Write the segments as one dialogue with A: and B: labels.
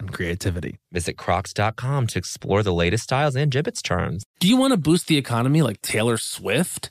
A: and creativity.
B: Visit crocs.com to explore the latest styles and gibbets charms.
A: Do you want to boost the economy like Taylor Swift?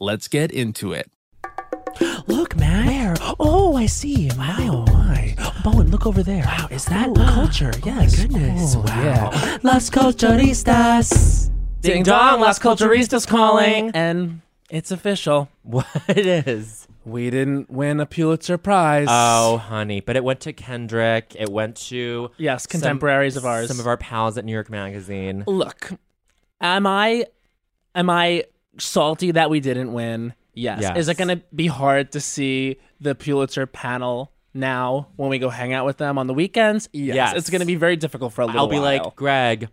A: Let's get into it.
C: Look, man. Where?
D: Oh, I see. Wow.
C: Oh, my.
D: Bowen, look over there.
C: Wow, is that
D: Ooh,
C: culture?
D: oh
C: yes.
D: my goodness.
C: Oh,
D: Wow.
C: yeah.
D: Las Culturistas. Ding dong, Las Culturistas calling.
A: And it's official.
D: What is?
A: We didn't win a Pulitzer Prize.
D: Oh, honey. But it went to Kendrick. It went to
A: yes,
D: some-
A: contemporaries of ours.
D: Some of our pals at New York Magazine.
A: Look, am I am I salty that we didn't win? Yes.
D: Yes.
A: Is it going to be hard to see the Pulitzer panel now when we go hang out with them on the weekends? Yes.
D: Yes.
A: It's going to be very difficult for a little
D: I'll be
A: while.
D: like, Greg,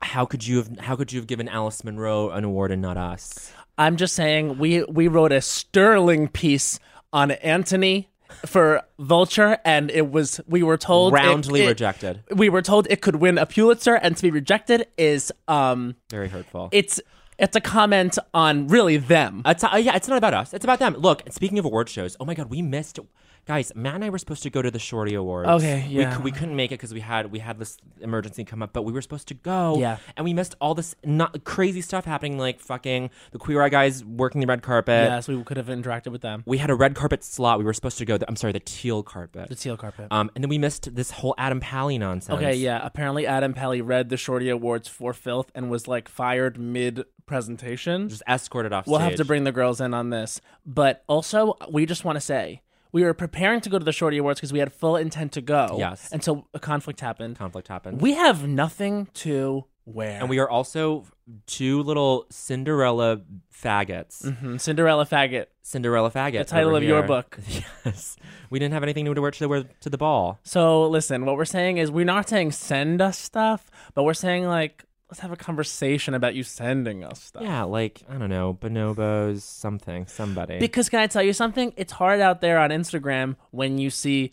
D: how could you have how could you have given Alice Monroe an award and not us?
A: I'm just saying we we wrote a sterling piece on Antony for Vulture and it was we were told it-
D: Roundly
A: it-
D: rejected.
A: We were told it could win a Pulitzer and to be rejected is um
D: Very hurtful.
A: it's it's a comment on really them.
D: It's uh, yeah, it's not about us. It's about them. Look, speaking of award shows, oh my god, we missed. Guys, Matt and I were supposed to go to the Shorty Awards.
A: Okay,
D: We
A: yeah.
D: cou- We, couldn't make it because we had we had this emergency come up, but we were supposed to go.
A: Yeah.
D: And we missed all this not crazy stuff happening, like fucking the Queer Eye guys working the red carpet.
A: yes, we could have interacted with them.
D: We had a red carpet slot. We were supposed to go. The, I'm sorry, the teal carpet.
A: The teal carpet.
D: um, and then we missed this whole Adam Pally nonsense.
A: Uh, Okay, yeah. Apparently, Adam Pelly read the Shorty Awards for filth and was like fired mid presentation.
D: Just escorted off.
A: We'll have to
D: stage.
A: bring the girls in on this. But also, we just want to say we were preparing to go to the Shorty Awards because we had full intent to go.
D: Yes.
A: Until a conflict happened.
D: conflict happen.
A: We have nothing to wear.
D: and we are also two little Cinderella faggots.
A: Mhm, Cinderella faggot.
D: Cinderella faggot.
A: The title
D: over
A: of your
D: here.
A: book.
D: Yes, we didn't have anything new to wear to the, wear to the ball.
A: So listen, what we're saying is we're not saying send us stuff, but we're saying like let's have a conversation about you sending us stuff.
D: Yeah, like I don't know, bonobos, something, somebody.
A: Because can I tell you something? It's hard out there on Instagram when you see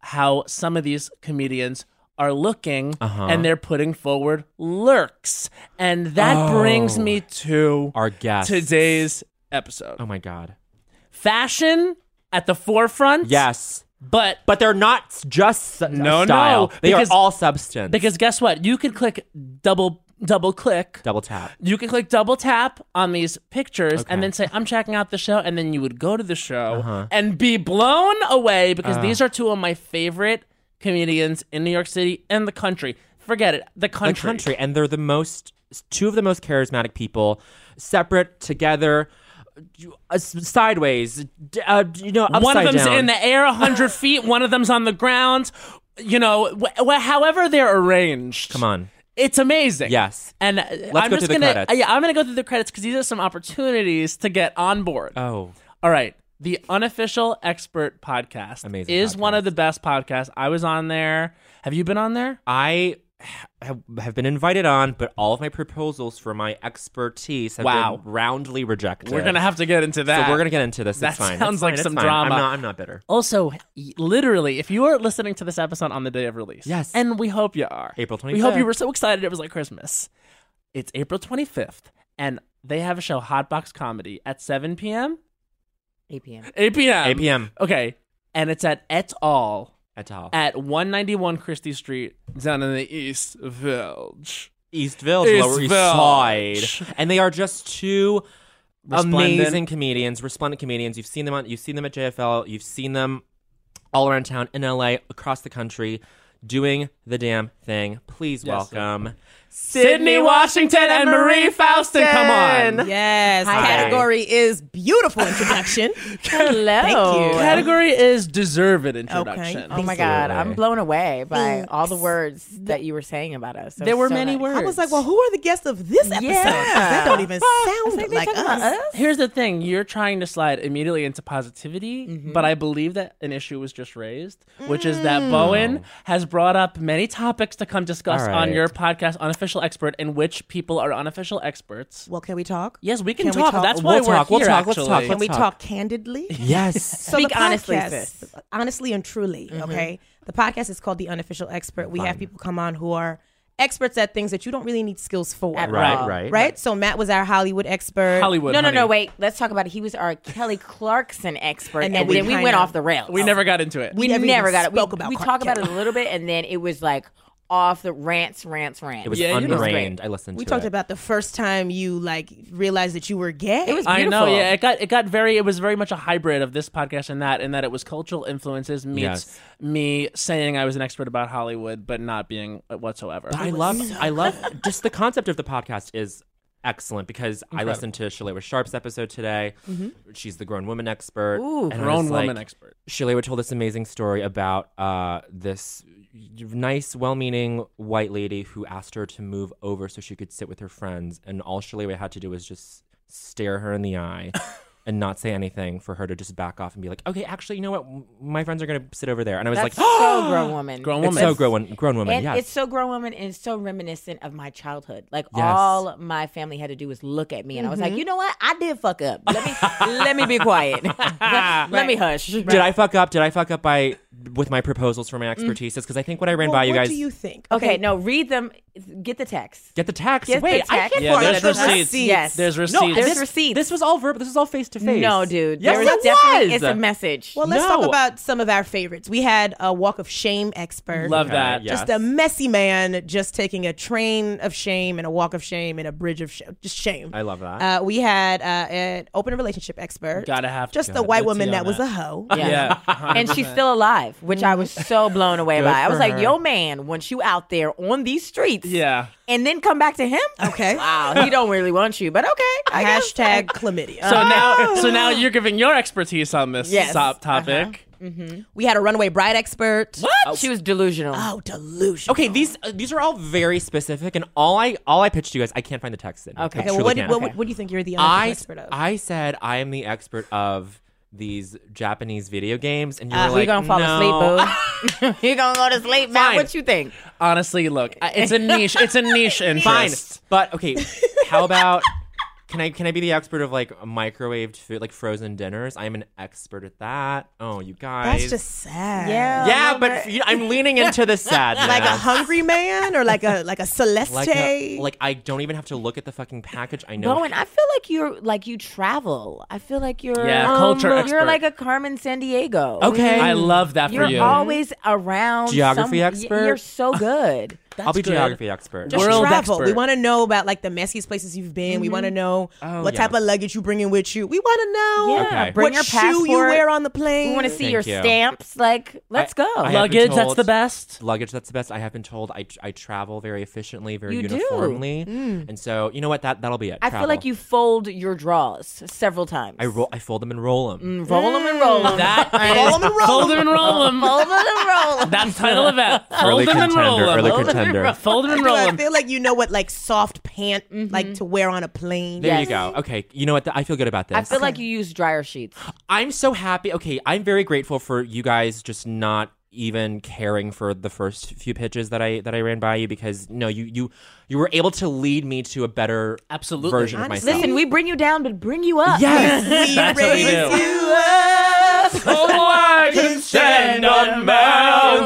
A: how some of these comedians are looking
D: Uh-huh.
A: and they're putting forward lurks. And that
D: Oh.
A: brings me to
D: Our guest
A: today's episode.
D: Oh my god.
A: Fashion at the forefront.
D: Yes,
A: But
D: but they're not just s-
A: No,
D: style.
A: no,
D: They
A: because-
D: are all substance.
A: because guess what? You can click double double click.
D: double tap.
A: you can click double tap on these pictures
D: Okay. Uh-huh.
A: and then say i'm checking out the show and then you would go to the show and be blown away
D: Uh.
A: because these are two of my favorite comedians in new york city and the country forget it the
D: The
A: country,
D: country, and they're the most two of the most charismatic people, separate together. uh, s- Sideways, d- uh, you know, upside
A: one of them's
D: down.
A: in the air 100 feet one of them's on the ground you know wh- wh- however they're arranged
D: Come on,
A: It's amazing.
D: Yes.
A: And uh, I'm
D: go
A: just
D: through the
A: gonna
D: credits.
A: uh, yeah, I'm gonna go through the credits because these are some opportunities to get on board.
D: Oh.
A: All right. The unofficial expert podcast
D: Amazing
A: is one
D: podcast.
A: of the best podcasts. I was on there. Have you been on there?
D: I ha- have been invited on, but all of my proposals for my expertise have
A: Wow.
D: been roundly rejected.
A: We're gonna have to get into that.
D: So we're gonna get into this.
A: That
D: it's fine.
A: sounds
D: It's
A: like
D: fine.
A: some
D: it's fine.
A: drama.
D: I'm not. I'm not bitter.
A: Also, y- literally, if you are listening to this episode on the day of release,
D: Yes.
A: and we hope you are.
D: April
A: We hope
D: 25th.
A: you were so excited it was like Christmas. It's April 25th, and they have a show, Hotbox Comedy, at 7 p.m.
E: 8 p.m.
A: 8 p.m.
D: 8 p.m.
A: Okay, and it's at Et al.
D: At all.
A: at 191 Christie Street down in the East Village.
D: East Village, Lower East
A: Village.
D: Side, and they are just two
A: Resplendent.
D: amazing comedians, resplendent comedians. You've seen them on, you've seen them at JFL, you've seen them all around town in LA, across the country, doing the damn thing. Please welcome
A: Sydney Washington and Marie Faustin, come on.
E: Yes.
D: Hi.
E: Category is beautiful introduction. Hello. Thank you.
A: Category is deserved introduction.
E: Okay. Oh my God. I'm blown away by all the words that you were saying about us. It
A: There
E: was
A: were
E: so
A: many
E: nice.
A: words.
F: I was like, well, who are the guests of this episode? 'Cause
E: Yeah.
F: That don't even sound
E: they
F: like
E: talking
F: us.
E: about us?
A: Here's the thing you're trying to slide immediately into positivity, but I believe that an issue was just raised, which is that Bowen has brought up many topics to come discuss
D: All
A: on
D: right.
A: your podcast, Unofficial Expert, in which people are unofficial experts.
F: Well, can we talk?
A: Yes, we can,
F: Can we
A: talk.
F: talk?
A: That's why
D: We'll
A: we're
D: talk.
A: here.
D: We'll talk. Let's
A: actually.
D: talk.
F: Can
D: Let's
F: we talk candidly?
D: yes.
F: So
E: Speak
F: the
E: honestly,
F: podcast,
E: sis.
F: honestly and truly, okay? The podcast is called The Unofficial Expert. We have people come on who are experts at things that you don't really need skills for.
E: At
D: Right,
E: all.
D: right.
F: Right? So Matt was our Hollywood expert.
A: Hollywood.
E: No, no,
A: honey.
E: no. Wait. Let's talk about it. He was our Kelly Clarkson expert,
F: And
E: and then,
F: then we
E: we
F: kinda-
E: went off the rails.
A: We never got into it.
E: We
F: never
E: never,
F: even
E: got it. We,
F: spoke about
E: we
F: Clark
E: talked about it
F: Kent.
E: a little bit, and then it was like off the rants, rants, rants.
D: It was
A: Yeah, you know.
D: unrained. I listened
F: We
D: to
F: talked
D: it.
F: about the first time you like realized that you were gay.
E: It was
A: I know,
E: beautiful.
A: yeah. It got it got very. It was very much a hybrid of this podcast and that, in that it was cultural influences meets
D: Yes.
A: me saying I was an expert about Hollywood, but not being whatsoever.
D: I love, I love just the concept of the podcast is excellent because I listened to Shalewa Sharp's episode today. She's the grown woman expert.
E: Mm-hmm. Ooh,
D: and I
A: grown
D: was
A: woman
D: like,
A: expert.
D: Shalewa told this amazing story about uh, this nice, well meaning white lady who asked her to move over so she could sit with her friends. And all Shalewa had to do was just stare her in the eye. And not say anything for her to just back off and be like, okay, actually, you know what? My friends are gonna sit over there. And I was
E: That's
D: like,
E: so grown woman.
A: Grown
D: it's
A: woman.
D: so grown, grown woman.
E: And
D: yes.
E: it's so grown woman and it's so reminiscent of my childhood. Like
D: Yes.
E: all my family had to do was look at me and I was like,
F: Mm-hmm.
E: you know what? I did fuck up. Let me let me be quiet. let, let me hush.
D: Did I fuck up? Did I fuck up by with my proposals for my
E: Mm.
D: expertise? Because I think what I ran
F: Well,
D: by you
F: what
D: guys.
F: do you think?
E: Okay, no, read them. Get the text.
D: Get the text.
E: Get
D: Wait,
E: the text.
D: I can't.
A: Yeah,
E: find
A: there's
E: the text.
A: receipts.
E: Yes.
A: There's receipts.
D: No,
E: There's
D: this,
E: receipts.
D: This was all verbal. This was all face to face.
E: No, dude.
D: Yes,
E: there was
D: it
E: definitely
D: was.
E: it's a message.
F: Well, let's
D: No.
F: talk about some of our favorites. We had a walk of shame expert.
A: love that.
D: yeah.
F: Just a messy man just taking a train of shame and a walk of shame and a bridge of shame. Just shame.
D: I love that.
F: Uh, we had uh, an open relationship expert.
A: Gotta have
F: just
A: gotta
F: a white
A: put
F: woman
A: tea
F: that
A: on
F: was a hoe.
A: Yeah.
E: and she's still alive, which I was so blown away by. I was like, "Yo, man, once you out there on these streets,
A: yeah.
E: and then come back to him,
F: Okay.
E: wow, he don't really want you, but okay, I guess.
F: Hashtag chlamydia.
A: So now, so now you're giving your expertise on this
E: Yes.
A: top
D: Uh-huh.
A: topic.
F: we had a runaway bride expert. What?
E: She was delusional.
F: Oh, delusion.
D: okay, these uh, these are all very specific, and all I all I pitched you guys. I can't find the text. In.
E: Okay.
D: I
F: Okay, well,
D: truly
F: what,
D: can't.
F: what, what do you think you're the
D: I
F: expert of?
D: I said I am the expert of these Japanese video games, and you were
E: Uh,
D: like,
E: you gonna fall
D: no.
E: asleep, boo? you gonna go to sleep, man?
D: Fine.
E: What you think?
A: Honestly, look, I- it's a niche. It's a niche interest.
D: Fine, but okay. How about can I can I be the expert of like microwaved food, like frozen dinners? I'm an expert at that. Oh, you guys.
F: That's just sad.
E: Yeah.
D: yeah, but f- I'm leaning into the sadness. uh,
F: Like a hungry man or like a like a celeste.
D: Like, a- like I don't even have to look at the fucking package. I know.
E: Bowen, I feel like you're like you travel. I feel like you're um,
A: Yeah, culture
E: You're
A: expert.
E: like a Carmen San Diego. Mm-hmm.
D: okay.
A: I love that
E: You're
A: for you.
E: always around.
D: Geography
E: some- y-
D: expert?
E: You're so good.
D: I'll be
A: good.
D: geography expert.
F: Just
A: World
F: travel.
A: expert.
F: We want to know about like the messiest places you've been. We want
E: Mm-hmm.
F: to know what
D: yeah.
F: type of luggage you bringing with you. We want to know
E: Yeah.
D: Okay.
E: Bring
F: what
E: your
F: shoe
E: passport.
F: you wear on the plane.
E: We want to see
D: Thank
E: your
D: you.
E: stamps. Like, let's go.
D: I have been
A: Luggage, that's
D: told-
A: the best.
D: Luggage, that's the best. I have been told I, I travel very efficiently, very
E: You do. Mm.
D: uniformly, and so you know what that that'll be it.
E: I feel
D: Travel.
E: like you fold your draws several times.
D: I roll. I fold them and roll them.
E: roll them and roll them.
A: That
E: Fold
A: is fold 'em and roll 'em.
E: fold 'em and roll 'em.
A: That's the title of it. Fold 'em and roll 'em.
E: Fold 'em and
D: under.
G: Fold 'em and
F: Do
G: roll
F: I
G: 'em.
F: feel like you know what like soft pant
E: Mm-hmm.
F: like to wear on a plane.
D: There you go. Okay, you know what? I feel good about this.
E: I feel like you use dryer sheets.
D: I'm so happy. Okay, I'm very grateful for you guys just not even caring for the first few pitches that I that I ran by you because no, you you you were able to lead me to a better
G: Absolutely.
D: version of myself.
E: Listen, we bring you down, but bring you up.
D: yes,
G: That's what we do.
D: oh, I can stand on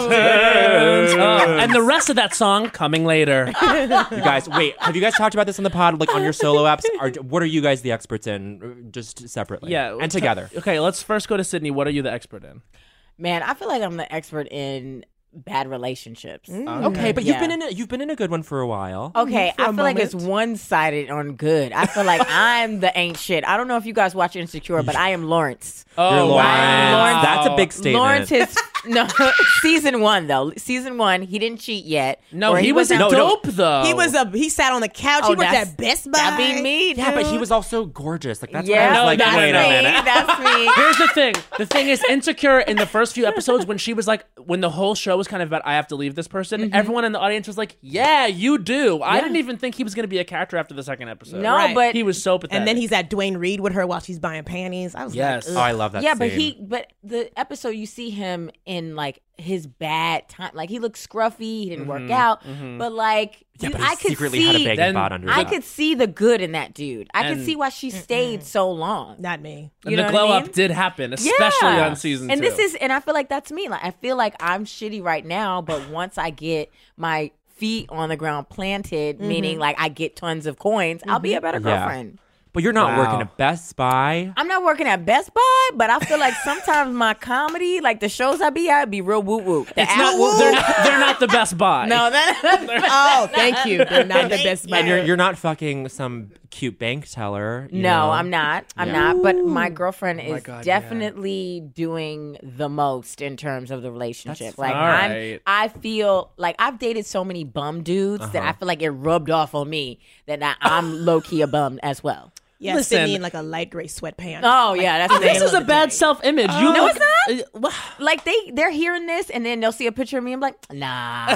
D: mountains.
G: Uh, and the rest of that song coming later.
D: You guys, wait. Have you guys talked about this on the pod? Like on your solo apps? Are, what are you guys the experts in? uh, Just separately,
G: yeah,
D: and together.
G: Okay, let's first go to Sydney. What are you the expert in?
E: Man, I feel like I'm the expert in bad relationships.
D: Okay, but
E: Yeah.
D: you've been in a, you've been in a good one for a while.
E: Okay,
F: Mm, For
E: I
F: a
E: feel like it's one sided on good. I feel like I'm the ain't shit. I don't know if you guys watch Insecure, but I am Lawrence.
D: You're
G: Oh,
D: Lawrence.
E: Lawrence-
D: That's a big statement.
E: Lawrence has no season one though. Season one, he didn't cheat yet.
G: No,
E: Or
G: he, was,
E: wasn't-
G: not dope though.
A: Oh.
F: He was a he sat on the couch. he
E: Oh,
F: worked
E: that's-
F: at Best Buy.
E: That be me.
D: Yeah, but he
E: dude.
D: was also gorgeous. Like that's
E: Yeah,
D: yeah, like,
E: that's
D: wait
E: me.
D: a minute.
E: That's me.
G: Here's the thing. The thing is, insecure in the first few episodes when she was like, when the whole show was kind of about, I have to leave this person. Everyone in the audience was like, Mm-hmm. Yeah, you do. I didn't even think he was going to be a character after the second episode.
E: No, Right. but-
G: he was so pathetic.
F: And then he's at Dwayne Reed with her while she's buying panties. I was
G: Yes.
F: like,
D: Oh, I love that.
E: yeah, but
D: scene.
E: he, but the episode you see him in like his bad time, like he looked scruffy, he didn't work out, but like
D: Mm-hmm, Yeah,
E: you-
D: but he
E: I could
D: secretly
E: see,
D: had a bag
G: then-
D: and bot under. his
E: I
D: eye.
E: could see the good in that dude. I could
G: And-
E: see why she stayed so long.
F: not me.
G: And
E: you know what
G: the glow
E: I mean?
G: up did happen, especially
E: Yeah.
G: on season
E: and
G: two.
E: this is, and I feel like that's me. Like I feel like I'm shitty right now, but once I get my feet on the ground planted, meaning like I get tons of coins, I'll be a better
D: Yeah.
E: girlfriend.
D: But you're not
G: Wow.
D: working at Best Buy.
E: I'm not working at Best Buy, but I feel like sometimes my comedy, like the shows I be at, be real woo woo.
G: It's not, they're, they're not the best buy.
E: Uh, no, that,
F: Oh, thank you. They're not the Best Buy.
D: And you're you're not fucking some cute bank teller. you
E: no,
D: know?
E: I'm not. I'm
D: Yeah.
E: not. But my girlfriend is
G: God, yeah.
E: definitely doing the most in terms of the relationship. like
G: All
E: I'm,
G: right.
E: I feel like I've dated so many bum dudes that I feel like it rubbed off on me that now I'm low key a bum as well.
F: Yeah,
G: Listen.
F: Sydney in like a light gray sweatpants.
E: Oh yeah, that's the
G: This
E: thing.
G: is a bad self image. you
E: Oh. No,
G: look-
E: it's
G: Uh, wha-
E: like they they're hearing this and then they'll see a picture of me. I'm like, nah.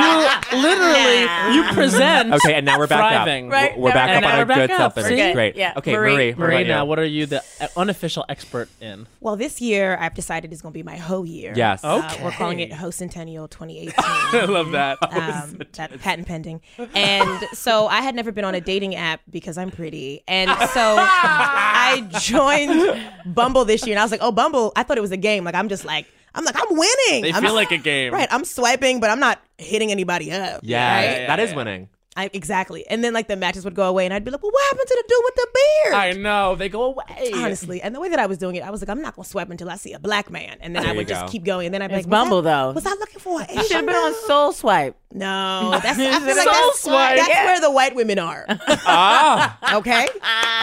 G: you literally you present.
D: Okay, and now we're back
G: Thriving.
D: up.
E: Right,
D: We're back
G: now
D: up
G: we're
D: on our
G: back
D: good
G: up.
D: self.
G: We're good.
D: Great.
E: Yeah.
D: Okay,
E: Marie-
D: Marie. what about
G: Marina,
D: you?
G: what are you the uh, unofficial expert in?
F: Well, this year I've decided is going to be my hoe year.
D: Yes.
F: Uh, we're calling it Ho Centennial 2018.
G: I love that.
F: um, that patent pending. And so I had never been on a dating app because I'm pretty. And so I joined Bumble this year, and I was like, oh, Bumble. I thought it was a game. Like I'm just like I'm like I'm winning.
G: They
F: I'm,
G: feel like a game.
F: right. I'm swiping, but I'm not hitting anybody up.
D: Yeah,
F: right?
D: that is winning.
F: I, exactly. And then like the matches would go away, and I'd be like, well, what happened to the dude with the beard?
G: I know they go away.
F: Honestly, and the way that I was doing it, I was like, I'm not gonna swipe until I see a black man, and then I
D: you
F: would
D: go.
F: just keep going. And then I'd be
E: It's
F: like, was I-
E: Bumble, though.
F: Was I looking for an
E: You should have
F: Asian
E: been on
F: girl?
E: Soul Swipe.
F: No, that's I feel like
E: Soul
F: that's,
E: swipe.
F: that's
E: Yeah.
F: where the white women are.
D: Ah.
F: Okay,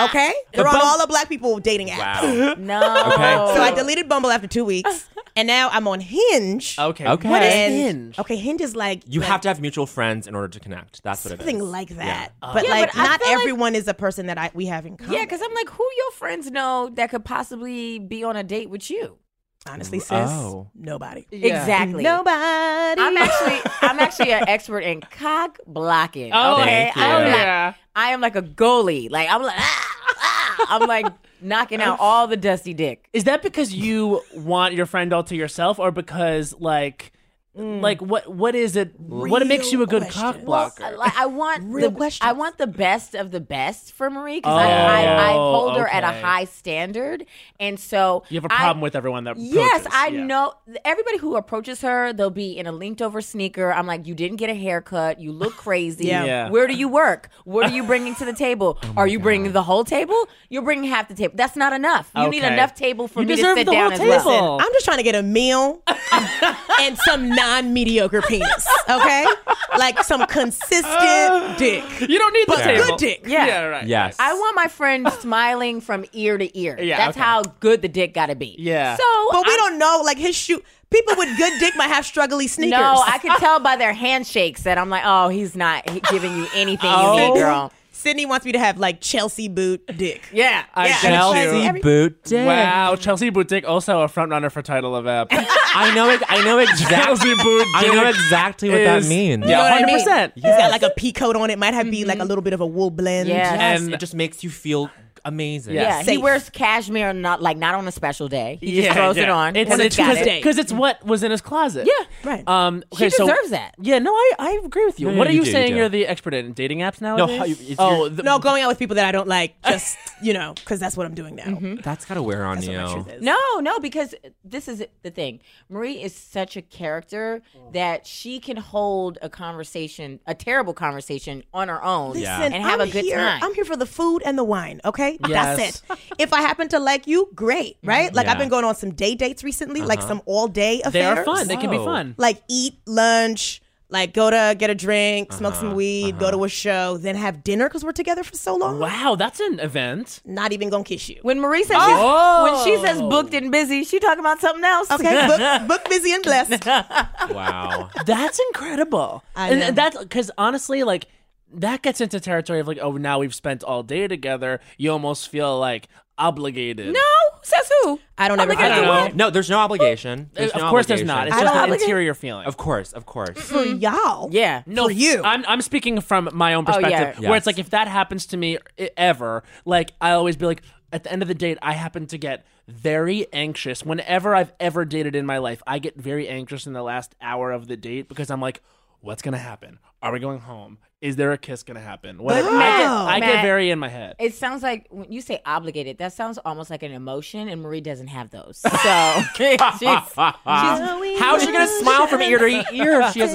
F: okay, they're on all the black people dating apps.
D: Wow.
E: No.
D: Okay.
F: So I deleted Bumble after two weeks, and now I'm on Hinge.
G: Okay.
D: Okay.
G: What is
F: And-
G: Hinge?
F: Okay, Hinge is like
D: You
F: like
D: have to have mutual friends in order to connect. That's what it is.
F: something like that, but
E: Oh. Yeah,
F: like
E: but I
F: not
E: feel like-
F: everyone is a person that I we have in common.
E: Yeah, because I'm like, who your friends know that could possibly be on a date with you?
F: honestly, sis,
D: Oh.
F: nobody,
E: Exactly.
F: nobody.
E: I'm actually I'm actually an expert in cock blocking.
G: Oh,
E: okay.
D: Thank you.
E: I'm like,
G: yeah.
E: I am like a goalie. Like I'm like ah, ah. I'm like knocking out all the dusty dick.
G: Is that because you want your friend all to yourself, or because like,
E: Mm.
G: like what what is it? what makes you a good
F: question.
G: cock
E: Well,
G: blocker?
E: I- like I want
F: Real
E: the
F: questions.
E: I want the best of the best for Marie because I, I, I
G: Oh,
E: hold her at a
G: okay.
E: high standard, and so
G: you have a
E: I-
G: problem with everyone that
E: Yes,
G: approaches.
E: I
G: Yeah.
E: know. Everybody who approaches her, they'll be in a linked over sneaker. I'm like, you didn't get a haircut. You look crazy.
F: Yeah.
G: Yeah. Oh
E: Where do you work? What are you bringing to the table? are you bringing the whole table? You're bringing half the table. That's not enough. You need
G: Okay.
E: enough table for
G: You
E: me to
G: deserve
E: sit
G: the whole
E: down as
G: table.
E: well.
G: Oh.
F: I'm just trying to get a meal and some non-mediocre penis, okay? Like some consistent dick,
G: You don't need the
F: but
G: table.
F: good dick.
E: Yeah.
G: Yeah. Right.
D: Yes.
E: I want my friend smiling from ear to ear.
G: Yeah,
E: That's
G: okay.
E: how good the dick got to be.
G: Yeah.
E: So,
F: But we
E: I-
F: don't know. Like his shoe, people with good dick might have struggly sneakers.
E: No, I could tell by their handshakes that I'm like, oh, he's not h- giving you anything you need, girl.
F: Sydney wants me to have like Chelsea boot dick.
E: Yeah.
A: I
F: yeah.
A: get
F: Like,
A: you.
F: every-
D: Boot dick.
A: Wow, Chelsea Boutique also a front runner for title of app.
D: I know it. I know exactly.
A: Chelsea Boutique.
D: I know exactly what that
A: is-
D: means.
F: You know
A: Yeah,
F: what I
A: hundred
F: mean?
A: percent.
F: He's got like a pea coat on. It might have be like a little bit of a wool blend.
E: Yeah.
D: Yes,
A: And-
D: it just makes you feel amazing.
A: Yeah.
E: Yeah, he
F: Safe.
E: wears cashmere not like not on a special day. He
A: Yeah,
E: just throws it
A: yeah.
E: on.
A: It's
E: when
A: a
E: he's got
A: Tuesday.
E: it.
A: because it's what was in his closet.
E: Yeah,
F: right.
A: Um, okay,
E: He
A: so,
E: deserves that.
A: Yeah, no, I, I agree with you.
D: No,
A: what
D: no,
A: are
D: you
A: you,
D: do, you
A: saying?
D: do.
A: You are the expert in dating apps
D: No,
A: nowadays?
D: how you- it's
A: oh,
D: your-
A: the,
F: No, going out with people that I don't like, just you know, because that's what I'm doing now.
D: That's gotta wear on
F: That's
D: you.
F: what my truth is.
E: No, no, because this is the thing. Marie is such a character that she can hold a conversation, a terrible conversation, on her own
F: Listen,
E: and have
F: I'm
E: a good
F: here,
E: time.
F: I'm here for the food and the wine, okay?
A: Yes.
F: That's it. If I happen to like you, great, right? Like
D: Yeah.
F: I've been going on some day dates recently, like some all day affairs.
A: Uh-huh. they are fun. They can be
D: Oh.
A: fun.
F: Like eat lunch, like go to get a drink, smoke
A: Uh-huh.
F: some weed, go to a show, then have dinner because we're together for so long.
A: Wow, that's an event.
F: Not even gonna kiss you.
E: when Marie says
A: Oh.
E: she's, when she says booked and busy, she talking about something else.
F: Okay, book, book busy and blessed.
D: Wow.
A: That's incredible.
F: I
A: and,
F: know.
A: and that's because honestly, like that gets into territory of like, oh, now we've spent all day together. You almost feel like obligated.
E: No, says who?
F: I don't ever.
E: looking at
A: I don't know.
D: No, there's no obligation.
A: Uh,
D: There's
A: of
D: no
A: course, there's
D: obligation.
A: not. It's
F: I
A: just
F: don't
A: an
F: obligate-
A: interior feeling.
D: Of course, of course.
F: for y'all.
E: Yeah.
A: no,
F: for you.
A: I'm I'm speaking from my own
E: Oh, yeah.
A: perspective, where
D: Yes.
A: it's like if that happens to me i- ever, like I always be like, at the end of the date, I happen to get very anxious whenever I've ever dated in my life. I get very anxious in the last hour of the date because I'm like, what's gonna happen? Are we going home? Is there a kiss gonna happen? Whatever. I, get,
F: Oh, Matt,
A: I get
E: Matt,
A: very in my head.
E: It sounds like when you say obligated, that sounds almost like an emotion, and Marie doesn't have those. So she's,
D: How is she gonna smile from ear to ear if she has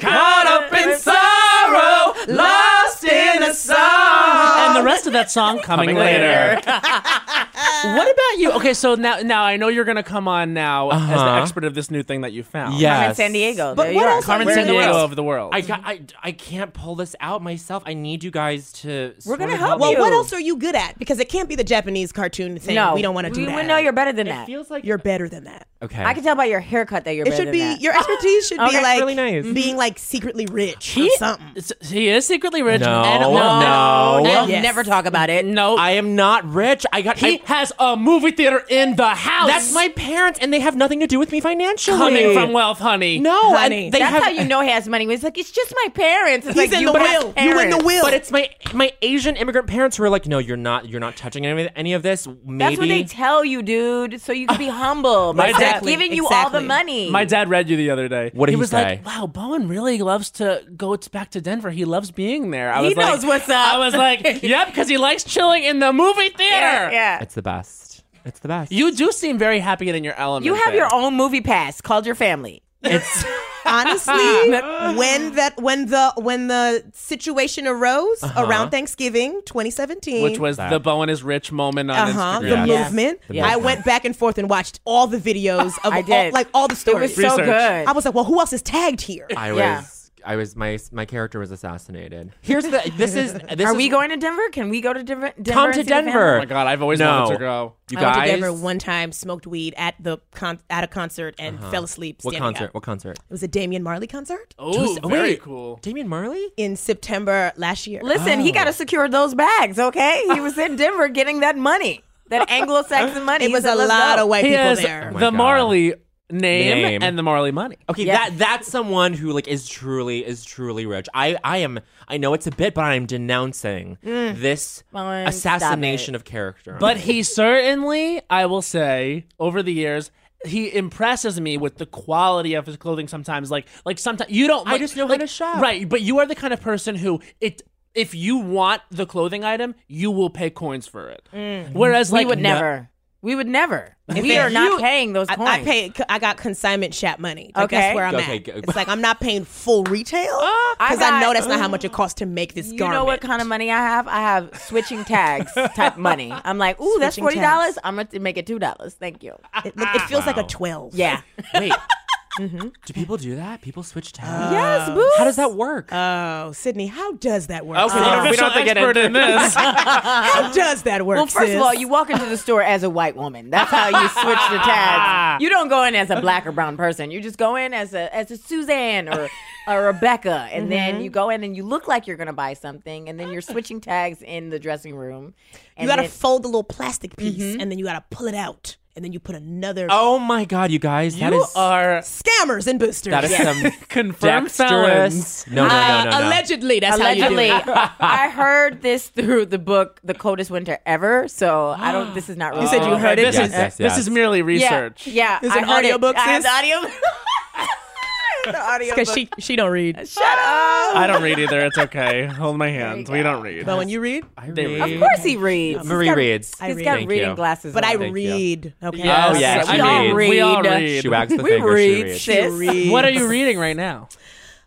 A: Caught up in sorrow, lost in the song. And the rest of that song coming, later. what about you? Okay, so now now I know you're gonna come on now as the
D: Uh-huh.
A: expert of this new thing that you found.
E: I'm in
D: Yes.
E: San Diego.
F: But
E: There
F: what
E: you are.
F: else-
A: Carmen
F: Where
A: San
F: in the
A: Diego
F: world?
A: of the world.
D: I, got, I I can't pull this out myself. I need you guys to.
E: We're
D: sort
E: gonna
D: of
E: help
F: Well,
E: you.
F: what else are you good at? Because it can't be the Japanese cartoon thing.
E: No,
F: we don't want to do
E: we,
F: that.
E: We know you're better than
D: It
E: that.
D: feels like
F: You're better than that.
D: okay.
E: I can tell by your haircut that you're
F: It
E: better
F: should
E: than
F: be
E: that.
F: your expertise should be
E: Okay.
F: like
D: Really nice.
F: being like secretly rich or
A: he,
F: something.
A: s- he is secretly rich.
D: Oh, No,
A: and,
D: no.
E: They'll
F: Yes.
E: never talk about it.
A: no.
D: I am not rich. I got.
A: he
D: I-
A: has a movie theater in the house.
D: that's my parents, and they have nothing to do with me financially.
A: coming from wealth, honey.
D: No,
F: Honey,
D: and they
E: That's
D: have.
E: how you know he has money. He's like, it's just my parents. It's
F: He's
E: like
F: in
E: you
F: the
E: but I have
F: will. You in the
E: parents.
F: will.
D: But it's my my Asian immigrant parents who are like, no, you're not. You're not touching any of, any of this. Maybe
E: That's what they tell you, dude. So you can be humble.
A: My
E: My dad's
A: dad-
E: giving you all
F: exactly.
E: the money.
A: My dad read you the other day.
D: What did
A: he
D: he
A: was
D: say?
A: like? Wow, Bowen really loves to go t- back to Denver. He loves being there. I
E: He
A: was like-
E: knows what's up.
A: I was like, yep, because he likes chilling in the movie theater.
E: Yeah, yeah.
D: It's the best. It's the best.
A: You do seem very happy and in your element.
E: You have
A: there.
E: your own movie pass called your family.
D: It's
F: Honestly, when that when the when the situation arose around Thanksgiving 2017,
A: which was
D: That.
A: the Bowen is rich moment on
F: uh
E: Uh-huh.
F: huh the
A: Instagram.
D: Yeah. Yes.
F: movement.
D: The
F: I
D: movement.
F: went back and forth and watched all the videos of
E: I did.
F: All, like all the
E: It
F: stories.
E: was so
A: Research.
E: good.
F: I was like, well, who else is tagged here?
D: I
E: Yeah.
D: was. I was. My my character was assassinated. Here's the. This is. This
E: Are
D: is,
E: we going to Denver? Can we go to Denver? Denver
D: Come
E: and
D: to
E: see the family?
D: Denver.
A: Oh my god, I've always
D: No.
A: wanted to go.
D: You
F: I went to
D: guys.
F: Denver one time, smoked weed at the con- at a concert, and fell asleep.
D: what
F: standing
D: concert?
F: Up.
D: What concert?
F: It was a Damian Marley concert
A: Oh,
D: Tuesday-
A: very
D: wait.
A: cool.
D: Damian Marley.
F: in September last year.
E: Listen, he
F: Oh.
E: got to secure those bags, okay? He was in Denver getting that money, that Anglo-Saxon money.
F: it
E: He
F: was
E: said,
F: a
E: "Let's
F: lot
E: go."
F: of white
A: He
F: people
A: has
F: there.
D: Oh my
A: the
D: God.
A: Marley name,
D: Name.
A: and the Marley money.
D: Okay,
E: Yeah.
D: that that's someone who like is truly is truly rich. I I am I know it's a bit, but I am denouncing this
E: Lauren,
D: assassination
E: stop
D: of character.
A: But he certainly, I will say, over the years, he impresses me with the quality of his clothing. Sometimes, like like sometimes you don't.
D: I
A: like-
D: just know how
A: like,
D: to shop.
A: right? But you are the kind of person who it. If you want the clothing item, you will pay coins for it. Whereas,
E: Mm. We
A: like,
E: would
A: no-
E: never. We would never. We
F: fact,
E: are not
F: you-
E: paying those coins.
F: I, I paid. I got consignment shop money. Like,
E: Okay. Uh,
F: that's where I'm
D: Okay,
F: at.
D: go-
F: It's like I'm not paying full retail
E: I
F: because I,
E: got-
F: know that's not how much it costs to make this
E: You
F: garment.
E: know what kind of money I have? I have switching tags type money. I'm like, ooh, that's forty
F: Switching
E: dollars.
F: tags.
E: I'm gonna make it two dollars. Thank you.
F: It, look, it feels like
D: Wow.
F: a twelve.
E: Yeah.
D: Wait, Do people do that? People switch tabs?
E: Uh,
F: Yes, boo.
D: How does that work?
F: Oh, Sydney, how does that work?
A: Okay,
F: sis?
E: Uh-huh.
A: you're an official expert in this.
F: How does that work?
E: Well, first of
F: sis?
E: all, you walk into the store as a white woman. That's how you switch the tags. You don't go in as a black or brown person. You just go in as a as a Suzanne or a Rebecca, and
F: Mm-hmm.
E: then you go in and you look like you're gonna buy something, and then you're switching tags in the dressing room. And
F: you gotta
E: then-
F: fold the little plastic piece
E: Mm-hmm.
F: and then you gotta pull it out and then you put another
D: Oh my God, you guys, that
A: you
D: is
A: are
F: scammers and boosters.
D: that is some
A: confirmed felons.
D: dexterous. No, no,
F: Uh,
D: no, no, no.
F: Allegedly, that's
E: Allegedly,
F: how you do it.
E: I heard this through the book "The Coldest Winter Ever," so I don't. This is not. Really
F: You said you heard it?
A: Oh, This
D: Yes,
A: is
D: yes,
A: this
D: yes.
A: is merely research.
E: Yeah, yeah
F: Is it
E: I
F: an
E: heard
F: audiobook,
E: I have
F: sis?
E: the audio. the audio.
F: Because she she don't read.
A: I don't read either. It's okay. Hold my hand. We don't read.
F: But when you read,
D: I
A: They
D: read.
E: Of course he reads.
D: Marie
E: He's got-
D: reads.
F: I
E: He's
F: read.
E: got
D: Thank
E: reading
D: you.
E: glasses.
F: but
E: on.
F: I
D: Thank you.
F: read. Okay.
D: Yes. Oh, yes,
E: we
D: I
E: all
D: read.
E: read.
A: We all read.
D: She wags the
E: We
D: finger. She
E: read,
D: reads.
E: sis.
A: what are you reading right now?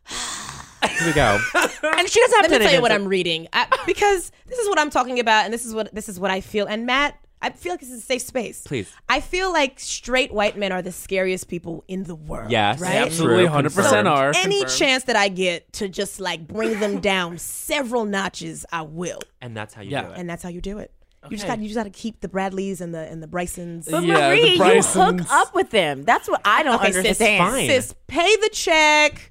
D: Here we go.
F: And she doesn't have
A: to
F: Let me tell you what
A: answer.
F: I'm reading I, because this is what I'm talking about, and this is what this is what I feel. And Matt, I feel like this is a safe space.
D: Please.
F: I feel like straight white men are the scariest people in the world.
D: Yes,
F: right.
A: Absolutely,
D: True,
A: 100% are.
F: Any
A: Confirmed.
F: chance that I get to just like bring them down several notches, I will.
D: And that's how you
A: Yeah.
D: do it.
F: And that's how you do it. You just got you just got to keep the Bradleys and the and the Brysons.
E: But
A: Yeah, the
E: Marie, you hook
A: Brysons.
E: up with them. That's what I don't
F: sis,
E: understand.
D: fine.
F: sis, pay the check,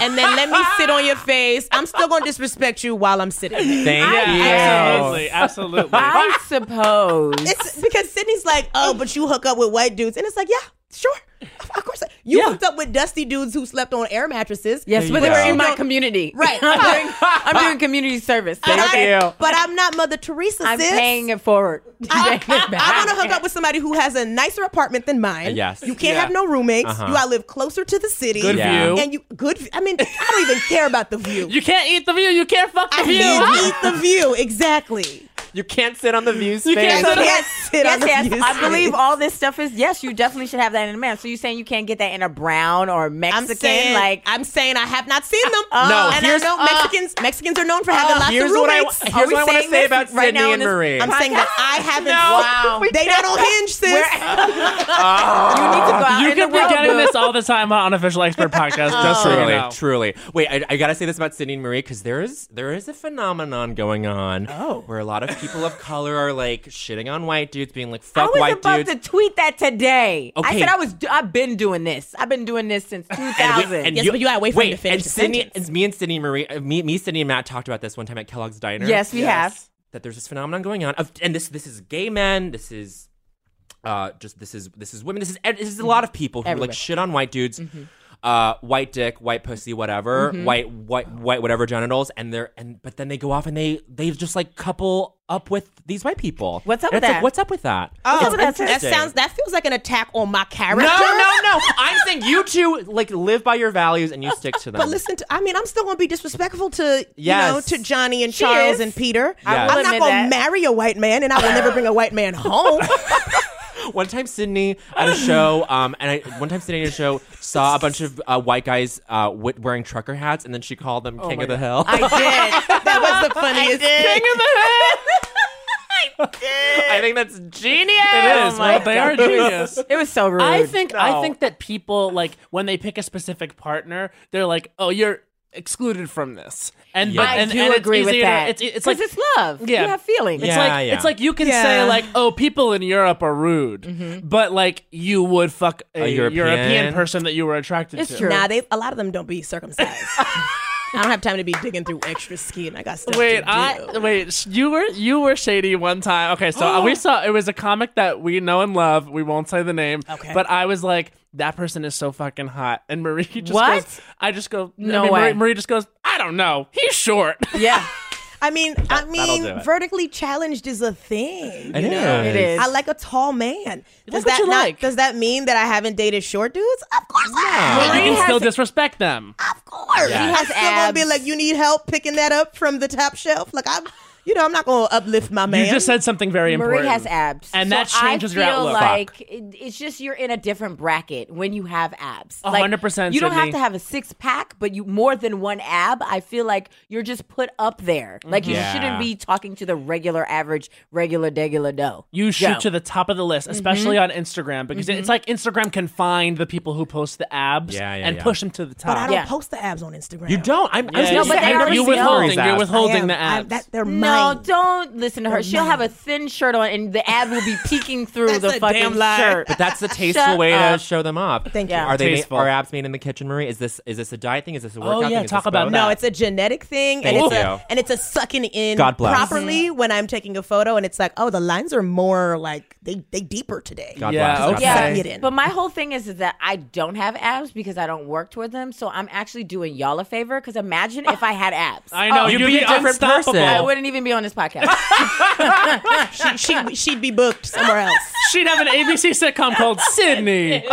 F: and then let me sit on your face. I'm still gonna disrespect you while I'm sitting. there.
D: Thank you.
A: Absolutely, absolutely.
E: I suppose.
F: It's because Sydney's like, oh, but you hook up with white dudes, and it's like, yeah, sure, of of course. You hooked up with dusty dudes who slept on air mattresses.
E: yes,
D: you
E: but they
D: go.
E: were in my
F: Don't-
E: community.
F: Right.
E: I'm doing, I'm doing community service.
F: I-
E: Okay.
F: But I'm not Mother Teresa.
E: I'm
F: sis.
E: paying it forward.
F: I, want to hook up with somebody who has a nicer apartment than mine.
D: Uh, yes.
F: You can't
A: Yeah.
F: have no roommates.
D: Uh-huh.
F: You gotta live closer to the city.
A: Good
D: Yeah.
A: view.
F: And you good. v- I mean, I don't even care about the view.
A: you can't eat the view. You can't fuck the
F: I
A: view.
F: can't eat the view exactly.
D: You can't sit on the view space.
F: You
E: So
F: can't sit on
E: yes,
F: the
E: yes.
F: view
E: I believe
F: space.
E: all this stuff is yes. You definitely should have that in a man. So you are saying you can't get that in a brown or
F: I'm
E: Mexican?
F: saying,
E: like
F: I'm saying, I have not seen them.
D: No,
F: and I
D: here's-
F: know
D: uh,
F: Mexicans. Mexicans are known for having lots
D: Oh, here's
F: of
D: what I
F: roommates. Oh,
D: wa-
E: Are
D: here's
E: we
D: what I wanna
E: saying
D: say
E: this
D: about
E: right now
D: Sydney
E: in
D: and
E: this
D: Marie.
F: I'm saying that I haven't.
E: Wow. we
F: They not on hinge, sis.
E: you need to go out
A: You
E: in the
A: could be
E: world.
A: getting
E: boo.
A: this all the time on Unofficial Expert Podcast. Just so you
D: Truly,
A: know.
D: truly. Wait, I, I gotta say this about Sydney and Marie because there is there is a phenomenon going on oh. where a lot of people of color are like shitting on white dudes, being like
E: I
D: "fuck
E: was
D: white
E: about
D: dudes,"
E: to tweet that today. I
D: Okay.
E: said I was. I've been doing this. I've been doing this since 2000.
F: Yes, but you gotta wait for him to finish
D: And
F: the
D: Sydney,
F: sentence.
D: it's me and Sydney and Marie, uh, me, me, Sydney and Matt talked about this one time at Kellogg's Diner.
E: yes, we have.
D: that there's this phenomenon going on of, and this this is gay men this is uh just this is this is women this is and this is a lot of people who
E: Everywhere. Mm-hmm.
D: like shit on white dudes uh white dick white pussy whatever white white white whatever genitals and they're and but then they go off and they they just like couple up with these white people
E: What's up
D: And
E: with
D: it's like,
E: that?
D: what's up with that
F: Oh,
E: That's what that
F: that
D: sounds.
F: sounds. That feels like an attack on my character.
D: no, no, no! I'm saying you two like live by your values and you stick to them.
F: But listen, to, I mean, I'm still gonna be disrespectful to you know
D: Yes.
F: to Johnny and Charles
E: is.
F: and Peter.
D: I will
F: I'm not
E: admit
F: gonna
E: that.
F: marry a white man, and I will never bring a white man home.
D: One time, Sydney at a show, um, and I one time Sydney at a show saw a bunch of uh, white guys uh, wi- wearing trucker hats, and then she called them King of the Hill.
E: I did.
F: that was the funniest thing.
D: I think that's genius.
A: It
E: Oh
A: is.
E: my
A: well, they are genius.
E: It was so rude.
A: I think I
D: No.
A: think that people like when they pick a specific partner, they're like, "Oh, you're excluded from this." And
D: Yeah.
A: but,
E: I
A: and,
E: do
A: and it's
E: agree with
A: easier to-
E: that.
A: it's, it's
E: 'Cause
A: like
E: it's love.
A: Yeah.
E: You have feelings.
A: It's
D: Yeah,
A: like
D: yeah.
A: it's like you can say
F: Yeah.
A: like, "Oh, people in Europe are rude,"
E: Mm-hmm.
A: but like you would fuck a,
D: A
A: European.
D: European?
A: person that you were attracted
E: It's
A: to.
E: true.
F: Nah, they a lot of them don't be circumcised. I don't have time to be digging through extra skin. I got stuff
A: Wait,
F: to do.
A: I wait. sh- You were you were shady one time. Okay, so uh, we saw it was a comic that we know and love. We won't say the name.
F: Okay.
A: but I was like, that person is so fucking hot, and Marie just
E: What?
A: goes. I just go. No
E: No
A: I mean, Marie,
E: way.
A: Marie just goes. I don't know. He's short.
E: Yeah,
F: I mean, I
D: do
F: mean,
D: it.
F: vertically challenged is a thing.
D: It
F: you know?
D: is.
E: it is.
F: I like a tall man.
A: what
F: Does that
A: you
F: not-
A: like.
F: Does that mean that I haven't dated short dudes? Of course I
A: you
F: have.
A: can
E: has-
A: still disrespect them.
F: Of course.
D: Yeah.
F: I'm
E: has
F: still gonna be
E: abs.
F: like, you need help picking that up from the top shelf. Like I'm you know, I'm not going to uplift my man.
G: You just said something very important.
E: Marie has abs,
G: and
E: so
G: that changes
E: I
G: your
E: feel
G: outlook.
E: Like it- it's just you're in a different bracket when you have abs.
G: A
E: Like,
G: hundred percent,
E: You don't have
G: Sydney.
E: to have a six pack, but you more than one ab. I feel like you're just put up there. Like you
G: Mm-hmm.
D: Yeah.
E: shouldn't be talking to the regular average, regular, degular dough.
G: You shoot
E: Joe.
G: to the top of the list, especially on Instagram, because it's like Instagram can find the people who post the abs
D: Yeah, yeah,
G: and
D: yeah.
G: push them to the top.
F: But I don't
E: Yeah.
F: post the abs on Instagram.
D: You don't. I'm.
G: Yeah,
D: I'm
E: No,
G: you-
E: but they
G: you-
E: already
G: you're
E: know.
G: withholding. You're
D: Abs.
F: I
G: withholding
F: am.
G: the abs.
F: I- that, they're
E: No,
F: mine.
E: don't listen to her.
F: They're
E: She'll have a
F: mine.
E: thin shirt on, and the ab will be peeking through
F: That's
E: the
F: a
E: fucking
F: damn lie.
E: shirt.
D: But that's the tasteful
E: Shut
D: way to
E: up.
D: show them off.
F: Thank you.
E: Yeah.
D: Are they
G: Tasteful.
D: are abs made in the kitchen, Marie? Is this is this a diet thing? Is this a workout
G: yeah,
D: thing? Is
G: talk
D: this
G: about
D: both?
G: that.
F: No, it's a genetic thing,
D: Thank
F: and it's
D: you.
F: a and it's a sucking in
D: God bless.
F: properly
E: Mm-hmm.
F: when I'm taking a photo, and it's like, oh, the lines are more like they they deeper today.
D: God
G: Yeah,
D: bless. God
G: okay.
D: bless.
F: Sucking it in.
E: But my whole thing is, is that I don't have abs because I don't work toward them. So I'm actually doing y'all a favor because imagine if I had abs.
G: I know
E: Oh,
G: you'd,
D: you'd
G: be,
D: be a different
G: unstoppable.
D: person.
E: I wouldn't even be on this podcast.
F: she, she she'd be booked somewhere else.
G: She'd have an ABC sitcom called Sydney.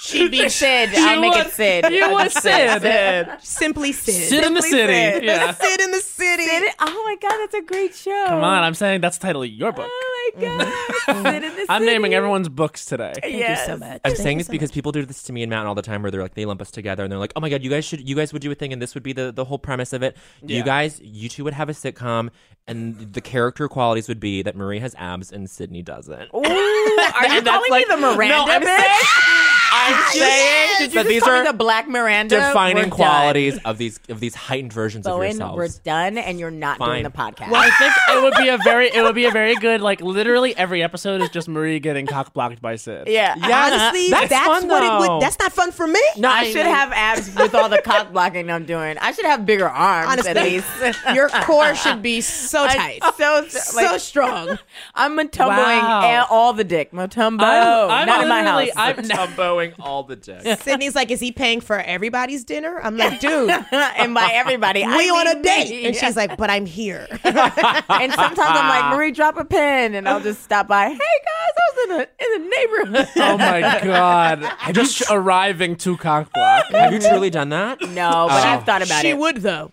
E: She'd be Sid. I'll make it Sid.
G: You would Sid.
F: Simply Sid.
G: Sit in the
E: Simply said.
G: city. Yeah.
F: Sid in the city.
E: Sid. Oh my god, that's a great show.
G: Come on, I'm saying that's the title of your book.
E: Oh my
A: Mm-hmm.
E: god, Sid in the
G: I'm
E: city.
G: naming everyone's books today.
F: Thank
E: Yes.
F: you so much.
D: I'm
F: Thank
D: saying
F: you
D: this
F: so
D: because
F: much.
D: people do this to me and Matt all the time, where they're like, they lump us together and they're like, "Oh my god, you guys should, you guys would do a thing, and this would be the the whole premise of it.
G: Yeah.
D: You guys, you two would have a sitcom, and the character qualities would be that Marie has abs and Sydney doesn't."
E: Ooh, are you calling
D: like-
E: me the Miranda
D: No, I'm
E: bitch?
D: saying- I'm saying
E: Did
D: that
E: you just
D: these
E: call
D: are
E: me the Black Miranda? We're
D: defining
E: done.
D: qualities of these of these heightened versions of
E: Bowen,
D: yourselves.
E: we're done, and you're not
D: Fine.
E: doing the podcast.
G: I think it would be a very it would be a very good like literally every episode is just Marie getting cock blocked by Sid.
E: Yeah.
F: honestly,
D: That's
F: that's,
D: fun,
F: what it
D: though.
F: would. That's not fun for me.
D: No,
E: I should have abs with all the cock blocking I'm doing. I should have bigger arms at
F: Honestly,
E: least.
F: your core should be so
E: I-
F: tight.
E: so
F: So
E: strong. I'm matumboing
G: Wow.
E: a- all the dick. Matumbo,
G: I'm
E: not in my house.
G: literally- I'm
D: tumbling all the dicks.
F: Sydney's like, is he paying for everybody's dinner? I'm like, dude,
E: and by everybody, I
F: we on
E: mean
F: a date.
E: me.
F: And she's like, but I'm here.
E: and sometimes I'm like, Marie, drop a pin, and I'll just stop by. Hey guys, I was in the in the neighborhood.
G: Oh my god. just arriving to cock block.
D: have you truly done that?
E: No, but I've thought about
F: she
E: it.
F: would though.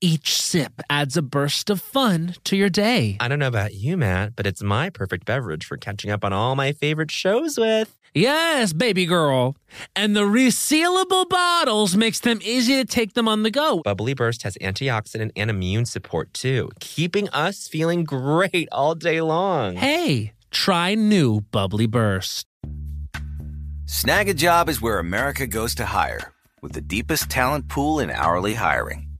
A: Each sip adds a burst of fun to your day.
D: I don't know about you, Matt, but it's my perfect beverage for catching up on all my favorite shows with.
A: Yes, baby girl. And the resealable bottles makes them easy to take them on the go.
D: Bubbly uh, Burst has antioxidant and immune support too, keeping us feeling great all day long.
A: Hey, try new Bubbly Burst.
H: Snag a job is where America goes to hire, with the deepest talent pool in hourly hiring.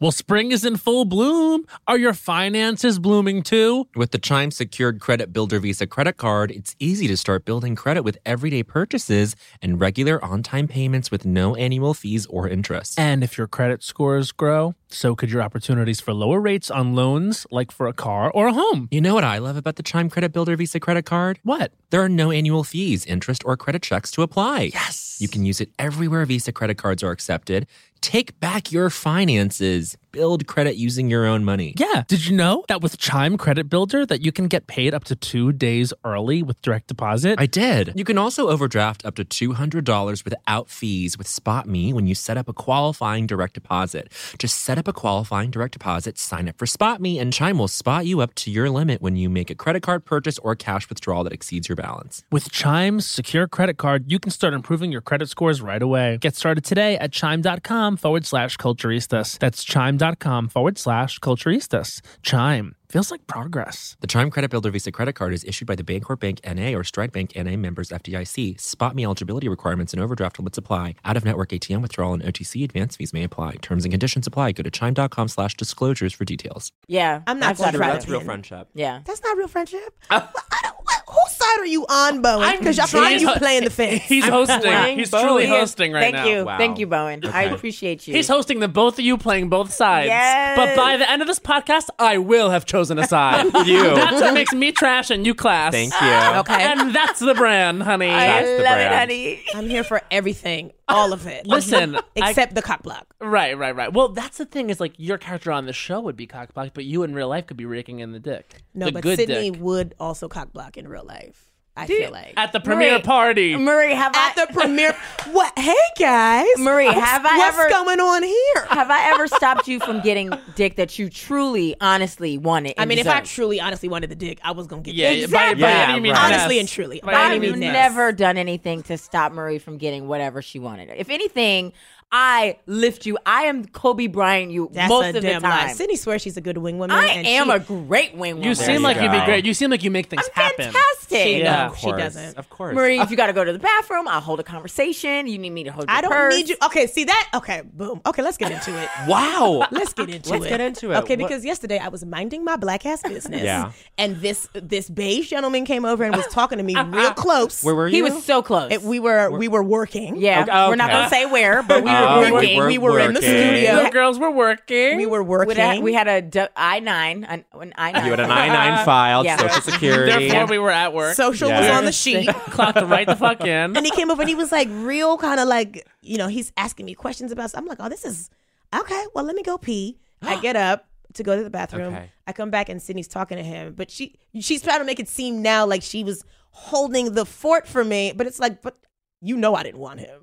A: Well, spring is in full bloom. Are your finances blooming too?
D: With the Chime Secured Credit Builder Visa credit card, it's easy to start building credit with everyday purchases and regular on time payments with no annual fees or interest.
A: And if your credit scores grow, so could your opportunities for lower rates on loans, like for a car or a home.
D: You know what I love about the Chime Credit Builder Visa credit card?
A: What?
D: There are no annual fees, interest, or credit checks to apply.
A: Yes.
D: You can use it everywhere Visa credit cards are accepted. Take back your finances. Build credit using your own money.
A: Yeah. Did you know that with Chime Credit Builder that you can get paid up to 2 days early with direct deposit?
D: I did. You can also overdraft up to $200 without fees with SpotMe when you set up a qualifying direct deposit. Just set up a qualifying direct deposit, sign up for SpotMe, and Chime will spot you up to your limit when you make a credit card purchase or cash withdrawal that exceeds your balance.
A: With Chime's secure credit card, you can start improving your credit scores right away. Get started today at chime.com forward slash culturistas. That's chime.com forward slash culturistas. Chime feels like progress.
D: The Chime Credit Builder Visa credit card is issued by the Bancorp Bank NA or Stride Bank NA members FDIC. Spot me eligibility requirements and overdraft limits apply. Out of network ATM withdrawal and OTC advance fees may apply. Terms and conditions apply. Go to chime.com slash disclosures for details.
E: Yeah,
F: I'm not
E: I've got
F: gonna
E: it
F: try
E: right.
I: That's real friendship.
E: Yeah.
F: That's not real friendship. Well, I don't- what- whose side are you on, Bowen? Because I feel like you playing the fence.
A: He's hosting.
E: playing
A: He's
E: both.
A: truly
E: He is.
A: hosting right
E: Thank
A: now.
E: you.
I: Wow.
E: Thank you, Bowen. I
D: Okay.
E: appreciate you.
G: He's hosting the both of you playing both sides.
E: Yes.
G: But by the end of this podcast, I will have chosen a side. you. That's what makes me trash and you class.
I: Thank you.
F: Okay.
G: And that's the brand, honey.
E: I
I: That's
E: love
I: the
E: it,
I: brand.
E: honey.
F: I'm here for everything, all of it.
G: Listen, I,
F: except the cock block.
G: right, right, right. Well, that's the thing is like your character on the show would be cockblocked, but you in real life could be raking in the dick.
F: No,
G: the
F: but
G: good
F: Sydney
G: dick.
F: would also cock block in real life. I feel like
G: at the premiere party.
E: Murray, have
F: at
E: I
F: the premiere. What? Hey guys,
E: Marie, have I
F: what's
E: ever-
F: going on here?
E: have I ever stopped you from getting dick that you truly, honestly wanted?
F: I
E: and
F: mean, if I
E: deserved?
F: truly, honestly wanted the dick, I was gonna get
G: yeah,
F: it.
G: by, by
E: Exactly.
G: any
I: Yeah,
G: means
I: right.
F: Honestly
G: necessary.
F: and truly, by
G: By any
F: any
E: I've
F: means
G: means.
E: never done anything to stop Marie from getting whatever she wanted. If anything, I lift you. I am Kobe Bryant. You
F: That's
E: most
F: a
E: of the
F: damn
E: time.
F: lie. Sydney swears she's a good wing woman.
E: I
F: and
E: am
F: she,
E: a great wing woman.
G: You seem
I: you
G: like would be
I: go.
G: great. You seem like you make things happen.
E: fantastic.
F: She, uh,
G: Yeah.
F: no,
I: Of
F: she
I: course.
F: doesn't.
I: Of course.
E: Marie, if you got to go to the bathroom, I'll hold a conversation. You need me to hold your
F: I don't
E: purse.
F: need you. Okay, see that? Okay, boom. Okay, let's get into it.
I: Wow.
F: Let's get into
I: Let's
F: it.
I: get into it.
F: Okay,
I: What-
F: because yesterday I was minding my black ass business.
I: Yeah.
F: And this this beige gentleman came over and was talking to me real close.
I: Where were you?
E: He was so close.
F: It- we were we were working.
E: yeah,
I: Okay,
E: we're not
I: okay.
E: going to say where, but we were
I: Oh, we
E: working.
I: were
F: We were in the
I: working.
F: studio.
G: Little girls, we're working.
F: We were
E: We
F: working.
E: had, we had a d- I-9, an, an I-9.
I: You had an I nine filed,
E: Yeah.
I: Social Security.
G: Therefore, we were at work.
F: Social was
I: Yeah.
F: on the sheet.
G: clocked right the fuck in.
F: and he came over and he was like real kind of like you know he's asking me questions about i'm like oh this is okay well let me go pee i get up to go to the bathroom
I: Okay.
F: i come back and sydney's talking to him but she she's trying to make it seem now like she was holding the fort for me but it's like but you know i didn't want him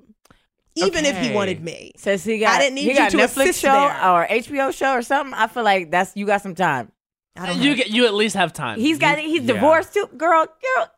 F: even if he
I: Okay.
F: wanted me
E: Says he got,
F: I didn't need
E: he
F: you
E: got
F: to
E: a Netflix
F: assist
E: show
F: there.
E: or HBO show or something. I feel like that's you got some time.
F: i don't
G: You
F: know
G: get you at least have time.
E: He's got he's
I: yeah.
E: divorced too. Girl, girl,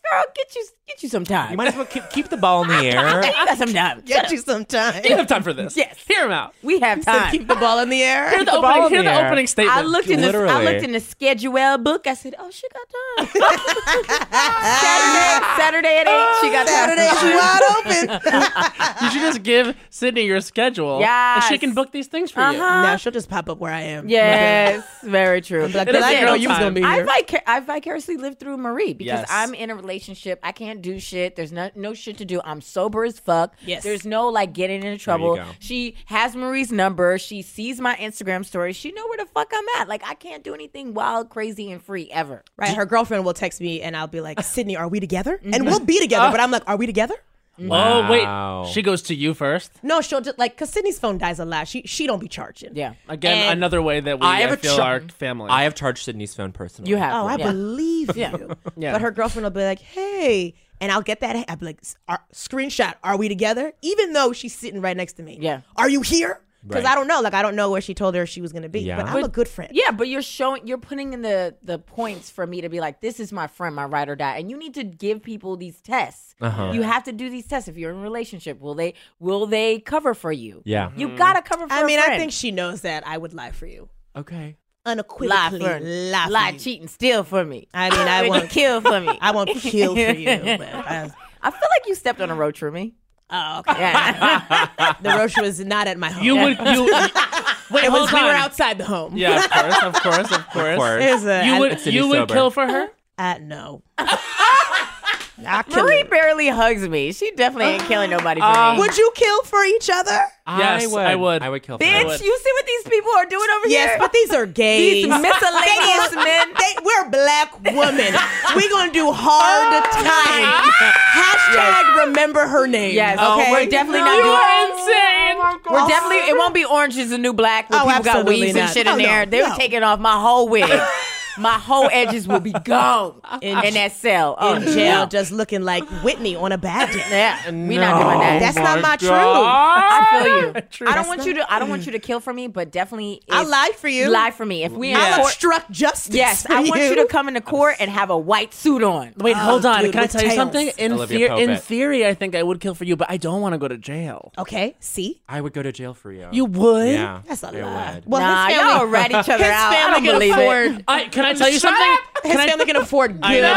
E: girl, get you get you some time.
I: You might as well keep, keep the ball in the air.
E: you got some time.
F: get you sometime
G: You have time for this.
E: Yes.
G: hear him out.
E: We have
F: so
E: time.
F: keep the ball in the air
G: Hear the,
I: the ball
G: opening,
I: in
G: hear
I: the
G: the
I: air.
G: opening statement.
E: I looked in the I
I: Literally.
E: looked in the schedule book. I said, "Oh, she got time." Saturday, Saturday at eight, she got time. Uh-huh.
F: Saturday's wide open
G: you should just give Sydney your schedule. and she
E: Yes.
G: can book these things for you.
E: Uh-huh.
F: now she'll just pop up where i am
E: Yes, very true.
F: like,
G: It is
F: I
G: girl
F: know you was gonna
G: time.
F: be
E: I,
F: here.
E: vicar- I vicariously lived through Marie because
G: Yes.
E: I'm in a relationship. I can't do shit. There's no, no shit to do. I'm sober as fuck.
F: Yes.
E: There's no like getting into trouble.
I: go.
E: She has Marie's number. She sees my Instagram story. She know where the fuck I'm at. Like I can't do anything wild, crazy, and free ever.
F: Right. Her girlfriend will text me and I'll be like, Sydney, are we together?
E: Mm-hmm.
F: And we'll be together.
E: Uh.
F: But I'm like, are we together?
G: Oh
I: Wow.
G: wait, she goes to you first.
F: No, she'll just like, cause Sydney's phone dies a lot. She she don't be charging.
E: Yeah.
G: Again,
F: And
G: another way that we
I: I
G: I
I: have a
G: feel
I: tr-
G: our family.
I: I have charged Sydney's phone personally.
E: You have.
F: Oh, I
E: yeah.
F: believe you.
G: Yeah.
F: But her girlfriend will be like, hey, and I'll get that. I'll be like, "S- are, screenshot. Are we together? Even though she's sitting right next to me.
E: Yeah.
F: Are you here? because
E: Right.
F: I don't know. Like I don't know where she told her she was going to be. But I'm a good friend.
E: Yeah, but you're showing, you're putting in the the points for me to be like, this is my friend, my ride or die, and you need to give people these tests.
D: Uh-huh.
E: You have to do these tests if you're in a relationship. Will they will they cover for you?
D: Yeah.
E: you gotta cover. for
F: Mm-hmm. I
E: a
F: mean, I
E: friend.
F: think she knows that I would lie for you.
D: Okay.
F: Unequivocally
E: Lie for-
F: lie, for
E: lie,
F: you.
E: cheat, and steal for me.
F: I mean, I
E: Make
F: won't
E: kill for me.
F: I won't kill for you. But I,
E: I feel like you stepped on a roach for me.
F: Oh, okay. the roach was not at my home.
G: You would- you-
F: Wait, it
G: hold
F: was we were
G: on.
F: outside the home.
G: Yeah, of course, of course, of course.
F: It was a-
G: you
F: I-
G: would you would kill for her?
F: Uh, no.
E: Marie barely hugs me. She definitely ain't killing nobody for me.
F: Would you kill for each other?
G: Yes, I would. I would
D: kill
E: Bitch, you see what these people are doing over
F: Yes,
E: here?
F: but these are gays.
E: These miscellaneous
F: They-
E: men.
F: They, we're black women. We're gonna do hard
E: Oh.
F: time. Hashtag remember her name.
E: Yes,
F: okay.
E: oh, we're definitely not doing We're definitely it won't be orange is the new black when
F: Oh,
E: people got
F: absolutely
E: weaves and
F: not.
E: shit in
F: Oh, no,
E: there. They
F: no.
E: were taking off my whole wig. my whole edges will be gone in, that cell. Oh,
F: in jail,
E: no.
F: just looking like Whitney on a bad day.
E: Yeah, we not doing
G: Oh
E: that.
F: That's not my truth.
E: I feel you. I don't
F: That's
E: want
F: not-
E: you to. I don't want you to kill for me, but definitely,
F: I
E: if-
F: lied for you.
E: Lie for me. If we in
F: I'll
E: court-
F: obstruct justice.
E: yes,
F: for
E: I want you to come into court and have a white suit on.
G: Wait, hold on.
F: dude,
G: Can I
F: with
G: tell you
F: tails.
G: something? In,
D: Olivia
G: theor- in
D: Pope it.
G: theory, I think I would kill for you, but I don't want to go to jail.
F: Okay, see,
D: I would go to jail for you.
G: You would?
D: Yeah.
F: that's a
D: I
F: lie.
D: would.
F: Well,
E: Nah,
F: his
E: y'all
F: family,
E: rat each other
F: his
E: out. I
F: family
E: don't
F: can
E: believe it.
F: afford.
G: I, can I tell you something?
F: His
G: Can I-
F: family can afford
G: I
F: good
G: know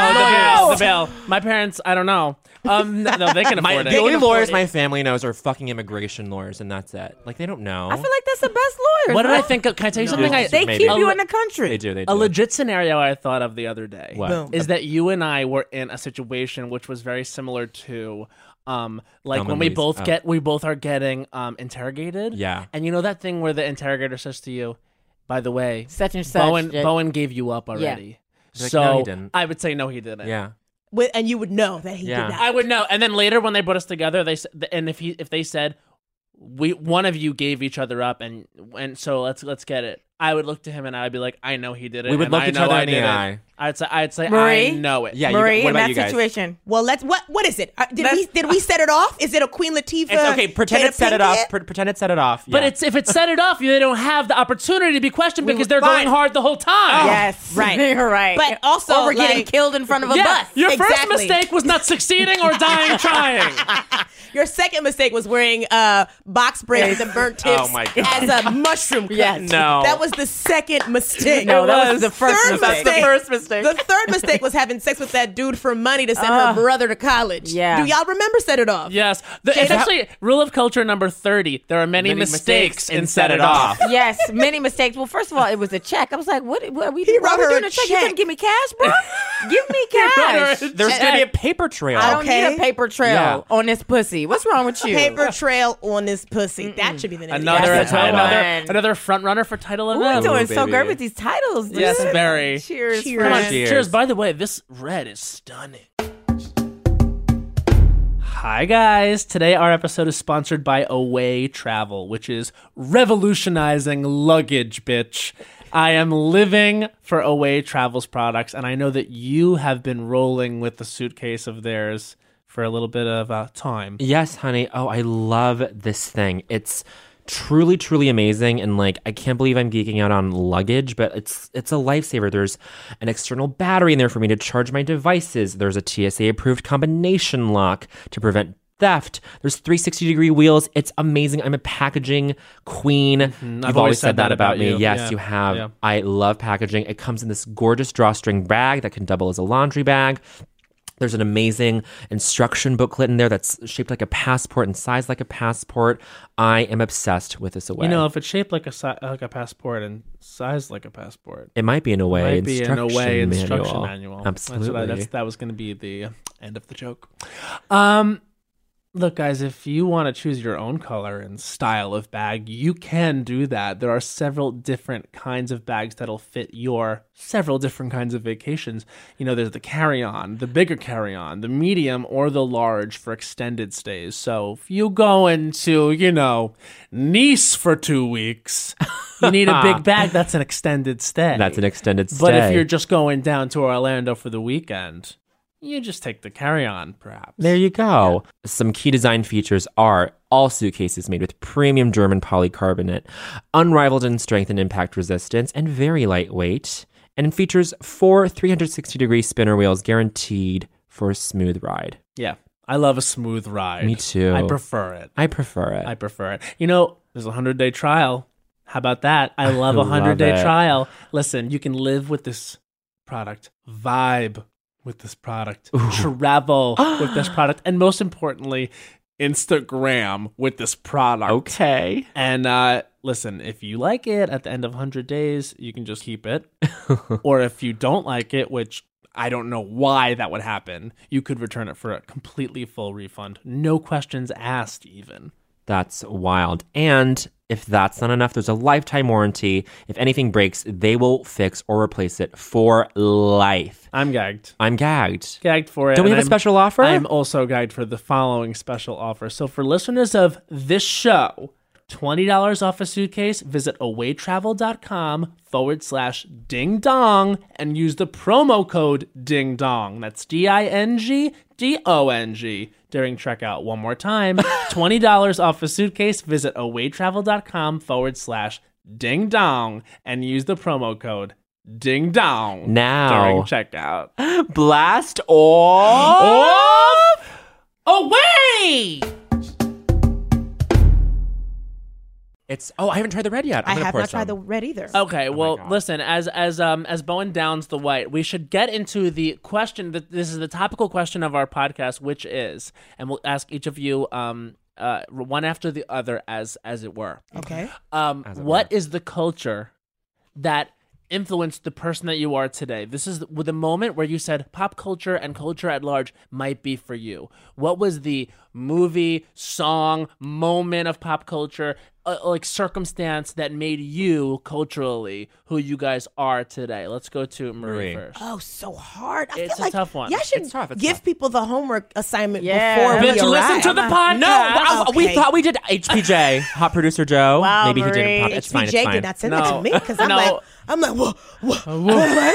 G: the
F: lawyers.
G: bail, the bail. My parents, I don't know. Um, no, no, they can afford
D: My,
G: it.
D: the only
F: can
D: lawyers
F: afford
D: my family knows are fucking immigration lawyers, and that's it. Like they don't know.
E: I feel like that's the best lawyers.
G: What did I
E: right?
G: think? Of? Can I tell you something? I,
E: They
D: Maybe.
E: keep you
G: A-
E: in the country.
D: they do. They do.
G: a legit scenario I thought of the other day
D: What?
F: Boom.
G: is that you and I were in a situation which was very similar to, um, like
D: Thelma
G: when
D: and
G: we
D: Louise.
G: both
D: Oh.
G: get we both are getting um interrogated.
D: Yeah.
G: and you know that thing where the interrogator says to you, "By the way,
E: Such and such.
G: Bowen
E: yeah.
G: Bowen gave you up already."
D: He's like,
G: So
D: "No, he didn't."
G: I would say no, he didn't.
D: Yeah.
F: With- and you would know that he
D: Yeah.
F: did not.
G: I would know. And then later when they put us together, they s- and if he if they said we one of you gave each other up and and so let's let's get it. I would look to him and I'd be like, I know he did it.
D: We would
G: and
D: look
G: I
D: each
G: know
D: other
G: I
D: in the
G: did it."
D: eye.
G: I'd say I'd say I
E: Marie?
G: know it.
D: Yeah. you-
E: Marie,
D: what
E: in
D: about
E: that
D: you guys?
E: situation,
F: Well, let's what what is it? Uh, Did we did we set it off? Is it a Queen Latifah?
D: It's okay. Pretend
F: Jada
D: it set it
F: Pinkett?
D: off. Pre- pretend it set it off.
G: But
D: Yeah.
G: it's if it's set it off, they don't have the opportunity to be questioned because they're
F: fine.
G: going hard the whole
D: Oh.
G: time.
E: yes,
F: Right.
E: you're right.
F: But also,
E: or we're getting
F: like-
E: killed in front of a
G: Yeah,
E: bus.
G: your first
F: Exactly.
G: mistake was not succeeding or dying trying.
F: Your second mistake was wearing uh, box braids with the burnt tips
D: Oh my God.
F: as a mushroom cut.
E: Yes.
D: No.
F: That was the second mistake.
E: No, that was the first
F: Third
E: mistake. That's the first mistake.
F: The third mistake was having sex with that dude for money to send her brother to college.
E: Yeah.
F: Do y'all remember set it off?
G: Yes, the, it's actually rule of culture number thirty. There are many,
D: Many
G: mistakes, in set it off.
E: yes, many mistakes. Well, first of all, it was a check. I was like, "What? what are we, why
F: wrote
E: are we
F: her
E: doing
F: a
E: a check? You
F: check.
E: couldn't give me cash, bro. give me cash.
D: There's gonna be a paper trail.
E: I don't
F: Okay.
E: need a paper trail
D: Yeah.
E: on this pussy. What's wrong with you?
F: Paper trail on this pussy. That should be the name.
G: Another
E: That's
D: the
G: another
E: one.
G: another front runner for title
E: Ooh,
G: of
E: we're
G: M.
E: doing so
D: baby.
E: good with these titles. Dude.
G: Yes, very.
E: Cheers.
F: Cheers.
G: Come on,
E: friends.
G: cheers.
D: Cheers.
G: By the way, this red is stunning. Hi, guys. Today, our episode is sponsored by Away Travel, which is revolutionizing luggage, bitch. I am living for Away Travel's products, and I know that you have been rolling with the suitcase of theirs for a little bit of uh, time.
D: Yes, honey. Oh, I love this thing. It's truly, truly amazing, and like I can't believe I'm geeking out on luggage, but it's it's a lifesaver. There's an external battery in there for me to charge my devices. There's a TSA approved combination lock to prevent theft. There's 360 degree wheels. It's amazing. I'm a packaging queen. You've
G: I've
D: Mm-hmm. always, said that about, me.
G: you.
D: Yes,
G: Yeah.
D: you have.
G: Yeah.
D: I love packaging. It comes in this gorgeous drawstring bag that can double as a laundry bag. There's an amazing instruction booklet in there that's shaped like a passport and sized like a passport. I am obsessed with this away.
G: You know, if it's shaped like a si- like a passport and sized like a passport,
D: it might be an away
G: might be an
D: instruction manual.
G: away instruction manual. That's what I-
D: Absolutely.
G: that's, that was going to be the end of the joke. Um, look, guys, if you want to choose your own color and style of bag, you can do that. There are several different kinds of bags that'll fit your several different kinds of vacations. You know, there's the carry on, the bigger carry on, the medium, or the large for extended stays. So if you go into, you know, Nice for two weeks, you need a big bag. That's an extended stay.
D: That's an extended stay.
G: But if you're just going down to Orlando for the weekend, you just take the carry on, perhaps.
D: There you go. Some key design features are all suitcases made with premium German polycarbonate, unrivaled in strength and impact resistance, and very lightweight, and features four 360 degree spinner wheels guaranteed for a smooth ride.
G: Yeah. I love a smooth ride.
D: Me too.
G: I prefer it.
D: I prefer it.
G: I prefer it. You know, there's a 100 day trial. How about that? I love a
D: love
G: 100 day
D: it.
G: trial. Listen, you can live with this product, vibe with this product, travel with this product, and most importantly, Instagram with this product.
D: Okay.
G: And uh, listen, if you like it at the end of 100 days, you can just keep it. or if you don't like it, which I don't know why that would happen, you could return it for a completely full refund. No questions asked, even.
D: That's wild. And if that's not enough, there's a lifetime warranty. If anything breaks, they will fix or replace it for life.
G: I'm gagged.
D: I'm gagged.
G: Gagged for it.
D: Don't we
G: and
D: have a
G: I'm-
D: special offer?
G: I'm also gagged for the following special offer. So for listeners of this show, $20 off a suitcase, visit awaytravel.com forward slash ding dong and use the promo code ding dong. That's D I N G D O N G during checkout. One more time $20 off a suitcase, visit awaytravel.com forward slash ding dong and use the promo code ding dong
D: Now.
G: during checkout.
D: Blast off.
G: Away!
D: It's oh, I haven't tried the red yet. I'm
F: I
D: gonna
F: have
D: pour
F: not tried the
D: some.
F: red either.
G: Okay, well, listen, as as um as Bowen downs the white, we should get into the question that this is the topical question of our podcast, which is, and we'll ask each of you um uh one after the other as as it were.
F: Okay.
G: Um
D: As it
G: what is the culture that influenced the person that you are today? This is the, the moment where you said pop culture and culture at large might be for you. What was the movie, song, moment of pop culture, uh, like circumstance that made you culturally who you guys are today? Let's go to Marie,
D: Marie.
G: first.
F: Oh, so hard. I
G: It's
F: feel
G: a
F: like
G: tough one.
F: Y'all should
D: It's tough, it's
F: give
D: tough. Uh-huh.
F: people the homework assignment
E: Yeah.
F: before we
G: Bitch, listen
F: arrive.
G: to the podcast.
D: No, I- I- we
F: Okay.
D: thought we did HPJ, Hot Producer Joe.
E: Wow,
D: Maybe he didn't.
E: Marie.
D: Pop. It's fine. It's
F: HBJ
D: fine.
F: did not send that
G: No.
F: to me because I'm
G: No.
F: like, I'm like, whoa, whoa, whoa.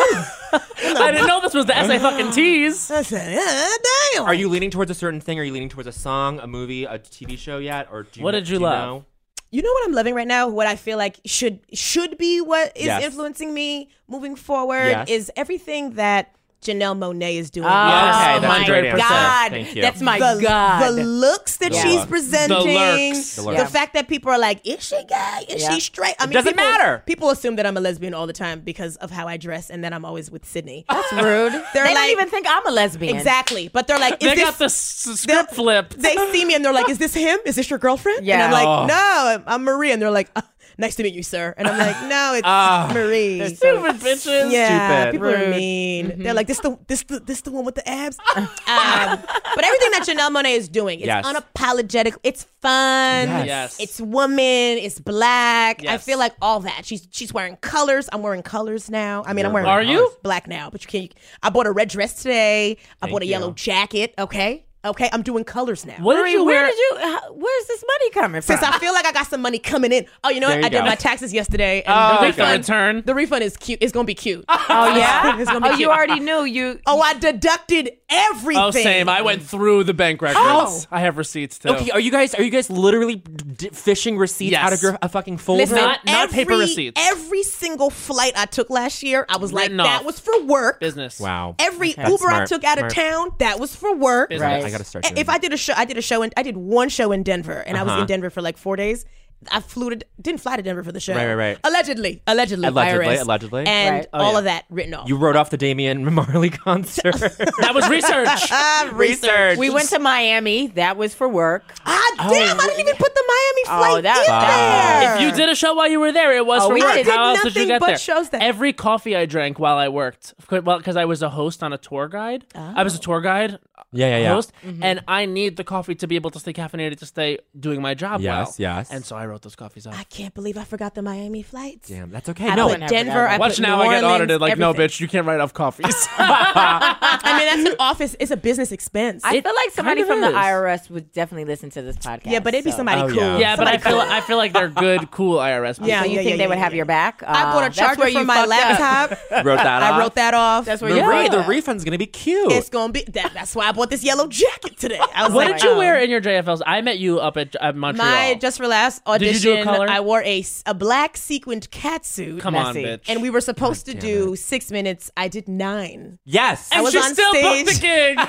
G: I didn't know this was the essay fucking tease.
F: I said, yeah, damn.
D: Are you leaning towards a certain thing? Are you leaning towards a song, a movie, a TV show yet? Or do you,
G: What did you
D: do
G: love?
D: know?
F: You know what I'm loving right now? What I feel like should should be what is
D: Yes.
F: influencing me moving forward
D: Yes. Ah,
F: is everything that Janelle Monet is doing. Oh
D: okay, that's a great
E: my
D: answer.
E: God.
D: Thank you.
E: That's my
F: the,
E: God.
F: the looks that
D: The
F: she's
D: look.
F: presenting,
G: The lurks.
D: The
F: the,
D: lurks.
F: fact that people are like, "Is she gay? Is
E: Yeah.
F: she straight?" I mean,
D: doesn't
F: people-
D: matter.
F: People assume that I'm a lesbian all the time because of how I dress and that I'm always with Sydney.
E: That's rude.
F: They're
E: they
F: like-
E: don't even think I'm a lesbian.
F: exactly, but they're like, "Is
G: They
F: this?"
G: got the s- s-
F: they're-
G: script flipped.
F: They see me and they're like, "Is this him? Is this your girlfriend?"
E: Yeah.
F: And I'm like,
D: Oh.
F: "No, I'm, I'm Marie." And they're like, "Uh, "Nice to meet you, sir." And I'm like, "No, it's
E: Ah,
F: Marie."
G: Stupid bitches.
F: Yeah,
D: Stupid.
F: people are mean. They're like, this the this the this the one with the abs. Mm-hmm. um, but everything that Chanel Monet is doing, it's
D: Yes.
F: unapologetic. It's fun.
D: Yes.
G: Yes.
F: It's woman. It's black. I
G: Yes.
F: feel like all that. She's she's wearing colors. I'm wearing colors now. I mean, I'm
D: You're
F: wearing.
D: wearing
G: Are you? colors.
F: black now? But you can't. I bought a red dress today. I
D: Thank
F: bought a
D: you.
F: yellow jacket. Okay. Okay. I'm doing colors now.
G: What did
E: Marie,
G: you
E: where
G: wear?
E: did you? How, where's this money coming from?
F: Since I feel like I got some money coming in. Oh, you know what?
D: There you
F: I did
D: go.
F: my taxes yesterday. And
G: Oh,
F: the
G: like the
F: refund.
G: return?
F: The refund is cute. It's gonna be cute.
E: oh yeah.
F: It's gonna be
E: oh,
F: cute.
E: you already knew you.
F: Oh, I deducted everything. Mm.
G: Oh, same. I went through the bank records.
F: Oh.
G: I have receipts too.
D: Okay, are you guys are you guys literally d- fishing receipts
G: Yes.
D: out of your a fucking folder?
G: Listen, Not- not paper
F: Every-
G: receipts.
F: Every single flight I took last year, I was
G: Written
F: like,
G: off.
F: that was for work.
G: Business.
D: wow.
F: Every
D: That's
F: Uber I
D: smart,
F: took out
D: smart.
F: of town, that was for work.
G: Business.
E: Right.
D: I gotta start.
F: If I did a show, I did a show in, I did one show in Denver, and I was
D: Uh-huh.
F: in Denver for like four days. I flew to didn't fly to Denver for the show.
D: Right, right, right.
F: Allegedly, allegedly,
D: Allegedly,
F: IRS.
D: allegedly.
F: and
E: Right.
G: Oh,
F: all
G: yeah.
F: of that written off.
D: you wrote off the Damian Marley concert.
G: That was research.
F: Ah,
D: research.
E: We went to Miami. That was for work.
F: ah, damn!
D: Oh,
F: I didn't even put the Miami
E: Oh,
F: flight
E: that-
F: in
E: Wow.
F: there.
G: if you did a show while you were there, it was
E: Oh,
G: for
E: we
G: work.
E: did
G: How else did you
F: nothing
G: get
F: but
G: there?
F: shows that-
G: Every coffee I drank while I worked, well, because I was a host on a tour guide. I was a tour guide
D: Yeah, yeah, yeah.
G: host, and I need the coffee to be able to stay caffeinated to stay doing my job
D: Yes,
G: well.
D: yes.
G: And so I wrote those coffees out.
F: I can't believe I forgot the Miami flights.
D: Damn, that's okay.
E: I
D: no,
E: wouldn't
F: But
E: have
F: Denver,
E: forgotten.
F: I
G: Watch
F: put
G: now
F: New
G: I get
F: Orleans,
G: audited. Like, no,
F: everything.
G: bitch, you can't write off coffees.
F: I mean, that's an office. It's a business expense.
E: I
F: It-
E: feel like somebody
G: kind of
E: from
G: is.
E: the IRS would definitely listen to this podcast.
F: yeah, but it'd be
E: so.
F: somebody
D: Oh,
F: cool.
D: yeah.
G: yeah, but I
F: Somebody
G: feel
F: cool.
G: I feel like they're good, cool IRS people.
F: Yeah,
E: So you
F: yeah,
E: think
F: yeah,
E: they
F: yeah,
E: would have
F: yeah.
E: your back? Uh,
F: I bought a charger for my laptop.
D: wrote that.
F: I wrote that off.
E: That's where
D: Marie,
E: you fucked
D: the
E: up.
D: refund's gonna be cute.
F: It's gonna be that. That's why I I bought this yellow jacket today. I was
G: What
F: like,
G: did you
F: oh.
G: wear in your JFLs? I met you up at, at Montreal.
F: My just for last
G: Did you
F: audition,
G: do a color?
F: I wore a, s- a black sequined catsuit.
G: Come on, Messy. bitch.
F: And we were supposed to do six minutes. I did nine.
D: Yes.
F: I
G: And
F: was
G: she
F: on
G: still
F: stage.
G: booked the gig.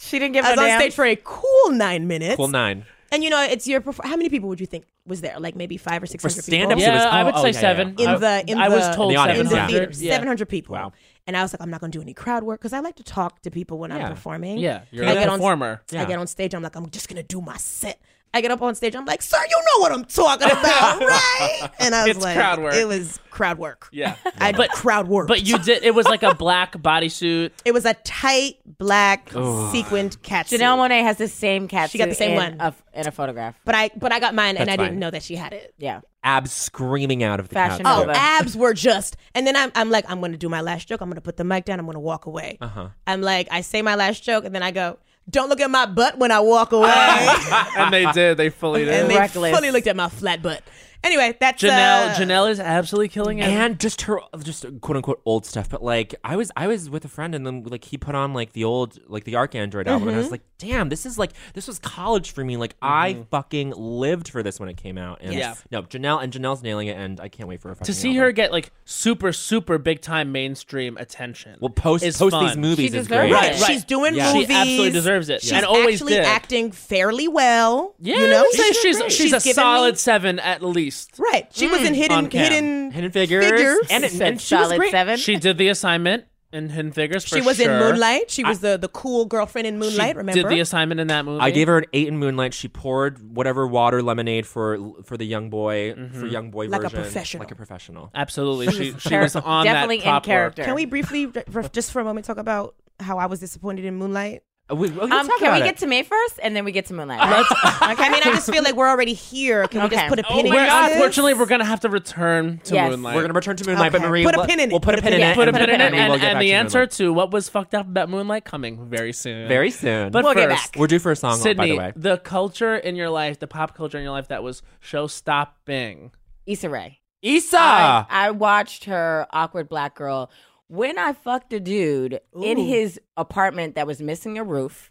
F: she didn't
E: give
F: I
E: a
F: was on
E: damn.
F: stage for a cool nine minutes.
D: Cool nine.
F: And you know, it's your. Perf- how many people would you think was there? Like maybe five or six
D: For
F: hundred
D: stand-ups,
F: people.
D: it was- Yeah, I oh, would oh, say yeah, yeah. seven.
F: In
D: I-
F: the in
D: I
F: the,
D: was told In the audience,
F: in the
D: yeah.
F: theater,
D: yeah.
F: seven hundred people.
D: Wow.
F: And I was like, I'm not going to do any crowd work because I like to talk to people when
G: Yeah.
F: I'm performing.
G: Yeah, you're
F: I
G: a
F: get on-
G: performer.
F: I
G: Yeah.
F: get on stage. I'm like, I'm just going to do my set. I get up on stage. I'm like, sir, you know what I'm talking about, right? And I was
G: It's
F: like,
G: crowd work.
F: it was crowd work.
G: yeah.
F: I but crowd work.
G: But you did. It was like a black bodysuit.
F: It was a tight black
G: Oh.
F: sequined catsuit.
E: Janelle Monet has the same cat.
F: She got the same
E: in
F: one.
E: a, f- in a photograph.
F: But I but I got mine and
D: That's
F: I
D: fine.
F: didn't know that she had it.
E: Yeah.
D: Abs screaming out of the
E: Fashion
D: couch.
F: Oh, abs were just. And then I'm, I'm like, I'm going to do my last joke. I'm going to put the mic down. I'm going to walk away.
D: Uh
G: Uh-huh.
D: huh.
F: I'm like, I say my last joke, and then I go, don't look at my butt when I walk
G: Oh,
F: away.
G: and they did. They fully did.
F: and they
E: Reckless.
F: fully looked at my flat butt. Anyway, that's
G: Janelle,
F: uh,
G: Janelle is absolutely killing it.
D: and just her just quote unquote old stuff but like i was i was with a friend and then like he put on like the old like the arc android album and i was like damn this is like this was college for me like i fucking lived for this when it came out and
G: Yeah.
D: no janelle and janelle's nailing it and i can't wait for her
G: to see her get like super, super big time mainstream attention.
D: well post
G: is
D: post
G: fun.
D: these movies
E: She
D: is
E: deserves
D: great
E: it.
F: Right,
G: Right.
F: she's doing
D: Yeah. She
F: movies.
G: absolutely deserves it.
F: She's
G: And always
F: actually
G: did.
F: acting fairly well.
G: yeah,
F: you know,
G: I would say she's she's, a
F: given
G: solid
F: me-
G: seven at least.
F: right, she was in hidden
G: on cam.
F: hidden.
D: hidden figures,
F: Figures.
D: and, it,
E: Said
D: and she was
E: solid
D: great
E: seven.
G: She did the assignment in Hidden Figures. For
F: She was in
G: sure.
F: Moonlight. She was the the cool girlfriend in
G: She
F: Moonlight. remember?
G: did the assignment in that movie.
D: I gave her an eight in Moonlight. She poured whatever water lemonade for for the young boy for young boy
F: Like a
D: version,
F: professional.
D: like a professional.
G: absolutely. She she was
E: Character-
G: on
E: definitely
G: that top
E: in character.
G: Work.
F: Can we briefly, re- re- just for a moment, talk about how I was disappointed in Moonlight?
D: Uh, we- well, let's
E: Um,
D: talk
E: can
D: about
E: we
D: it.
E: get to May first and then we get to Moonlight? Let's,
F: I mean, I just feel like we're already here. Can we just
E: Okay.
F: put a
G: Oh,
F: pin in
G: we're,
F: this?
G: unfortunately, we're gonna have to return to
E: Yes.
G: Moonlight.
D: We're gonna return to Moonlight, but
F: Okay.
D: Marie,
F: Put a
D: we'll-
F: pin in it.
D: We'll put a pin in it.
G: put a
D: and
G: pin in it,
D: we will
G: and,
D: get
G: and
D: back
G: the
D: to
G: answer
D: Moonlight.
G: to what was fucked up about Moonlight coming very soon.
D: very soon.
G: But
E: We'll get
G: first,
E: back.
D: we're due for a song,
G: Sydney,
D: by the way.
G: the culture in your life, the pop culture in your life that was show stopping.
E: Issa Rae.
D: Issa,
E: I, I watched her awkward black girl when I fucked a dude in his apartment that was missing a roof.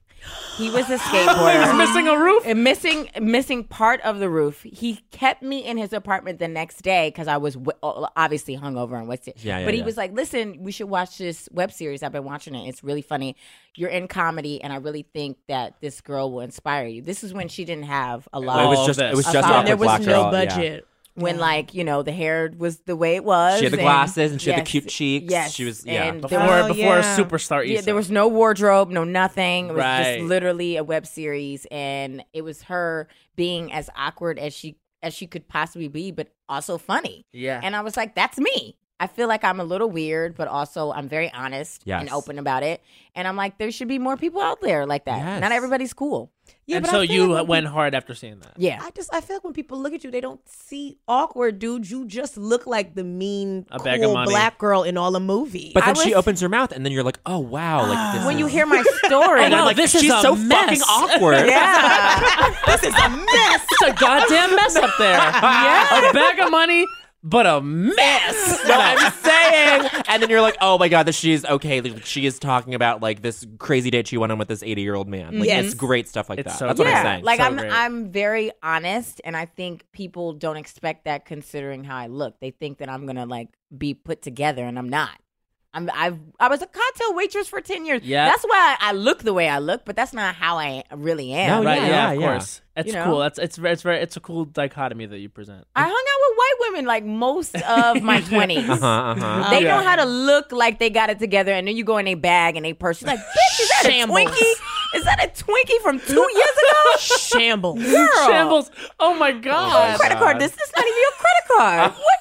E: He was a skateboarder.
G: missing a roof?
E: And missing missing part of the roof. He kept me in his apartment the next day because I was w- obviously hungover and what's it.
D: Yeah, yeah,
E: but he
D: yeah.
E: was like, "Listen, we should watch this web series. I've been watching it. It's really funny. You're in comedy, and I really think that this girl will inspire you." This is when she didn't have a lot.
D: it was
G: all
D: just
G: of
D: it Uh-huh. was
G: this.
D: just
E: Uh,
D: off
F: there
D: the black
F: was no
D: girl. Yeah.
F: budget.
E: when like you know the hair was the way it was.
D: She had the
E: and-
D: glasses and she had the
E: Yes,
D: cute cheeks.
E: Yes,
D: She was- yeah.
E: And there,
G: Before
F: Oh,
G: before
F: yeah.
G: superstar
E: yeah,
G: Issa.
E: there was no wardrobe, no nothing. It was
G: Right.
E: just literally a web series, and it was her being as awkward as she as she could possibly be, but also funny.
G: yeah.
E: And I was like, that's me. I feel like I'm a little weird, but also I'm very honest and
D: Yes.
E: open about it. And I'm like, there should be more people out there like that.
D: Yes.
E: Not everybody's cool.
F: Yeah,
G: and
F: but I
G: so
F: feel
G: you
F: like when
G: went hard after seeing that.
E: Yeah.
F: I just I feel like when people look at you, they don't see awkward dude. You just look like the mean,
G: A bag of
F: cool
G: money.
F: black girl in all the movies.
D: But
E: I
D: then she
E: was-
D: opens her mouth, and then you're like, oh wow, like this
E: when
D: is-
E: you hear my story,
D: And I'm
G: Wow,
D: like,
G: this is
D: she's
G: a
D: so
G: mess.
D: fucking awkward.
E: yeah.
F: this is a mess.
G: It's a goddamn mess up there. yeah. A bag of money, but a mess.
D: No, I'm saying, and then you're like, "Oh my god, that she is okay." Like, she is talking about like this crazy date she went on with this 80 year old man. Like,
F: Yes.
D: it's great stuff like
G: It's
D: that.
G: so
D: That's what
E: yeah,
D: I'm saying.
E: like
G: So
E: I'm
G: great.
E: I'm very honest, and I think people don't expect that considering how I look. They think that I'm gonna like be put together, and I'm not. I'm I've I was a cocktail waitress for ten years.
G: Yeah.
E: that's why I look the way I look, but that's not how I really am.
D: No,
G: right,
D: yeah,
G: yeah,
D: yeah,
G: of
D: yeah.
G: course. It's
E: You know?
G: cool. That's it's very it's very it's a cool dichotomy that you present.
E: I hung out with white women like most of my 20s
D: Uh huh. Uh huh.
E: They
G: Yeah.
E: know how to look like they got it together, and then you go in a bag and they purse. You're like, bitch, is that
F: Shambles.
E: a Twinkie? Is that a Twinkie from two years ago?
F: Shambles.
E: Girl.
G: Shambles. Oh my god.
E: credit card. This is not even your credit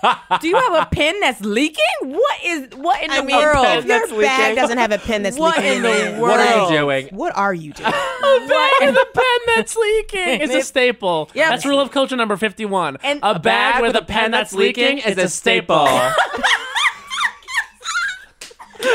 E: card. What? Do you have a pen that's leaking? What is what in
F: I
E: the
F: mean,
E: world?
F: if your
D: that's
F: bag
D: leaking.
F: doesn't have a pen that's
E: What
F: leaking
E: in the
F: it,
D: What
E: world?
D: are you doing?
F: What are you doing?
G: Oh,
E: What in
G: the pen that's leaking is a staple.
E: Yeah.
G: that's rule of culture number fifty-one.
E: And-
G: a bag with a pen that's leaking is a staple,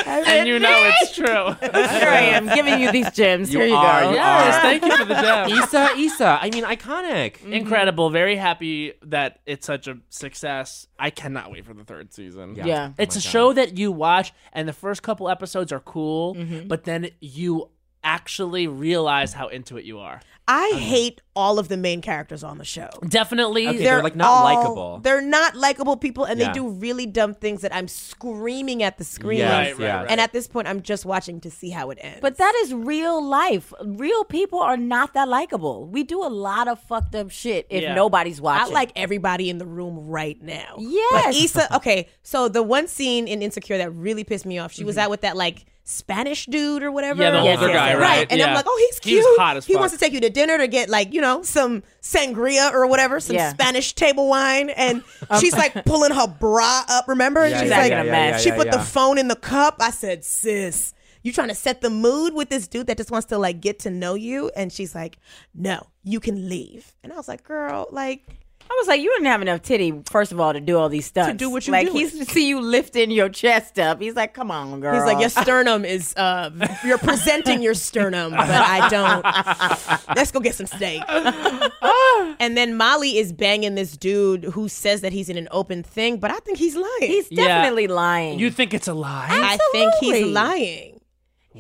G: and you know it's true.
E: Here I am giving you these gems.
D: You
E: Here you
D: are,
E: go.
D: you are.
G: yes, thank you for the gem. Mm-hmm.
D: Issa, Issa. I mean, iconic.
G: Incredible. Very happy that it's such a success. I cannot wait for the third season.
E: Yeah. Yeah.
G: It's
D: Oh my God.
G: a Mm-hmm. show that you watch, and the first couple episodes are cool, but then you actually realize how into it you are.
F: I hate all of the main characters on the show.
G: Definitely,
F: all- They're not likable people, and
G: Yeah.
F: they do really dumb things that I'm screaming at the screen.
E: Yes, Right, right, yes.
F: And at this point, I'm just watching to see how it ends.
E: But that is real life. Real people are not that likable. We do a lot of fucked up shit if
F: Yeah.
E: nobody's watching.
F: I like everybody in the room right now.
E: Yes.
F: But Issa, okay, so the one scene in Insecure that really pissed me off, she
E: Mm-hmm.
F: was out with that like Spanish dude or whatever.
G: Yeah, the Yes, older yes, guy, yes. right,
F: And
G: yeah.
F: I'm like, oh, he's
G: He
F: cute.
G: was hot as
F: He
G: fuck.
F: wants to take you to dinner to get like, you know, some sangria or whatever, some
E: Yeah. Um,
F: Spanish table wine. And she's like pulling her bra up, remember? And
E: Yeah,
F: she's
E: yeah,
F: like,
E: yeah, yeah, yeah,
F: she
E: yeah,
F: put the
E: yeah.
F: phone in the cup. I said, sis. You trying to set the mood with this dude that just wants to like get to know you, and she's like, "No, you can leave." And I was like, "Girl, like
E: I was like, you didn't have enough titty, first of all, to do all these stunts.
F: do what you
E: like,
F: doing.
E: he's see you lifting your chest up. He's like, come on, girl.
F: He's like, your sternum is, uh, you're presenting your sternum, but I don't. Let's go get some steak. and then Molly is banging this dude who says that he's in an open thing, but I think he's lying. He's
G: Yeah. definitely
E: lying.
G: You think it's a lie?
F: I think he's
E: Absolutely.
F: lying.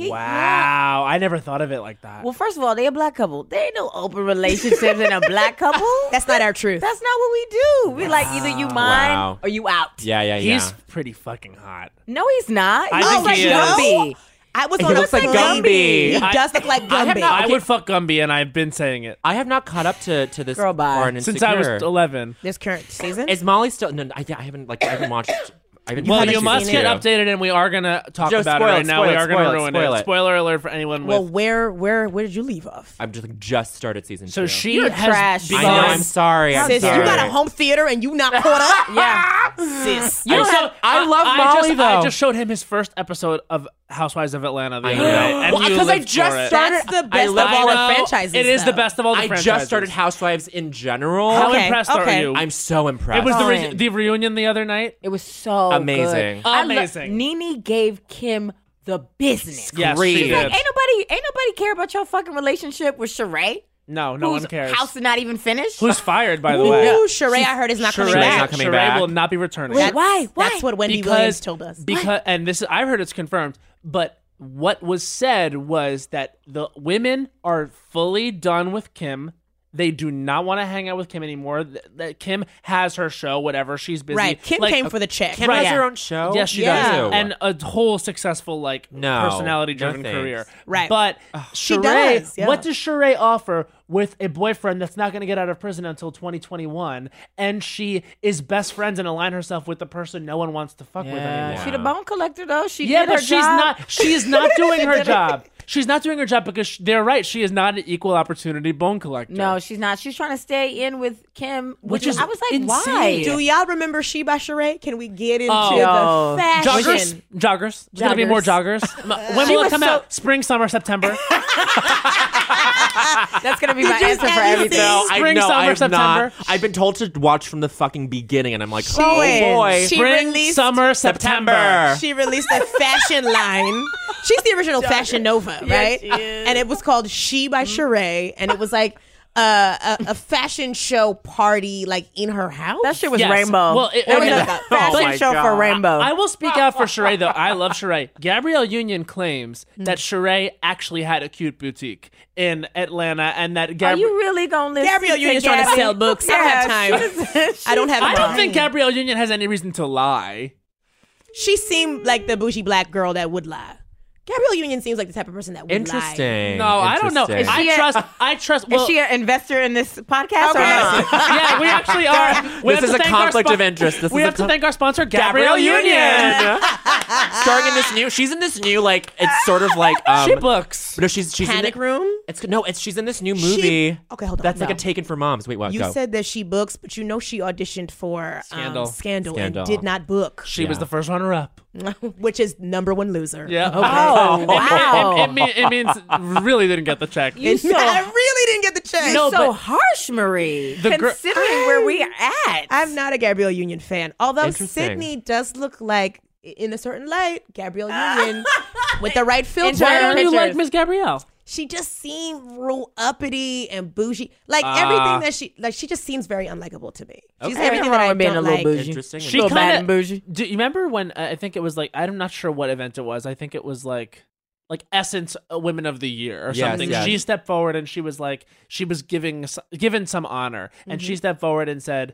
G: wow, I never thought of it like that.
E: Well, first of all, they a black couple. There ain't no open relationships in a black couple.
F: That's not our truth.
E: That's not what we do. We like either you mine
G: Wow.
E: or you out.
D: Yeah, yeah, yeah.
G: He's pretty fucking hot.
E: No, he's not.
G: I
E: He
G: think
E: looks
G: he
E: like
G: is.
E: Gumby. I
F: was
G: He on a looks like plane. Gumby.
F: He
G: I-
F: does look like
G: I,
F: Gumby.
G: would fuck Gumby, and I've been saying it.
D: I have not caught up to, to this
G: Girl,
F: bye.
D: far in
G: Since I was
D: Insecure.
G: 11.
F: This current season
D: is Molly still? No, no, I, I haven't like I haven't watched. I haven't
G: well,
D: finished
G: you must
D: season
G: get
D: two.
G: updated, and we are gonna talk
D: Joe,
G: about
D: spoil
G: it right
D: it,
G: now.
D: spoil
G: We
D: it,
G: are gonna
D: spoil it,
G: ruin
D: spoil
G: it.
D: it.
G: Spoiler alert for anyone
F: Well,
G: with.
F: where where where did you leave off?
D: I've just just started season
G: So
D: two.
G: she
F: You're
G: has
F: trash,
D: I know. I'm
G: because-
D: sorry. I'm
F: Sis,
D: sorry.
F: you got a home theater and you not caught up?
G: Ah!
F: yeah. Sis.
G: You don't
F: I-
G: have-
D: I love
G: just-
D: Molly, though.
G: I just showed him his first episode of Housewives of Atlanta the
D: I
G: other
D: know.
G: day, and
D: Well,
G: you
D: 'cause I
G: lived
D: just
G: for it.
F: That's the
D: I
F: best of
D: love-
F: all
D: I
F: the
D: know.
F: franchises.
G: It is the
F: though.
G: best of all the
D: I
G: franchises.
D: just started Housewives in general.
G: How impressed are
F: okay.
G: you?
D: I'm so impressed.
G: It was the, re-
E: Fine.
G: the reunion the other night.
E: It was so
D: Amazing.
E: good. I lo-
G: Amazing.
E: Nini gave Kim the business.
G: Yes,
D: Great.
G: she
D: She's
E: Like,
G: did.
E: ain't nobody, ain't nobody care about your fucking relationship with Sheree.
G: No, no
E: whose
G: one cares.
E: House is not even finished.
G: Who's fired, by the
F: Ooh,
G: way?
F: Sheree, I heard is not coming
G: Sheree-
F: back.
D: not coming
G: Sheree
D: back.
G: will not be returning.
F: Wait,
E: Why? Why?
F: That's what Wendy Williams told us.
G: Because and this is I've heard it's confirmed, but what was said was that the women are fully done with Kim. They do not want to hang out with Kim anymore. Th- That Kim has her show, whatever she's busy.
F: right. Kim
G: Like,
F: came for the check.
D: Kim
G: Right.
D: has her own show.
G: Yes, she
F: Yeah.
G: does, and a whole successful like
D: No,
G: personality-driven
D: no thanks.
G: career.
F: Right.
G: but
F: She
G: Sheree,
F: does, yeah.
G: what does Sheree offer with a boyfriend that's not going to get out of prison until 2021, and she is best friends and align herself with the person no one wants to fuck with anymore?
E: She the bone collector though. She
G: yeah,
E: did
G: but
E: her
G: she's
E: job.
G: not. She's not doing her job. She's not doing her job because sh they're right. She is not an equal opportunity bone collector.
E: No, she's not. She's trying to stay in with Kim,
G: Which is
E: I was like,
G: insane.
E: why?
F: Do y'all remember She by Sheree? Can we get into
G: Oh.
F: the
G: joggers,
F: fashion?
G: joggers. There's gonna be
E: Joggers.
G: more joggers. M- when will it come out? Spring, summer, September.
E: That's gonna be my
F: you
E: answer for
F: guys
E: everything.
F: see-
D: No, I
G: Spring,
D: know.
G: summer,
D: I'm
G: September.
D: not. I've been told to watch from the fucking beginning, and I'm like,
F: She-
D: oh boy.
F: She
G: Spring,
F: released-
G: summer, September.
D: September.
F: She released a fashion line. She's the original Fashion Nova, right? And it was called She by Sheree, and it was like uh, a, a fashion show party, like in her house.
E: That shit was
G: Yes.
E: rainbow.
G: Well, it-
E: there was
G: okay.
E: a
G: Oh
E: fashion
D: my
E: show for
D: God.
E: rainbow.
G: I will speak out for Sheree though. I love Sheree. Gabrielle Union claims
E: Mm.
G: that Sheree actually had a cute boutique in Atlanta, and that
E: Are
G: Gab-
E: you really gonna listen?
F: Gabrielle
E: to
F: Union's trying to
E: Gabby?
F: sell books. I don't have
E: Yeah,
F: time.
E: she's-
F: I don't have
G: I don't
F: time.
G: think Gabrielle Union has any reason to lie.
F: she seemed like the bougie black girl that would lie. Gabrielle Union seems like the type of person that would lie.
D: Interesting.
G: No, I don't know.
D: Interesting.
G: I
E: she a-
G: trust. I trust. Well,
E: Is she an investor in this podcast or
G: Yes.
E: not?
G: yeah, we actually are. We
D: This
G: have
D: is
G: to
D: a
G: thank our
D: conflict
G: spon-
D: of interest. This
G: we
D: is a
G: have to
D: con-
G: thank our sponsor, Gabrielle,
D: Gabrielle Union.
G: Union.
D: Starring in this new, she's in this new like it's sort of like um,
G: she books.
D: No, she's she's
F: Panic
D: in the,
F: Room?
D: It's no, it's she's in this new
F: She-
D: movie.
F: okay, hold on,
D: That's like
F: no.
D: a taken for moms. Wait, what?
F: You
D: go.
F: said that she books, but you know she auditioned for
G: Scandal.
F: um, Scandal,
D: Scandal.
F: and did not book,
G: She was the first runner up.
F: which is number one loser.
G: Yeah.
F: Okay.
E: Oh
G: It, it,
E: wow!
G: mean- it means really didn't get the check.
E: You so
F: I really didn't get the check.
G: No,
E: so
G: but-
E: harsh, Marie.
G: The gir-
E: considering where we are at,
F: I'm not a Gabrielle Union fan, although
D: Interesting.
F: Sydney does look like, in a certain light, Gabrielle Union with the right filter.
G: Why don't you like Miss Gabrielle?
F: she just seemed real uppity and bougie. Like everything that she like, she just seems very unlikable to me. She's
E: Okay.
F: everything
E: Ain't
F: that
E: wrong
F: I
E: with being
F: don't
E: a little
F: like.
E: bougie.
D: Interesting.
G: She
E: Little bad
G: kinda-
E: and bougie.
G: Do you remember when uh, I think it was like I'm not sure what event it was. I think it was like like Essence uh, Women of the Year or
D: Yes,
G: something.
D: yes.
G: She stepped forward and she was like, she was giving s- given some honor, and she
D: Mhm.
G: stepped forward and said,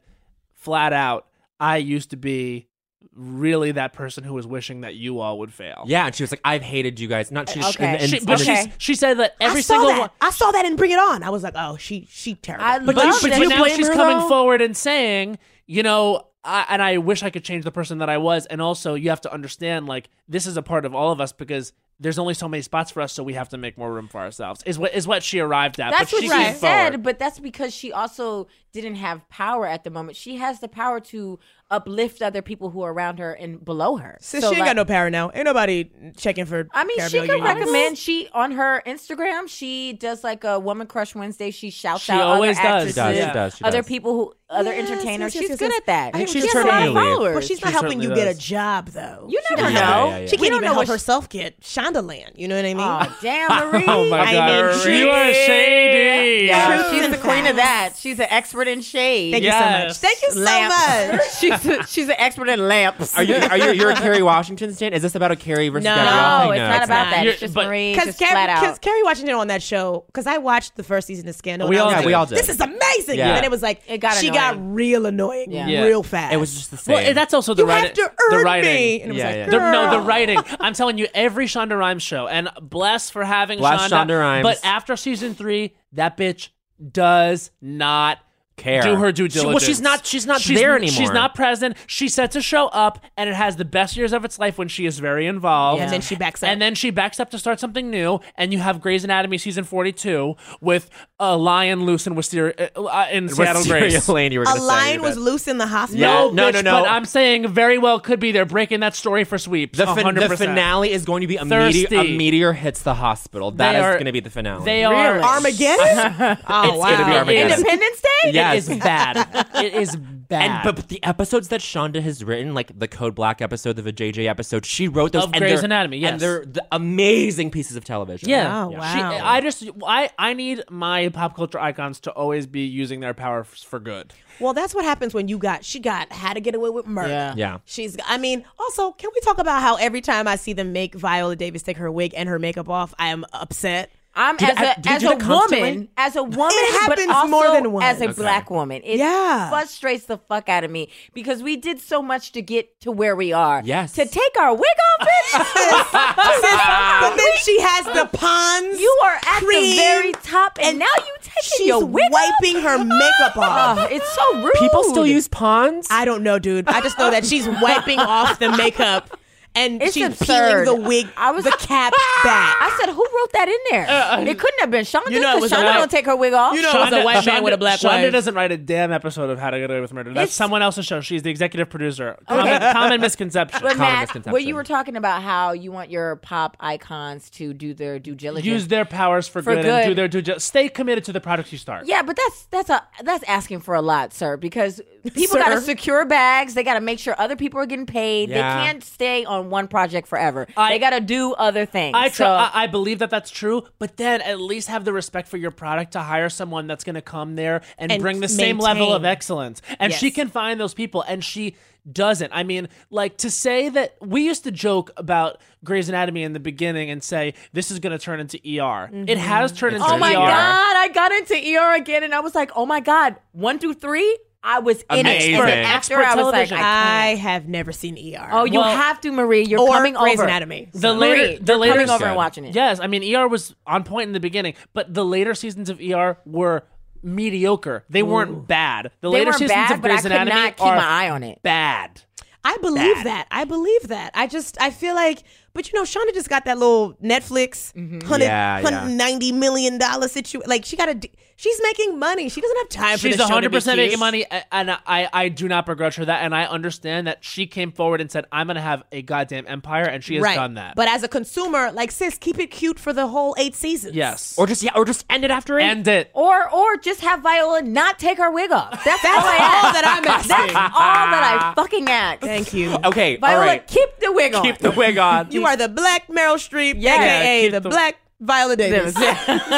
G: flat out, I used to be really that person who was wishing that you all would fail.
D: Yeah, and she was like, "I've hated you guys." Not she,
G: Okay.
D: and, and,
G: She- but
D: and-
G: she's- she said that
F: I
G: every
F: saw
G: single
F: that.
G: one-
F: I saw that in Bring It On. I was like, oh, she she terrible. I
G: But, you, Oh, but now she's coming forward and saying, you know, I, and I wish I could change the person that I was. And also, you have to understand, like, this is a part of all of us because there's only so many spots for us, so we have to make more room for ourselves. Is what is what she arrived at.
E: That's
G: but
E: what she
G: came forward.
E: said, but that's because she also didn't have power at the moment. She has the power to uplift other people who are around her and below her.
F: So she ain't got no power now. Ain't nobody checking for.
E: I mean,
F: Gabrielle
E: she can
F: Union.
E: recommend. She on her Instagram, she does like a Woman Crush Wednesday. She shouts
F: She
E: out
F: always
E: other
F: does. She
E: actresses,
F: does, she does, she
E: other
F: does.
E: people who, other
F: Yes,
E: entertainers.
F: yes, yes,
E: she's
F: yes,
E: good
F: yes.
E: at that.
F: I think
E: she
F: she's
E: has a lot of
F: turning a leaf.
E: followers.
F: But she's not She helping you certainly get a does. job, though.
E: You never
F: Yeah,
E: know.
F: yeah, yeah. She
E: We
F: can't
E: don't
F: even
E: know
F: help
E: what she-
F: herself get Shondaland. You know what I mean?
E: Oh, damn, Marie.
G: Oh my
F: I
G: God,
F: mean,
G: Marie,
F: she
G: you are
F: is.
G: shady.
E: Yeah,
F: Truth
E: she's
F: and
E: the queen of
F: facts.
E: that. She's an expert in shade.
F: Thank you so much. Yes. Thank you so much.
E: she's a, she's an expert in lamps.
D: are you are you you're a Kerry Washington stand? Is this about a Kerry versus
E: No,
D: Gabrielle thing?
E: it's not about that. It's just Marie, just flat
F: Because
E: out.
F: Kerry Washington on that show, because I watched the first season of Scandal.
D: We
F: and I
D: all
F: was
D: did.
F: like,
D: We all did.
F: This is amazing.
D: Yeah.
F: And then it was like
E: It got
F: she got real annoying,
G: Yeah.
F: real fast.
D: It was just the same.
G: Well, and that's also the
F: You have
G: writing.
F: to earn
G: the writing.
F: me. And it was Yeah, like, yeah.
G: The- no, the
F: girl.
G: writing. I'm telling you, every Shonda Rhimes show, and bless for having
D: Bless
G: Shonda,
D: Shonda Rhimes.
G: But after season three, that bitch does not
D: Care.
G: Do her due
D: She- well,
G: diligence.
D: she's not- she's not there anymore.
G: She's not present. She sets a show up, and it has the best years of its life when she is very involved.
F: And then she backs up.
G: And then she backs up to start something new, and you have Grey's Anatomy season 42 with a lion loose in, Wisteria, uh, uh, in Seattle Grace.
D: Lane, you were
F: a
D: gonna say,
F: lion
D: you
F: was
D: bet.
F: loose in the hospital.
G: No,
D: No,
G: bitch,
D: no, no.
G: But I'm saying very well could be they're breaking that story for sweeps.
D: The, fin-
G: 100%.
D: the finale is going to be a,
G: Thirsty.
D: mete- a meteor hits the hospital. That
G: They
D: is
G: are-
D: going to be the finale.
G: They are
F: Armageddon.
D: It's gonna be Armageddon.
E: Independence Day?
D: Yes.
G: It is bad. It is bad.
D: And but, but the episodes that Shonda has written, like the Code Black episode, the Vijay episode, she wrote those
G: Of
D: and
G: Grey's
D: they're-
G: Anatomy, yes.
D: and they're the amazing pieces of television.
G: yeah,
F: Oh,
G: She,
F: wow.
G: I just I I need my pop culture icons to always be using their power f- for good.
F: Well, that's what happens when you got she got how to get away with murder.
G: Yeah.
D: Yeah.
F: She's I mean, also, can we talk about how every time I see them make Viola Davis take her wig and her makeup off, I am upset.
E: I'm
F: Do
E: as
F: that-
E: a
F: do you
E: as
F: do
E: a
F: that constantly?
E: woman, as a woman,
F: happens
E: but also
F: more than once.
E: as a
F: Okay.
E: black woman. It
F: Yeah.
E: frustrates the fuck out of me because we did so much to get to where we are.
D: Yes.
E: to take our wig off, bitch.
F: but then she has the pawns.
E: you are at the
F: Cream.
E: very top, and, now you taking
F: She's
E: your wig
F: wiping her makeup off.
E: off. Oh, it's so rude.
D: People still use pawns?
F: I don't know, dude. I just know that she's wiping off the makeup and
E: It's
F: she's
E: absurd.
F: peeling the wig,
E: I was-
F: the cap back.
E: I said, who wrote that in there?
G: Uh,
E: it couldn't have been Shonda.
F: You know it
E: 'cause
F: was a
E: Shonda
F: white-
E: don't take her wig off.
F: You know it was a white man with a black
G: Shonda
F: wife.
G: doesn't write a damn episode of How to Get Away with Murder. That's
E: It's-
G: someone else's show. She's the executive producer. Common, common misconception.
E: But
G: common
E: Matt, where you were talking about how you want your pop icons to do their due diligence.
G: use their powers for,
E: For
G: good, and
E: good.
G: do their due dil- Stay committed to the products you start.
E: yeah, but that's that's a that's asking for a lot, sir. Because people got to
F: Sir.
E: secure bags. They got to make sure other people are getting paid.
D: Yeah.
E: They can't stay on one project forever.
G: I-
E: they got to do other things.
G: I, tr-
E: so,
G: I I believe that that's true, but then at least have the respect for your product to hire someone that's going to come there and,
F: And
G: bring the same level
F: maintain.
G: of excellence. And she
F: Yes.
G: can find those people, and she doesn't. I mean, like to say that we used to joke about Grey's Anatomy in the beginning and say this is going to turn into ER. It has turned into
E: oh my
G: ER.
E: god, I got into ER again, and I was like, oh my god, one through three, I was in it.
D: Amazing.
E: As an actor,
G: Expert
E: I was like,
G: television.
E: I
F: I,
E: can't.
F: have never seen ER.
E: Oh, you
G: Well-
E: have to, Marie. You're
F: or
E: coming
F: Grey's
E: over.
F: Anatomy.
G: The
F: So-
G: later,
E: Marie,
G: the
E: you're
G: later
E: coming over
D: good.
E: and watching it.
G: Yes, I mean ER was on point in the beginning, but the later seasons of ER were mediocre. They weren't bad. The
E: They
G: later
E: were
G: seasons
E: bad,
G: of
E: but I
G: Grey's
E: could
G: Anatomy
E: not keep
G: are
E: my eye on it.
G: bad.
F: I believe that. I believe that. I just I feel like, but you know, Shonda just got that little Netflix
G: Mm-hmm.
F: hundred
D: Yeah, yeah.
F: hundred ninety million dollar situation. Like she got to, she's making money. She doesn't have time for
G: She's
F: the show to be
G: 100% making
F: cute.
G: money, a- and I, I do not begrudge her that. And I understand that she came forward and said, I'm going to have a goddamn empire, and she has
F: right.
G: done that.
F: But as a consumer, like sis, keep it cute for the whole eight seasons.
G: yes.
D: Or just yeah, or just end it after eight.
G: End it.
E: Or or just have Viola not take her wig off. That's, all,
F: that's all
E: I ask.
F: that I'm
E: That's
F: asking.
E: all that I fucking ask.
F: Thank you.
D: okay, all
E: Viola,
D: right.
E: keep the wig on.
D: Keep the wig on.
F: You are the black Meryl Streep,
E: Yeah.
F: aka
G: Keep
F: the,
G: the-
F: black Viola Davis.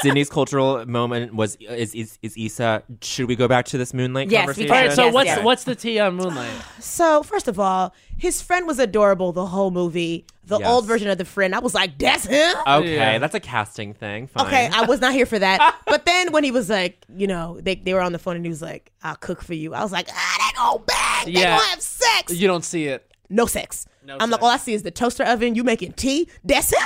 D: Sydney's cultural moment was is, is is Issa. Should we go back to this moonlight
F: Yes, we
D: conversation?
F: can. All right, so Yes, what's- yes.
G: What's the tea on Moonlight?
F: So, first of all, his friend was adorable the whole movie. The
D: Yes.
F: old version of the friend, I was like, that's him?
D: Okay,
F: Yeah.
D: that's a casting thing. Fine.
F: Okay, I was not here for that. but then when he was like, you know, they, they were on the phone and he was like, I'll cook for you. I was like, ah, that old bag. They
G: Yeah.
F: gonna have sex.
G: You don't see it.
F: No sex. I'm like, all I see is the toaster oven. You making tea? That's it.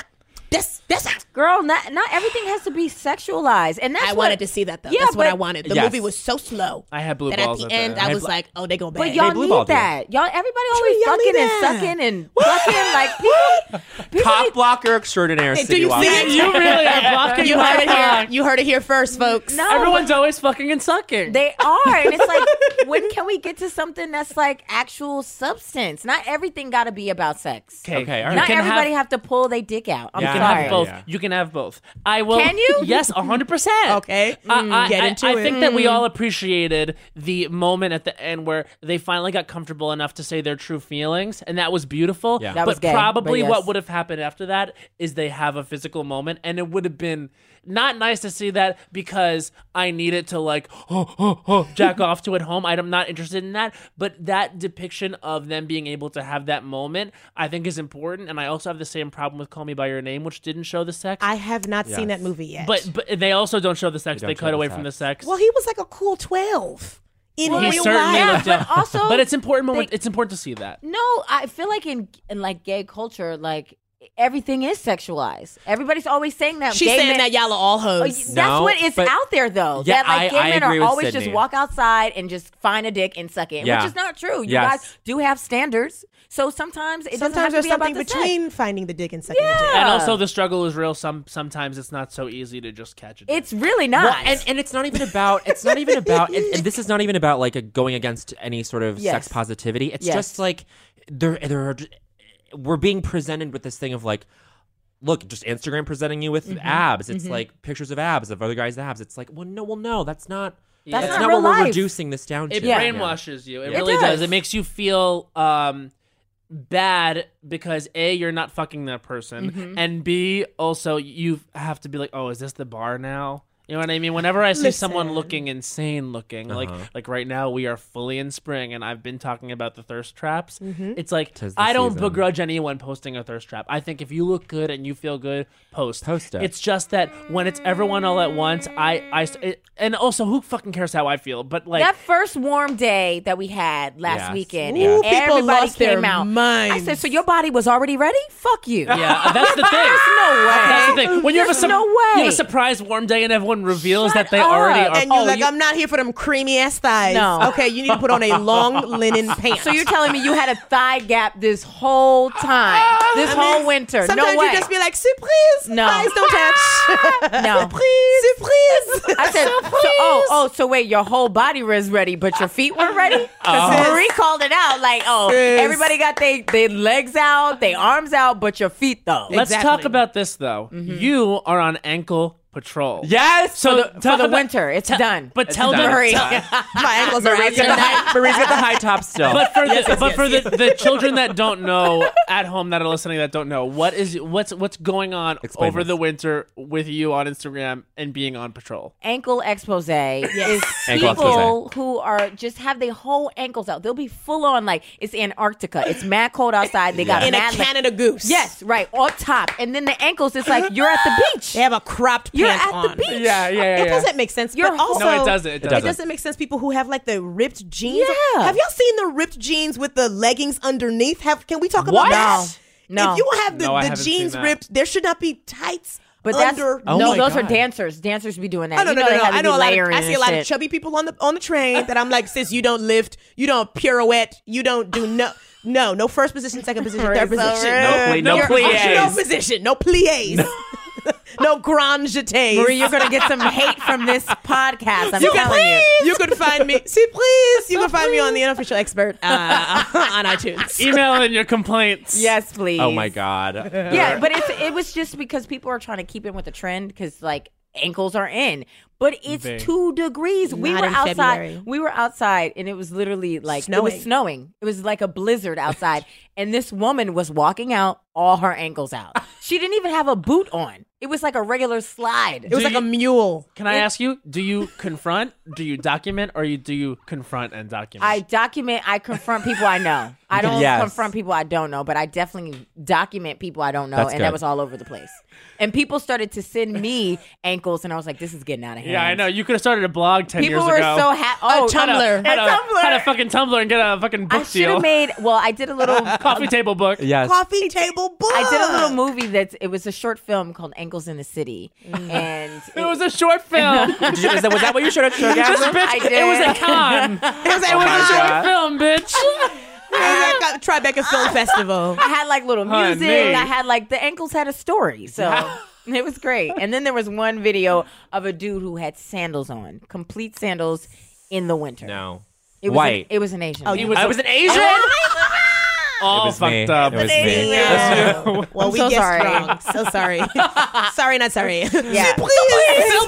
F: That's that's it.
E: Girl, not not everything has to be sexualized, and that's
F: I
E: what,
F: wanted to see that though.
E: Yeah,
F: that's what
E: but-
F: I wanted. The
E: Yes.
F: movie was so slow.
G: I had blue
F: that at
G: balls at
F: the
G: the
F: end,
G: end.
F: I
G: I
F: was
G: bl-
F: like, oh, they gonna bang.
E: But y'all need that. Y'all, everybody always fucking and sucking and fucking like people.
D: Cock blocker extraordinaire.
F: Hey,
D: Sydney
F: do you see
D: Watkins.
F: it? You heard it here. You heard it here first, folks.
E: No, Everyone's but-
G: always fucking and sucking.
E: They are, and it's like, when can we get to something that's like actual substance? Not everything got to be about sex.
G: Okay, okay, all right.
E: Not
G: You can
E: everybody
G: have-
E: have, to pull their dick out. I'm
G: you can
E: sorry.
G: have both. You can have both. I will.
E: Can you?
G: Yes, hundred percent.
F: Okay, Mm,
E: Mm.
G: I,
F: get
G: I-
F: into
G: I
F: it.
G: think that we
F: Mm.
G: all appreciated the moment at the end where they finally got comfortable enough to say their true feelings, and that was beautiful.
E: Yeah. That
G: but
E: was gay, but
G: probably
E: yes.
G: what would have happened after that is they have a physical moment, and it would have been not nice to see that because I need it to like oh, oh, oh, jack off to at home. I'm not interested in that, but that depiction of them being able to have that moment, I think, is important. And I also have the same problem with Call Me by Your Name, which didn't show the sex.
F: I have not seen that movie yet.
G: But but they also don't show the sex. They,
D: don't show
G: cut
D: the
G: away from the sex.
F: well, he was like a cool twelve in
G: he
F: real
G: certainly
F: life.
G: looked up.
E: also,
G: but it's important. moment it's important to see that.
E: No, I feel like in in like gay culture, like everything is sexualized. Everybody's always saying that.
F: She's
E: gay
F: saying
E: men-
F: that y'all are all
E: Oh, y-
F: hoes.
E: That's
D: No,
E: what is
D: but-
E: out there, though.
D: Yeah,
E: that like gay
D: I- I
E: men
D: agree
E: are
D: with
E: always
D: Sydney.
E: just walk outside and just find a dick and suck it,
D: Yeah.
E: which is not true. You
D: Yes.
E: guys do have standards, so sometimes it doesn't have
F: Sometimes
E: to
F: there's
E: be
F: something
E: about the
F: between
E: sex.
F: finding the dick and sucking the dick.
G: And also, the struggle is real. Some sometimes it's not so easy to just catch it.
E: It's really not.
D: Well, and, and it's not even about it's not even about and, and this is not even about like a going against any sort of
E: Yes.
D: sex positivity. It's
E: Yes.
D: just like there there are we're being presented with this thing of like look just Instagram presenting you with abs. It's like pictures of abs of other guys' abs. It's like well no well no that's not
E: That's
D: that's
E: not
D: not,
E: real
D: what we're
E: life.
D: reducing this down to.
G: it
D: Yeah.
G: brainwashes you. It
D: Yeah.
G: really
E: It
G: does.
E: does.
G: It makes you feel um bad because a you're not fucking that person, and b also you have to be like, oh, is this the bar now? You know what I mean? Whenever I see someone
F: Listen.
G: looking insane looking,
D: Uh-huh.
G: like like right now we are fully in spring and I've been talking about the thirst traps.
F: Mhm.
G: It's like
D: Tis the
G: I don't
D: season.
G: begrudge anyone posting a thirst trap. I think if you look good and you feel good, post.
D: Post it.
G: It's just that when it's everyone all at once, I I it, and also who fucking cares how I feel? But like
E: that first warm day that we had last
D: Yes.
E: weekend,
F: Ooh,
E: and
F: people
E: everybody
F: lost their
E: came out. I said,
F: minds.
E: so your body was already ready? Fuck you.
G: Yeah, uh, that's the thing.
E: There's no way.
G: That's the thing. When you have a
E: There's
G: sup-
E: no way.
G: you have a surprise warm day and everyone reveals
E: Shut
G: that they
E: up.
G: already are.
F: and you're
G: oh,
F: like,
G: you-
F: I'm not here for them creamy ass thighs.
E: No.
F: Okay, you need to put on a long linen pant.
E: So you're telling me you had a thigh gap this whole time, this
F: I mean,
E: whole winter?
F: Sometimes
E: no way.
F: you just be like, surprise.
E: No.
F: Eyes don't touch.
E: No.
F: Surprise. Surprise.
E: I said, so, oh, oh, so wait, your whole body was ready, but your feet weren't
G: Uh-huh.
E: ready? Because
F: Oh.
E: Marie called it out, like, oh,
F: Sis.
E: everybody got their they legs out, their arms out, but your feet though.
G: Let's talk
F: Exactly.
G: about this though. You are on ankle patrol.
D: Yes.
G: So the,
E: Mm-hmm. For
G: talk
E: the
G: about-
E: winter, it's done.
G: But tell
D: done.
G: them
E: Marie,
F: My ankles are out tonight.
D: Marie's got the high top still.
G: But for the, but for the, the children that don't know at home that are listening that don't know what is what's what's going on
D: Explain
G: over
D: this.
G: the winter with you on Instagram and being on patrol.
E: ankle expose is
D: Ankle
E: people who are just have their whole ankles out. They'll be full on like it's Antarctica. It's mad cold outside. They got
F: In a
E: mad like-
F: Canada goose.
E: Yes, right, on top. And then the ankles, it's like you're at the beach.
F: They have a cropped
E: You're
F: pant
E: at
F: on.
E: the beach.
G: Yeah, yeah, yeah.
F: It doesn't make sense.
E: Your
F: But
E: whole-
F: also,
G: No, it doesn't. It
F: It
G: doesn't.
F: doesn't. make sense. People who have like the ripped jeans.
E: Yeah.
F: Have y'all seen the ripped jeans with the leggings underneath? Have can we talk about
E: What?
F: that?
E: No. No.
F: If you have the,
G: No, I
F: the
G: haven't seen
F: jeans
G: that.
F: ripped, there should not be tights.
E: But that's Oh.
F: under
E: no,
D: Oh my
E: those are
D: God.
E: dancers. Dancers be doing that.
F: I don't
E: You
F: know.
E: know
F: No,
E: they
F: no,
E: have to
F: I know
E: be
F: a lot. Of,
E: layering
F: I see a
E: and
F: lot of
E: shit.
F: chubby people on the on the train that I'm like, sis, you don't lift, you don't pirouette, you don't do no, no, no first position, second position, third
E: Right, so
F: position,
E: right.
D: No plie- no
F: Your-
D: plies.
F: no position, no plies, no grand jetés.
E: Marie, you're gonna get some hate from this podcast. I'm
F: you can
E: telling you.
F: You can find me. See, please. You can find me on the unofficial expert uh, on iTunes.
G: Email in your complaints.
E: Yes, please.
D: oh my god.
E: Yeah, but it's, it was just because people are trying to keep in with the trend because like ankles are in. but it's
F: Vague.
E: two degrees. we were
F: Not in
E: outside.
F: February.
E: We were outside, and it was literally like it
F: Snowing.
E: was snowing. It was like a blizzard outside, and this woman was walking out, all her ankles out. She didn't even have a boot on. It was like a regular slide.
G: Do you-
F: mule.
G: Can I ask you? Do you confront? Do you document? Or you do you confront and document?
E: I document. I confront people I know. I don't
G: Yes.
E: confront people I don't know, but I definitely document people I don't know,
G: That's
E: and
G: good.
E: that was all over the place. And people started to send me ankles, and I was like, "This is getting out of hand."
G: yeah, I know. You could have started a blog ten
E: People
G: years
E: were
G: ago.
E: so ha- oh,
G: Had a-
E: Tumblr.
G: Had a,
E: A Tumblr.
G: had a fucking Tumblr and get a fucking book
E: I should have made. Well, I did a little
G: coffee table book.
F: coffee table book.
E: I did a little movie that's. It was a short film called Ankles in the City, and
G: Mm. It was a short film.
E: Did you- was that- was that what you showed at Sugar
G: Just,
E: Gasm?
G: bitch,
E: I
G: It was a
E: did.
G: con.
F: It was a,
G: short film, bitch.
F: Tribeca Film Festival.
E: I had like little
F: Honey.
E: music. I had like the ankles had a story, so it was great. And then there was one video of a dude who had sandals on, complete sandals in the winter.
D: No,
E: it was
D: White.
E: An, it was an Asian.
D: Oh,
E: man.
D: you was- I was an Asian?
G: All
D: was
G: fucked
D: me.
G: up.
D: It was me. Yeah.
F: Well,
E: I'm
F: we
E: so
F: guessed
E: sorry.
F: wrong. So sorry. sorry, not sorry.
E: Yeah.
F: please.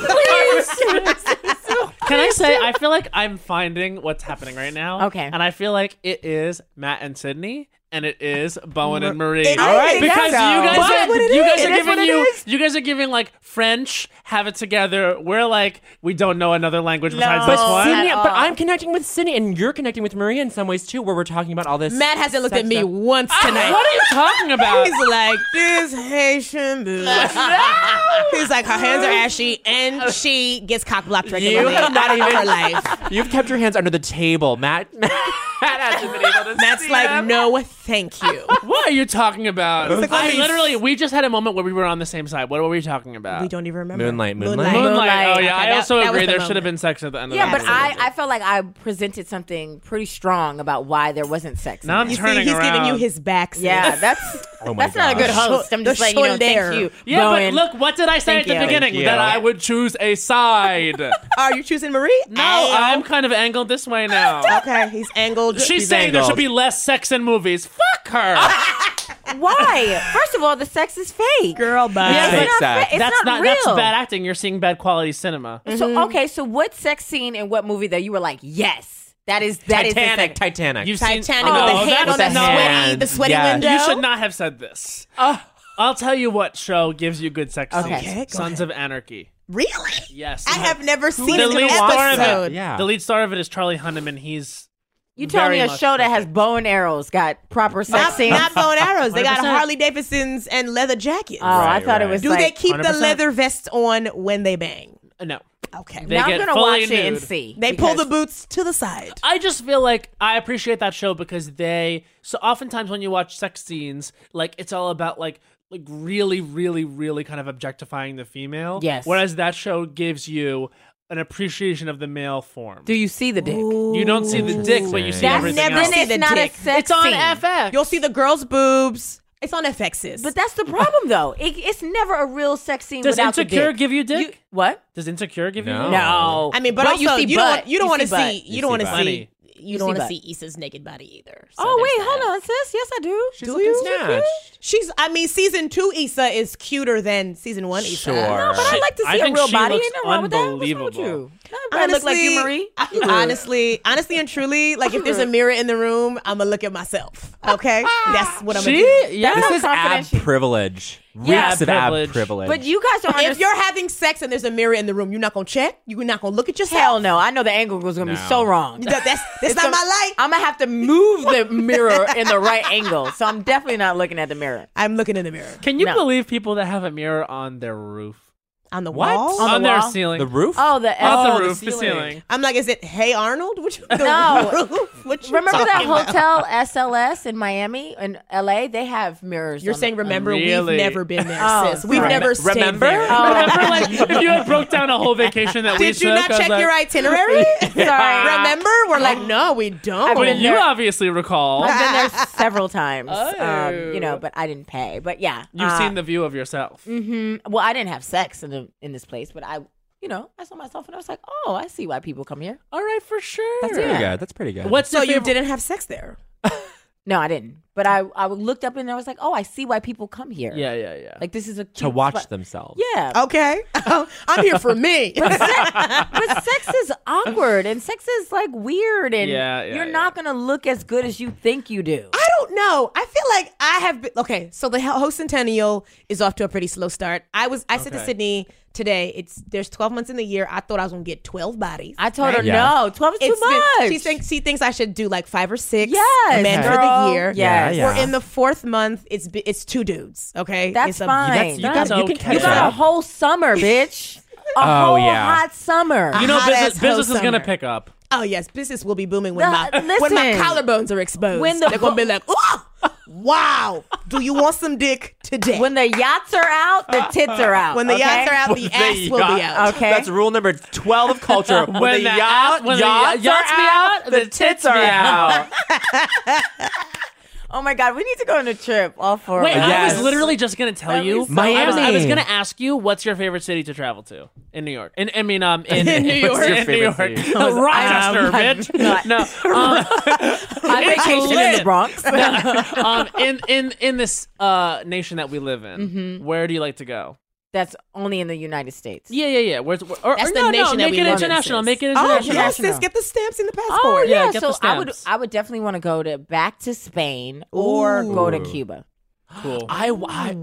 G: Can I say I feel like I'm finding what's happening right now?
E: Okay.
G: And I feel like it is Matt and Sydney and it is Bowen and Marie.
D: It All right. is.
G: Because
D: So-
G: you guys
D: But-
G: are,
D: what it
G: you
D: is.
G: guys
D: It
G: are
D: is what
G: giving
D: it
G: you
D: is.
G: you guys are giving like French, have it together. We're like, we don't know another language besides
D: but
G: this one.
D: Sydney, but I'm connecting with Sydney, and you're connecting with Maria in some ways too, where we're talking about all this.
F: Matt hasn't looked
D: sex
F: at me
D: stuff.
F: once tonight.
D: What are you talking about?
F: He's like this Haitian bitch. He's like her hands are ashy and she gets cock blocked
D: You
F: regularly.
D: have not
F: out of
D: even
F: her life.
D: You've kept your hands under the table, Matt.
F: Matt's like no, thank you.
G: What are you talking about?
F: It's like, let
G: I
F: me-
G: literally, we just had a moment where we were on the same side. What were we talking about?
F: We don't even remember.
D: Moonlight,
G: Moonlight.
D: Moonlight.
G: Oh yeah,
F: Okay,
G: I
F: that-
G: also
F: that was
G: agree.
F: the
G: there should have
F: moment.
G: been sex at the end
E: yeah,
G: of
E: but
G: the
E: I, I felt like I presented something pretty strong about why there wasn't sex. in
G: Now I'm
E: it.
G: You see, turning he's giving you around.
F: his back.
E: Yeah, that's
D: Oh my
E: that's not a good
F: gosh.
E: host. I'm just
F: The
E: like you know,
F: shoulder.
E: thank you.
G: Yeah,
E: Bowen.
G: but look, what did I say
E: Thank
G: at the
E: you.
G: beginning?
E: Thank you.
G: That I would choose a side. no,
F: Are you choosing Marie?
G: I'm kind of angled this way now.
F: Okay, he's angled.
G: She's saying there should be less sex in movies. Fuck her.
E: Why? First of all, the sex is fake,
F: girl. Bye.
G: Yeah,
E: it's not, fa- it's
G: that's
E: not,
G: that's
E: real.
G: bad acting. You're seeing bad quality cinema.
F: Mm-hmm.
E: So okay, so what sex scene in what movie that you were like, yes, that is that is the
D: Titanic.
E: sex-
D: Titanic.
G: You've seen Oh,
F: Titanic with the hand on
G: that's-
F: the
G: no.
F: sweaty, the sweaty
D: Yeah.
F: window.
G: You should not have said this. I'll tell you what show gives you good sex
F: Uh. Okay,
G: scenes.
F: go
G: Sons of Anarchy.
F: Really?
G: Yes.
F: I have never seen
G: the
F: an
G: lead star of
F: episode.
G: it. The lead star of it is Charlie Hunnam, and he's
E: You tell me a
G: very much
E: show that has bow and arrows got proper sex
F: Not,
E: scenes.
F: not bow and arrows. They got
G: 100%.
F: Harley Davidsons and leather jackets.
E: Oh, I thought it was.
F: Do
E: like,
F: they keep the
G: 100%.
F: leather vests on when they bang?
G: uh, no.
F: Okay.
G: They
E: Now I'm
G: get
E: gonna
G: fully
E: watch it and
G: nude.
E: see.
F: They pull the
E: because-
F: boots to the side.
G: I just feel like I appreciate that show because they so oftentimes when you watch sex scenes, like it's all about like like really, really, really kind of objectifying the female.
E: Yes.
G: Whereas that show gives you an appreciation of the male form.
E: Do you see the dick?
G: you don't see the dick, but you see
E: That's
G: everything
F: never
G: else.
F: seen-
E: Then
F: the
E: it's not
F: dick.
E: a sex
G: It's on
E: scene.
G: FX.
F: You'll see the girls' boobs. It's on FX's.
E: uh, But that's the problem, though. It, it's never a real sex scene
G: Does
E: without the
G: Insecure
E: dick.
G: give you dick?
E: You- what?
G: Does Insecure give you
D: No.
G: dick?
E: No.
F: I mean, but, also
E: you see
F: you
E: butt.
F: don't you don't want to see
E: butt.
F: you don't want to
G: Funny.
F: see you don't
E: see
F: want to
E: butt.
F: see Issa's naked body either. So
E: Oh
F: there's
E: wait,
F: that.
E: hold on, sis. Yes, I do.
D: She's
E: do
D: looking
E: you?
D: snatched.
F: She's I mean season two Issa is cuter than season one Issa.
D: Sure.
E: But I like to
G: I
E: see a
G: think
E: real
G: she
E: body.
G: looks
E: Ain't nothing wrong with that. What's wrong with
G: unbelievable.
E: you? I look like you, Marie.
F: I- honestly, honestly and truly, like if there's a mirror in the room, I'm gonna look at myself. Okay, that's what I'm. gonna do.
G: She yeah.
D: This
E: That's how
D: is ab
E: confident she-
D: privilege.
E: Yeah.
D: Reeks of ab
G: Privilege.
D: privilege.
E: But you guys are.
F: If you're having sex and there's a mirror in the room, you're not gonna check. You're not gonna look at yourself.
E: Hell no! I know the angle was gonna be so wrong.
F: That- that's that's not my light.
E: I'm gonna have to move the mirror in the right angle, so I'm definitely not looking at the mirror.
F: I'm looking in the mirror
G: Can you
E: No.
G: believe people that have a mirror on their roof?
F: on the
D: What?
F: wall.
E: On the
G: their
E: wall?
G: ceiling.
D: the roof.
E: Oh, the
G: Not
E: oh,
G: the roof, the ceiling.
F: I'm like, is it Hey Arnold? What you, the
E: No.
F: roof? What you
E: Remember that
F: talking about?
E: hotel SLS in Miami and LA? They have mirrors.
F: You're
E: on the-
F: saying
E: on the-
F: remember
G: Really?
F: we've never been there,
E: Oh, Um,
F: sis. We've
E: sorry.
F: never stayed
D: remember?
F: there.
G: Remember, like if you had broke down a whole vacation that we
F: Oh. Did you
G: took,
F: not
G: I was
F: check
G: like,
F: your itinerary?
E: Sorry.
F: Remember? We're like,
E: um,
F: no, we don't.
G: But you obviously recall.
E: I've been there several times. Um, you know, but I didn't pay. But yeah,
G: Oh. You've seen the view of yourself.
E: hmm Well, I didn't have sex in the in this place, but I, you know, I saw myself and I was like, oh, I see why people come here.
G: All right, for sure.
E: That's
D: Pretty
E: Yeah.
D: good. That's pretty good.
G: What's
F: so
G: your
F: you
G: favorite?
F: didn't have sex there.
E: No, I didn't. But I, I looked up and I was like, oh, I see why people come here.
D: Yeah, yeah, yeah.
E: Like this is a
D: to
E: cute
D: watch
E: spot.
D: themselves.
E: Yeah.
F: Okay. I'm here for me.
E: but, sex, but sex is awkward and sex is like weird and
F: Yeah, yeah,
E: you're not gonna look as good as you think you do.
F: I don't know. I feel like I have been okay. So the Ho- Centennial is off to a pretty slow start. I was I said to
E: Okay.
F: Sydney today, it's there's 12 months in the year. I thought I was gonna get 12 bodies. I
E: told her, Yeah. no, 12 is too much.
F: she thinks she thinks I should do like five or six.
E: Yes,
F: men for
E: girl.
F: the year.
E: Yeah, yeah.
F: We're in the fourth month. It's be- it's two dudes. Okay,
E: That's
F: It's a-
E: fine.
F: That's-
E: That's
F: got-
E: okay.
F: catch
E: You got a
F: up.
E: whole summer, bitch. A
G: Oh,
E: whole
G: yeah.
E: hot summer.
G: You know, business, business is going to pick up.
F: Oh yes, business will be booming when
E: The-
F: my when my
E: listen.
F: collarbones are exposed.
E: When the
F: they're gonna be like, oh, wow, do you want some dick today? When
E: the yachts are out, the tits are out.
F: When the
E: okay?
F: yachts are out, the ass will be out.
E: Okay.
D: That's rule number 12 of culture. when,
G: When
D: the,
G: the
D: yacht,
G: ass- when the
D: yachts,
G: yachts
D: are
G: be
D: out,
G: out,
D: the
G: the
D: tits,
G: tits
D: are
G: be
D: out.
G: out.
E: oh my god, we need to go on a trip. All four.
G: Wait,
E: of us.
G: I was literally just going to tell
E: That'd be
G: you.
E: so
G: I was, I was
E: Miami.
G: going to ask you, what's your favorite city to travel to in New York? In, I mean, um, in,
D: In New York.
G: what's your
D: In
G: New York.
D: favorite city?
G: Rochester,
D: Um,
G: bitch. No. Um,
E: I
G: it's
E: vacationed in
G: lit.
E: the Bronx.
G: No, um, in, in, in this uh, nation that we live in, where do you like to go?
E: That's only in the United States.
G: Yeah, yeah, yeah. Where's or, or
E: That's the
G: no, no,
E: nation that
G: make
E: we
G: it
E: live in,
G: international.
E: sis.
G: Make it
E: Oh,
G: international.
E: yes, sis, get
F: the stamps in the passport.
E: Oh yeah,
G: get
E: so
G: the
E: I would
G: stamps.
E: I would definitely want to go to back to Spain or go to
D: Ooh.
E: Cuba.
G: Cool.
D: I, I,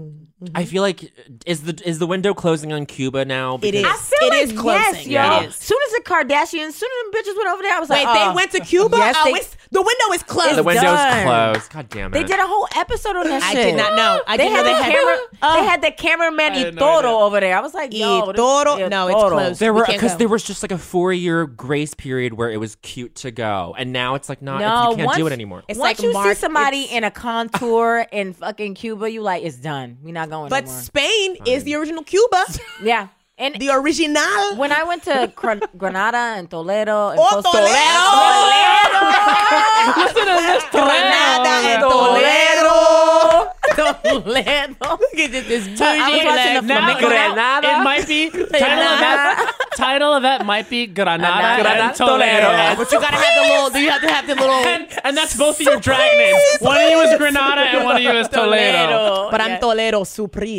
D: I feel like uh, is the is the window closing on Cuba now?
F: Oh,
E: It is. I feel
F: It
E: like
F: is
E: yes,
F: closing.
E: yo.
D: It is.
E: Soon as the Kardashians, soon as them bitches went over there, I was
F: Wait,
E: like,
F: they
E: uh,
F: went to Cuba?
E: Yes,
F: oh,
E: they,
F: it's, the window is closed.
D: the window's
E: done.
D: closed. God damn it!
E: they did a whole episode on that
F: I
E: shit.
F: did not know. I
E: they
F: didn't
E: had
F: know they
E: the
F: had-
E: camera. they had the cameraman
D: didn't know
E: Itoro over there. I was like, yo, this-
F: Itoro? No, it's
E: Itoro.
F: closed.
D: There
F: We
D: were
F: can't
D: because
F: go.
D: there was just like a four year grace period where it was cute to go, and now it's like not.
E: No,
D: you can't
E: once,
D: do it anymore.
F: It's
E: once
F: like
E: you
F: Mark-
E: see somebody in a contour in fucking Cuba, you like it's done. We're not going.
F: But
E: no more.
F: Spain is the original Cuba.
E: yeah, and
F: the original.
E: when I went to Gran- Granada and Toledo and
F: Oh,
E: Toledo,
F: Granada and
E: Toledo, Toledo. Look at this, this Oh, I was
G: bougie
E: watching the
G: leg. Now-
E: flamenco.
G: now- It might be title of that. Title of that might be Granada, and Toledo.
F: But you gotta have the little. Do you have to have the little?
G: And, and that's both of your drag names. One of you is Granada and one of you is Toledo.
F: But I'm Toledo Ah. Supri.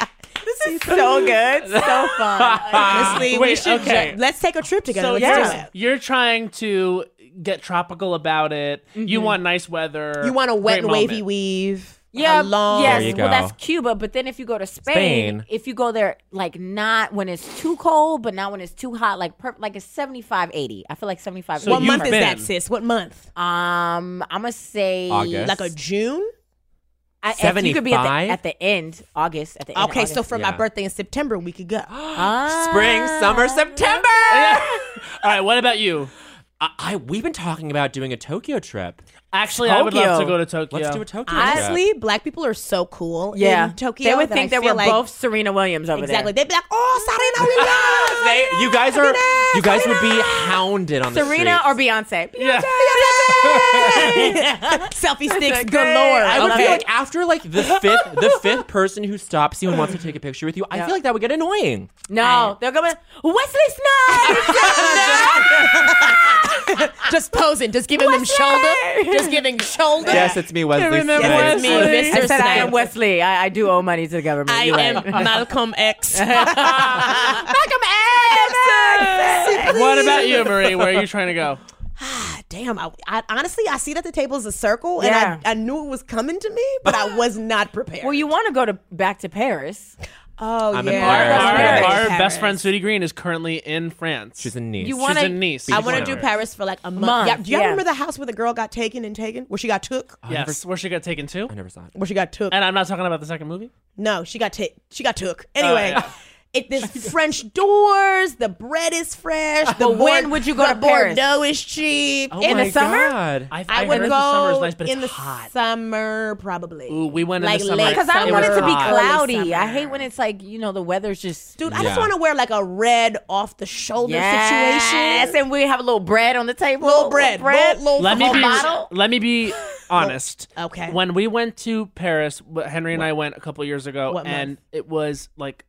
E: This is so good, so fun.
F: Honestly, we
G: Wait,
F: should.
G: okay.
F: ju- let's take a trip together.
G: So
F: Let's
G: you're,
F: do it.
G: you're trying to get tropical about it. You want nice weather.
F: You want a wet
G: Great
F: and wavy
G: moment.
F: weave?
E: Yeah,
F: a long.
E: yes.
D: There you
E: Well,
D: go.
E: that's Cuba. But then if you go to Spain,
D: Spain.
E: if you go there, like not when it's too cold, but not when it's too hot, like per- like it's 75, 80. I feel like 75,
G: So
F: what
G: you've
F: month is
G: been.
F: that, sis? What month?
E: Um, I'm going to say
D: August.
F: Like a June?
E: I, if You could be at the,
D: 75?
E: at the end, August. At the end of
F: Okay, so
E: August.
F: for
D: Yeah.
F: my birthday in September, we could go.
E: Ah.
D: Spring, summer, September.
G: All right, what about you?
D: I, I we've been talking about doing a Tokyo trip.
G: Actually, I would love to go to Tokyo.
D: Let's do a Tokyo trip.
F: Honestly, black people are so cool.
E: Yeah,
F: in Tokyo.
E: They would
F: that
E: think
F: I
E: that
F: feel
E: we're
F: like-
E: both Serena Williams over
F: exactly.
E: there.
F: They'd be like, "Oh, Serena Williams."
D: They- you guys are you guys would be hounded on the
E: Serena or
D: streets.
E: Beyonce?
G: Yeah.
F: Selfie sticks
E: great.
F: galore.
E: I
D: I would
E: love
F: okay.
D: feel like after like the fifth the fifth person who stops you and wants to take a picture with you, I feel like that would get annoying.
E: No, they're going Wesley Snipes.
F: just posing, just giving them shoulder, just giving shoulder.
D: Yes, it's me, Wesley.
G: remember
D: Snipes.
F: Yes, it's me,
G: Wesley.
F: Mr.
E: I said I am
F: Snipes.
E: Wesley. I, I do owe money to the government.
F: I
E: You're right.
F: am Malcolm X.
G: What about you, Marie? Where are you trying to go?
F: Damn, I, I honestly I see that the table is a circle,
E: Yeah.
F: and I, I knew it was coming to me, but I was not prepared.
E: Well, you want to go to back to Paris.
F: oh
D: I'm in
F: yeah,
G: Our,
D: Paris.
G: our-
D: Paris.
G: our best friend Sudie Green is currently in France.
D: She's in Nice.
E: You
G: She's
E: wanna-
G: in Nice.
F: I want to do Paris for like a month.
E: Month,
F: Yeah, do y'all
E: yeah.
F: remember the house where the girl got taken and taken, where she got took,
G: Yes, where she got taken to.
D: I never saw it.
F: where she got took?
G: And I'm not talking about the second movie.
F: No, she got took. She got took. Anyway.
G: yeah.
F: It, there's French doors. The bread is fresh. The
E: But when would you go
F: the
E: to Paris?
F: Bordeaux is cheap.
D: Oh
F: In
D: my
F: the summer,
D: God.
G: I,
F: I,
G: I
F: would go
G: heard the summer is nice, but
F: in
G: it's
F: the
G: hot.
F: summer probably.
G: Ooh, we went
F: like
G: in the summer
F: late
E: Because I
F: It
E: want it
F: was
E: to be
F: hot. Early
E: cloudy. I
F: summer.
E: hate when it's like, you know, the weather's just.
F: Dude, I just
D: Yeah.
F: want to wear like a red off the shoulder
E: Yes,
F: situation.
E: and we have a little bread on the table.
F: Little bread,
E: bread.
F: little, little
G: Let me
F: whole
G: be
F: bottle.
G: let me be honest.
F: Okay.
G: When we went to Paris, wh- Henry and I went a couple years ago,
F: What month?
G: and it was like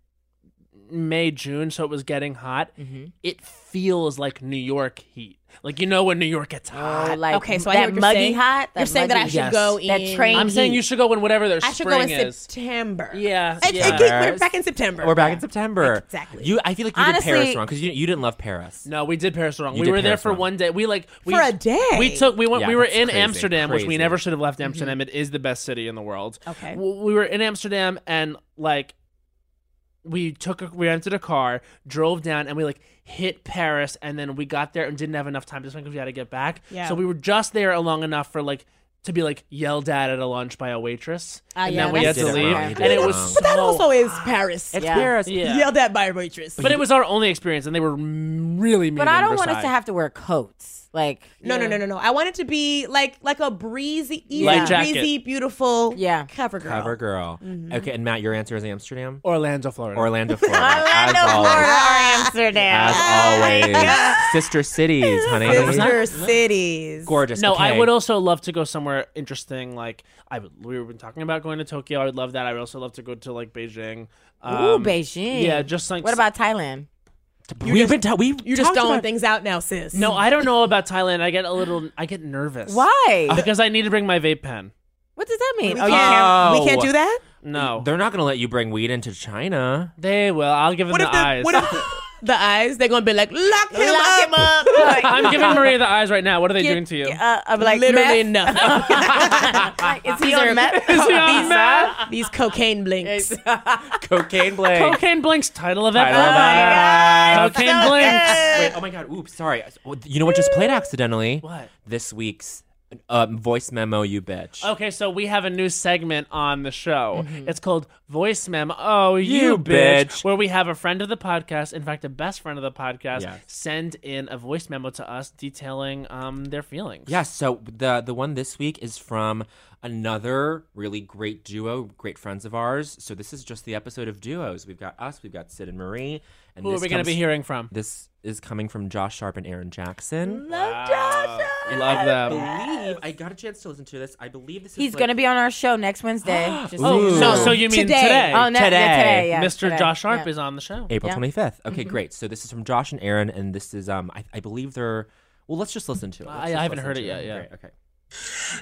G: May, June, so it was getting hot.
D: Mm-hmm.
G: It feels like New York heat. Like you know when New York gets hot.
E: Oh, like Okay, so I hear that what you're muggy saying. hot, that
F: You're saying that I muggy- should go in-
G: That train I'm saying
F: heat.
G: you should go in whatever their
F: I should
G: spring
F: go in
G: is.
F: September.
G: Yeah,
F: It's-
G: yeah.
F: it keep- we're back in September.
I: We're back in September.
F: Exactly.
I: You, I feel like you
G: Honestly-
I: did Paris wrong because you, you didn't love Paris.
G: No, we did Paris wrong.
I: You
G: we
I: did
G: were there
I: Paris
G: for
I: wrong.
G: one day. We like we,
F: For a day.
G: We took we went.
I: Yeah,
G: we were
I: that's
G: in
I: crazy,
G: Amsterdam, which we
I: crazy.
G: never should have left Amsterdam. It is the best city in the world.
F: Mm-hmm. Okay.
G: W- We were in Amsterdam and like we took a, we rented a car, drove down, and we like hit Paris, and then we got there and didn't have enough time to spend because we had to get back.
F: Yeah.
G: So we were just there long enough for like. To be like yelled at at a lunch by a waitress,
F: Ah,
G: and
F: yeah,
G: then we had
F: that's
G: to
F: different.
G: leave,
F: Yeah,
G: and
F: you did
G: it
F: it
G: was
F: wrong. But that
G: so
F: also is Paris.
G: It's Yeah. Paris. Yeah.
F: Yelled at by a waitress.
G: But it was our only experience, and they were m- really mean.
F: But I
G: in
F: don't want us
G: Versailles.
F: to have to
E: wear coats. Like
F: No, no, no, no, no. I want it to be like like a breezy, easy,
I: Light jacket.
F: breezy, beautiful, yeah, cover girl.
I: Cover girl.
F: Mhm.
I: Okay, and Matt, your answer is Amsterdam?
G: Orlando, Florida.
I: Orlando, Florida. as
E: Orlando,
I: always.
E: Florida, Amsterdam.
I: As always. Sister cities, honey.
F: Sister cities.
I: Gorgeous.
G: No, I
I: Okay.
G: would also love to go somewhere interesting. Like I, would, we were talking about going to Tokyo. I would love that. I would also love to go to like Beijing. Um,
E: Ooh, Beijing.
G: Yeah, just like
E: What about Thailand?
I: We've been ta- we
F: You're just throwing things out now, sis.
G: No, I don't know about Thailand. I get a little. I get nervous.
E: Why?
G: Because I need to bring my vape pen.
E: What does that mean? Oh,
F: We can't- we can't do that?
G: No.
I: They're not going to let you bring weed into China.
G: They will. I'll give them
F: What
G: the
F: if the,
G: eyes.
F: what if the, the eyes? They're gonna be like, lock him
E: Lock
F: up.
E: him up.
G: I'm giving Maria the eyes right now. What are they doing to you?
E: Uh, I'm like
F: Literally
E: meth? Like, is he
F: These
E: on
F: are-
E: meth?
F: Is he on
E: These-
F: meth? These cocaine blinks.
I: Cocaine blank.
G: Cocaine Blink's title of
I: Title
G: episode.
I: of episode.
G: Cocaine Blinks.
I: Wait, oh my God. Oops, sorry. Oh, You know what just played accidentally?
G: What?
I: This week's um, voice memo, you bitch.
G: Okay, so we have a new segment on the show. It's called Voice Memo. Oh, you,
I: Mm-hmm. You
G: bitch.
I: bitch.
G: Where we have a friend of the podcast, in fact, a best friend of the podcast,
I: Yes.
G: send in a voice memo to us detailing um, their feelings.
I: Yeah, so the the one this week is from another really great duo, great friends of ours. So this is just the episode of duos. We've got us, we've got Sid and Marie, and
G: Who are
I: this
G: we gonna
I: comes-
G: be hearing from?
I: This is coming from Josh Sharp and Aaron Jackson.
E: Love Josh. Uh,
G: Love them.
I: I believe I got a chance to listen to this. I believe this
E: He's
I: is
E: gonna be on our show next Wednesday. Just so
G: Oh,
E: you
G: so,
E: know.
G: so you mean today?
E: Oh, no, Yeah, today yeah,
G: Mr.
E: today,
G: Josh Sharp
E: yeah.
G: is on the show.
I: April
E: Yeah.
I: twenty fifth. Okay,
H: Mm-hmm.
I: great. So this is from Josh and Aaron, and this is um I, I believe they're well. Let's just listen to it. Let's
G: I- I
I: just
G: haven't
I: listen
G: heard
I: to
G: it yet, yeah.
I: Great, okay.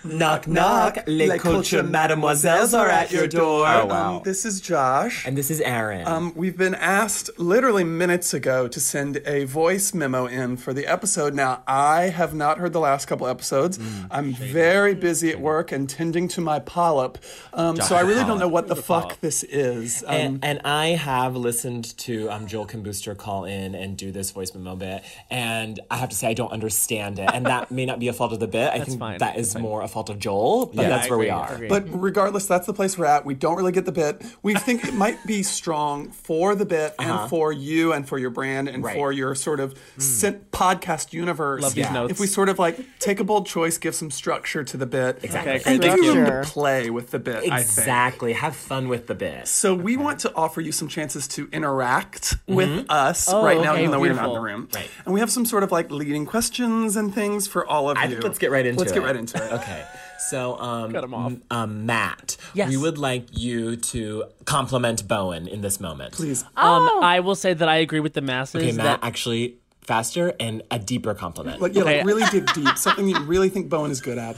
H: Knock, knock. Les, culture mademoiselles are at your door.
I: Oh, wow.
H: Um, this is Josh.
I: And this is Aaron.
H: Um, we've been asked literally minutes ago to send a voice memo in for the episode. Now, I have not heard the last couple episodes.
D: Mm,
H: I'm very busy at work and tending to my polyp. Um,
D: Josh,
H: so I
D: the
H: really don't
D: polyp.
H: know what the fuck this is. Um,
D: and, and I have listened to um, Joel Kimbooster call in and do this voice memo bit, and I have to say I don't understand it, and that may not be a fault of the bit. I
H: That's
D: think
H: fine.
D: that is more a fault of Joel, but
H: Yeah,
D: that's
H: I
D: where we
H: agree.
D: are.
H: But regardless, that's the place we're at. We don't really get the bit. We think it might be strong for the bit
D: Uh-huh.
H: and for you and for your brand and
D: Right.
H: for your sort of sent podcast universe.
D: Love these Yeah. notes.
H: If we sort of like take a bold choice, give some structure to the bit,
D: Exactly. Okay, great.
H: and give
D: Thank
H: room
D: you.
H: to play with the bit. I think.
D: exactly. Have fun with the bit.
H: So we want to offer you some chances to interact with
D: Mhm.
H: us
D: Oh,
H: right now,
D: okay,
H: even though we're not in
D: beautiful.
H: the room. Right. And we have some sort of like leading questions and things for all of
D: I
H: you.
D: think let's get right into
H: Let's
D: it.
H: get right into it.
D: Okay. So, um,
H: Cut 'em off.
D: m-
I: uh,
D: um, Matt,
G: Yes.
D: we would like you to compliment Bowen in this moment. Please.
G: Um, I will say that I agree with the masses.
D: Okay, Matt,
G: that-
D: actually, faster and a deeper compliment.
H: Like, yeah, like really dig deep. Something you really think Bowen is good at.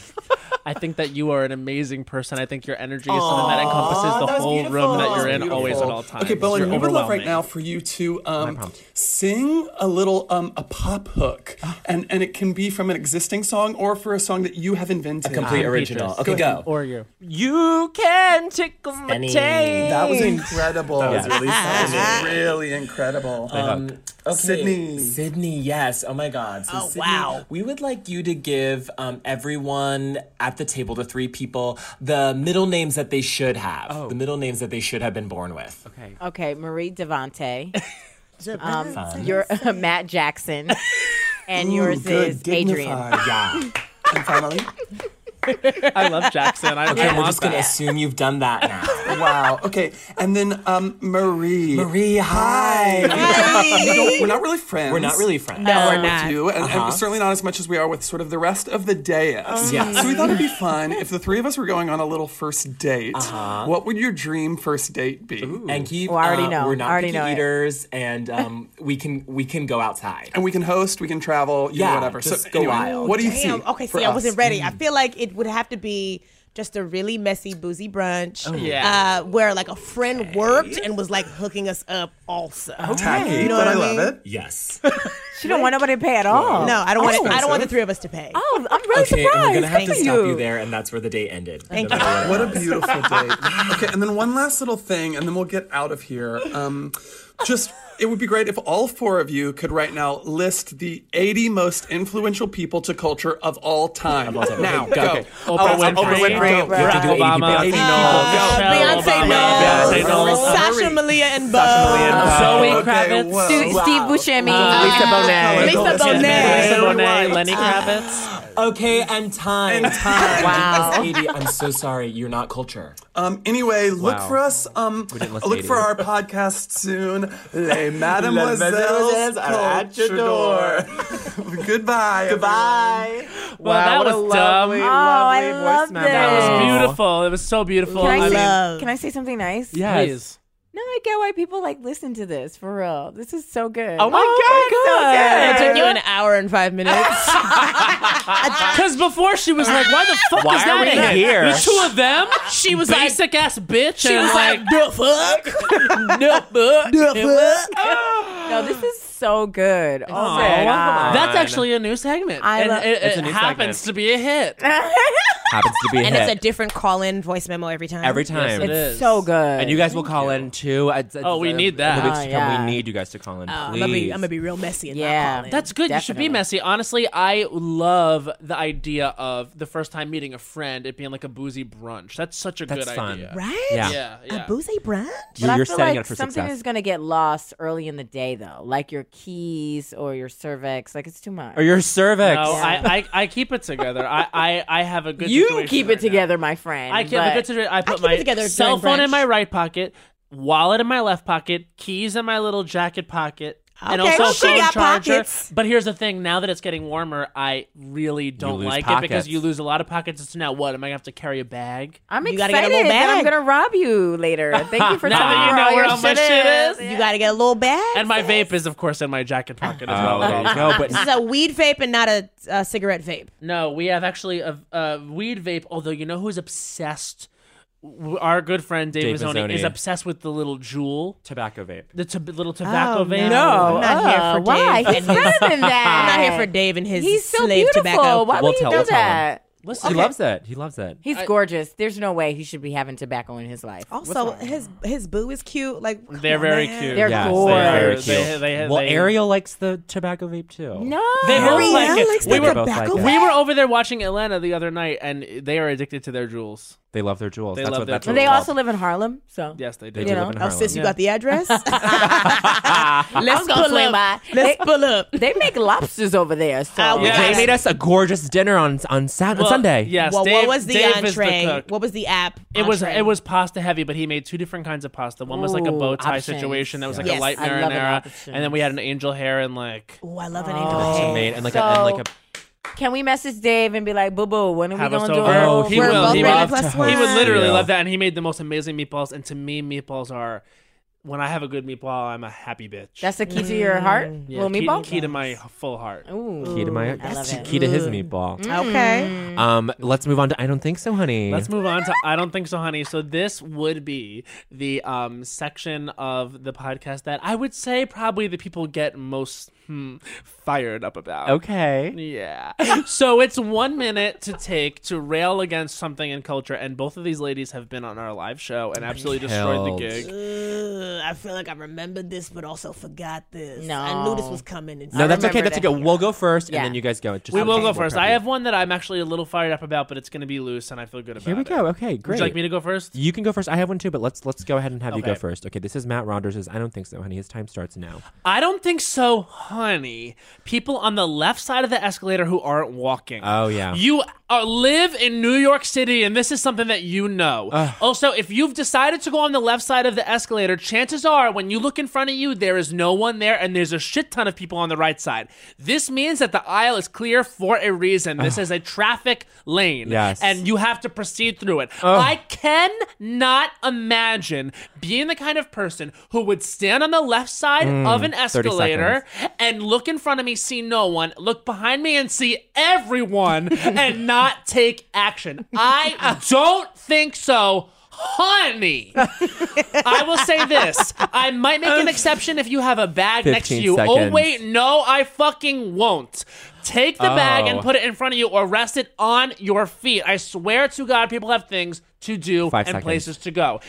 G: I think that you are an amazing person. I think your energy is something
H: Aw,
G: that encompasses the
H: Uh, that was
G: whole room that you're in,
H: Beautiful.
G: always at all times.
H: Okay, Bowen,
G: You're
H: we would love
G: overwhelming.
H: right now for you to um, sing a little um, a pop hook, and and it can be from an existing song or for a song that you have invented.
D: A complete
G: Ah,
H: Um,
D: original.
H: Petrus.
D: Okay,
H: ahead.
D: go.
G: Or you.
I: You can tickle my
D: Stunning.
I: tail.
H: That was incredible.
D: That was really
H: that was
D: stunning.
H: really incredible.
D: Um, okay.
H: Sydney.
D: Sydney, yes. Oh my God. So
H: Oh,
D: Sydney,
H: wow.
D: We would like you to give um, everyone at the table, the three people, the middle names that they should have. The middle names that they should have been born with.
I: Okay.
E: Okay, Marie Devante. um,
D: Devante.
E: your Matt Jackson, and
H: Ooh,
E: yours
H: good,
E: is Adrian.
H: dignified.
D: Yeah.
H: and finally,
G: I love Jackson. I
D: Okay,
G: I
D: we're
G: want
D: just going to
G: that.
D: assume you've done that now.
J: wow. Okay. And then um, Marie. Marie, hi.
I: Hi.
J: We don't- we're not really friends.
I: We're not really friends.
J: As
I: No,
J: I
I: we're
J: am
I: not.
J: With you, and, and
I: Uh-huh.
J: certainly not as much as we are with sort of the rest of the dais.
I: Yes.
J: So we thought it'd be fun if the three of us were going on a little first date.
I: Uh-huh.
J: What would your dream first date be?
I: And keep.
J: Oh, I already
I: uh,
J: know.
I: We're not
J: I already
I: picky
J: know it.
I: eaters, and um, we can we can go outside.
J: And we can host, we can travel, you
I: Yeah,
J: know, whatever. so
I: just go
J: anyway,
I: wild.
J: What do you
F: Damn.
J: see?
F: Okay,
J: for
F: see, I wasn't
J: us? Mm.
F: ready. I feel like it would have to be just a really messy boozy brunch.
J: Oh, yeah.
F: Uh, where like a friend worked and was like hooking us up also.
J: Tacky,
F: You know
J: but
F: what
J: I,
F: I mean?
J: love it.
I: Yes.
F: She don't want nobody to pay at all. No, I don't want.
I: That's
F: It, I don't
I: expensive.
F: want the three of us to pay.
E: Oh, I'm
I: okay, and we're gonna have to
F: Thank
I: stop you. there, and that's where the date ended.
F: Thank
I: No matter
F: you.
J: What a beautiful date. Okay, and then one last little thing, and then we'll get out of here. Um, just, it would be great if all four of you could right now list the 80 most influential people to culture of all time.
I: all time.
J: Now,
I: Okay,
J: go. Oh,
I: okay. Oprah Winfrey. Go. We have to do 80 people.
J: Barack Obama.
I: Beyonce Knowles. Beyonce
J: Beyonce
I: Knowles.
J: Knowles.
F: Sasha Malia and Bob.
J: Uh,
G: Zoe Kravitz.
E: Stu- Steve Buscemi.
G: Lisa Bonet.
E: Lisa Bonet.
G: Lisa Bonet.
E: Lisa
I: Bonet.
G: Lenny
J: Um,
G: Kravitz.
I: Okay, and time. And time.
J: Wow.
I: Katie, I'm so sorry. You're not culture.
J: Um, anyway, look
I: Wow.
J: for us. Um,
I: We didn't list
J: look
I: 80.
J: for our podcast soon. Les
I: Mademoiselles
J: Mademoiselles
I: are at your
J: door. Goodbye. Goodbye.
G: Well, that was dumb.
E: Oh,
I: Oh.
E: I love this.
G: That was beautiful. It was so beautiful.
E: Can I, say,
G: mean-
E: can I say something nice?
G: Yes. Please.
E: No, I get why people like listen to this for real. This is so good.
G: Oh my God.
E: it's so good.
G: It took you an
F: hour and five minutes.
E: Ah.
G: Because before she was like, "Why the fuck
I: Why
G: is
I: are
G: that
I: we
G: in here?
I: here?
G: There's two of them." She
F: was like-
G: basic ass bitch.
F: she
G: and
F: was like,
G: "The fuck, no fuck,
E: no, this is so good. Oh,
G: Oh,
E: my God.
G: That's actually a new segment.
E: I
G: and
E: love-
G: it,
E: Ah, It's
G: it
E: a new
G: happens
E: segment.
G: to be a hit.
I: Happens to be a
F: and
I: hit.
F: it's a different call-in voice memo every time.
I: Every time.
F: It's
E: so good.
I: And you guys will call in too. It's- it's-
G: Oh, we
I: uh,
G: need
I: in
G: that.
I: the weeks
G: Oh,
I: to come,
G: yeah.
I: We need you guys to call in.
F: Oh,
D: Oh.
F: I'm
I: please.
F: gonna be, I'm gonna be real messy and yeah. not call in.
G: That's good. You should be messy. Honestly, I love the idea of the first time meeting a friend, it being like a boozy brunch. That's such a
I: That's
G: good
I: fun.
G: idea.
F: Right?
G: Yeah.
I: Yeah.
G: yeah,
F: A boozy brunch?
E: But
I: You're
E: I feel
I: setting
E: like
I: it up for
E: something
I: success.
E: is going to get lost early in the day, though, like your keys or your cervix. Like it's too much.
I: Or your cervix.
G: No, Oh, I, I, I keep it together. I, I, I have a good
E: you
G: situation
E: keep it
G: right now.
E: together, my friend.
G: I keep a
E: but-
G: good situation. I put
E: keep it
G: my
E: together
G: cell
E: during
G: phone in
E: brunch.
G: my right pocket, wallet in my left pocket, keys in my little jacket pocket. And
E: Okay,
G: also
E: well,
G: a
E: she
G: phone
E: got
G: charger.
E: pockets.
G: But here's the thing: now that it's getting warmer, I really don't
I: lose
G: like it because
I: pockets.
G: you lose a lot of pockets. So now what? Am I gonna have to carry a bag?
E: I'm
F: You gotta
E: excited
F: get a little
E: that I'm
F: bag.
E: going to rob you later. Thank you for
G: Now that
E: telling me
G: you know
E: all
G: where
E: your
G: all my shit is.
F: You gotta get a little bag.
G: And my vape is, of course, in my jacket pocket as well. at all
I: Oh, there you go.
G: times.
I: Uh, But
F: This is a weed vape and not a, uh cigarette vape.
G: No, we have actually a, a weed vape. Although you know who's obsessed, W- our good friend Dave,
I: Dave
G: Mazzoni
I: Mazzoni.
G: is obsessed with the little jewel,
I: tobacco vape.
G: the t- little tobacco
F: Oh,
G: vape.
E: No,
F: I'm not here
E: uh,
F: for
E: why?
F: Dave.
E: He's better than that.
F: I'm not here for Dave and his
E: He's so
F: slave
E: beautiful.
F: tobacco.
E: Why
I: We'll
E: would
I: tell-
E: he do
I: we'll tell him.
E: that?
G: Listen,
I: He loves it. He loves it.
E: He's gorgeous. There's no way he should be having tobacco in his life.
F: Also, his his boo is cute. Like come
G: They're
F: on,
G: very
F: man.
G: cute.
E: They're
I: Yeah,
E: gorgeous.
I: very cute.
G: They- they-
I: well,
G: they-
I: Ariel likes the tobacco vape too.
E: No.
G: They
I: No.
G: both like
F: Ariel
G: it.
F: likes
G: We
F: the
G: were-
F: tobacco
I: They both like
G: We
F: vape?
G: were over there watching Atlanta the other night, and they are addicted to their jewels.
I: They love their jewels.
G: They
I: that's
G: love
I: what,
G: their
I: that's
E: But
I: what
E: they
I: it's
E: also
I: called.
E: live in Harlem, so
G: Yes, they do.
I: They
E: you
I: do
E: know,
I: live in
F: Oh, sis, you got
I: Harlem.
F: the address? Let's
E: gonna
F: pull
E: swing
F: up.
E: by.
F: Let's pull up.
E: they make lobsters over there. So
F: Oh,
G: Yeah.
I: They made us a gorgeous dinner on on Sat
G: Well,
I: Sunday.
G: Yes.
F: Well,
G: Dave-
F: what was the
G: Dave is the
F: entree?
G: cook.
F: what was the app?
G: It was
F: entree?
G: it was pasta heavy, but he made two different kinds of pasta. One was like a
E: Ooh,
G: bow tie
E: options.
G: situation that was like a
F: Yes.
G: light
E: I love an
G: marinara,
E: option.
G: and then we had an angel hair and like
F: Oh, I love an
I: She
F: angel.
I: made- and like
E: So-
I: a, and like a
E: Can we message Dave and be like, "Boo boo, when are
G: have
E: we
G: us
E: gonna do
G: over.
E: a little-
I: Oh,
G: he
F: We're
G: will.
F: both
G: he,
F: ready,
G: will.
F: plus
G: he would
F: one.
G: literally
I: Yeah.
G: love that, and he made the most amazing meatballs. And to me, meatballs are when I have a good meatball, I'm a happy bitch.
E: That's the key to your heart,
G: Mm. Yeah,
E: little
G: key,
E: meatball.
G: key to my full heart.
F: Mm.
E: Ooh,
I: key to my
E: I love it.
I: key to his meatball.
F: Okay.
G: Mm.
I: Um, let's move on to I don't think so, honey.
G: Let's move on to I don't think so, honey. So this would be the um section of the podcast that I would say probably the people get most hmm, fired up about.
I: okay.
G: Yeah. so it's one minute to take to rail against something in culture, and both of these ladies have been on our live show and absolutely
I: Killed.
G: destroyed the gig.
F: Ugh, I feel like I remembered this, but also forgot this.
E: No.
F: I knew this was coming. And
I: No, that's okay.
E: remembered
I: That's
E: it.
I: okay. We'll go first,
E: Yeah.
I: and then you guys go. Just
G: We will
I: okay.
G: go first.
I: We'll
G: I
I: prep
G: have one that I'm actually a little fired up about, but it's going to be loose, and I feel good about
I: you. Here we
G: it.
I: go. Okay, great.
G: Would you like me to go first?
I: You can go first. I have one too, but let's let's go ahead and have you go
G: Okay.
I: first. Okay, this is Matt Rogers' I don't think so, honey. His time starts now.
G: I don't think so, honey. People on the left side of the escalator who aren't walking.
I: Oh, yeah.
G: You uh, live in New York City, and this is something that you know.
K: Ugh.
G: also, if you've decided to go on the left side of the escalator, chances are when you look in front of you, there is no one there, and there's a shit ton of people on the right side. This means that the aisle is clear for a reason. This
D: Ugh.
G: is a traffic lane,
D: Yes.
G: and you have to proceed through it.
D: Ugh.
G: I cannot imagine being the kind of person who would stand on the left side
D: Mm,
G: of an
D: 30
G: escalator and look in front of me, see no one, look behind me and see everyone, and not take action. I don't think so. Honey, I will say this. I might make an exception if you have a bag next to
D: 15
G: you. Oh,
D: seconds.
G: wait, no, I fucking won't. Take the bag and
D: Oh.
G: put it in front of you or rest it on your feet. I swear to God, people have things to do
D: Five
G: and
D: seconds.
G: places to go.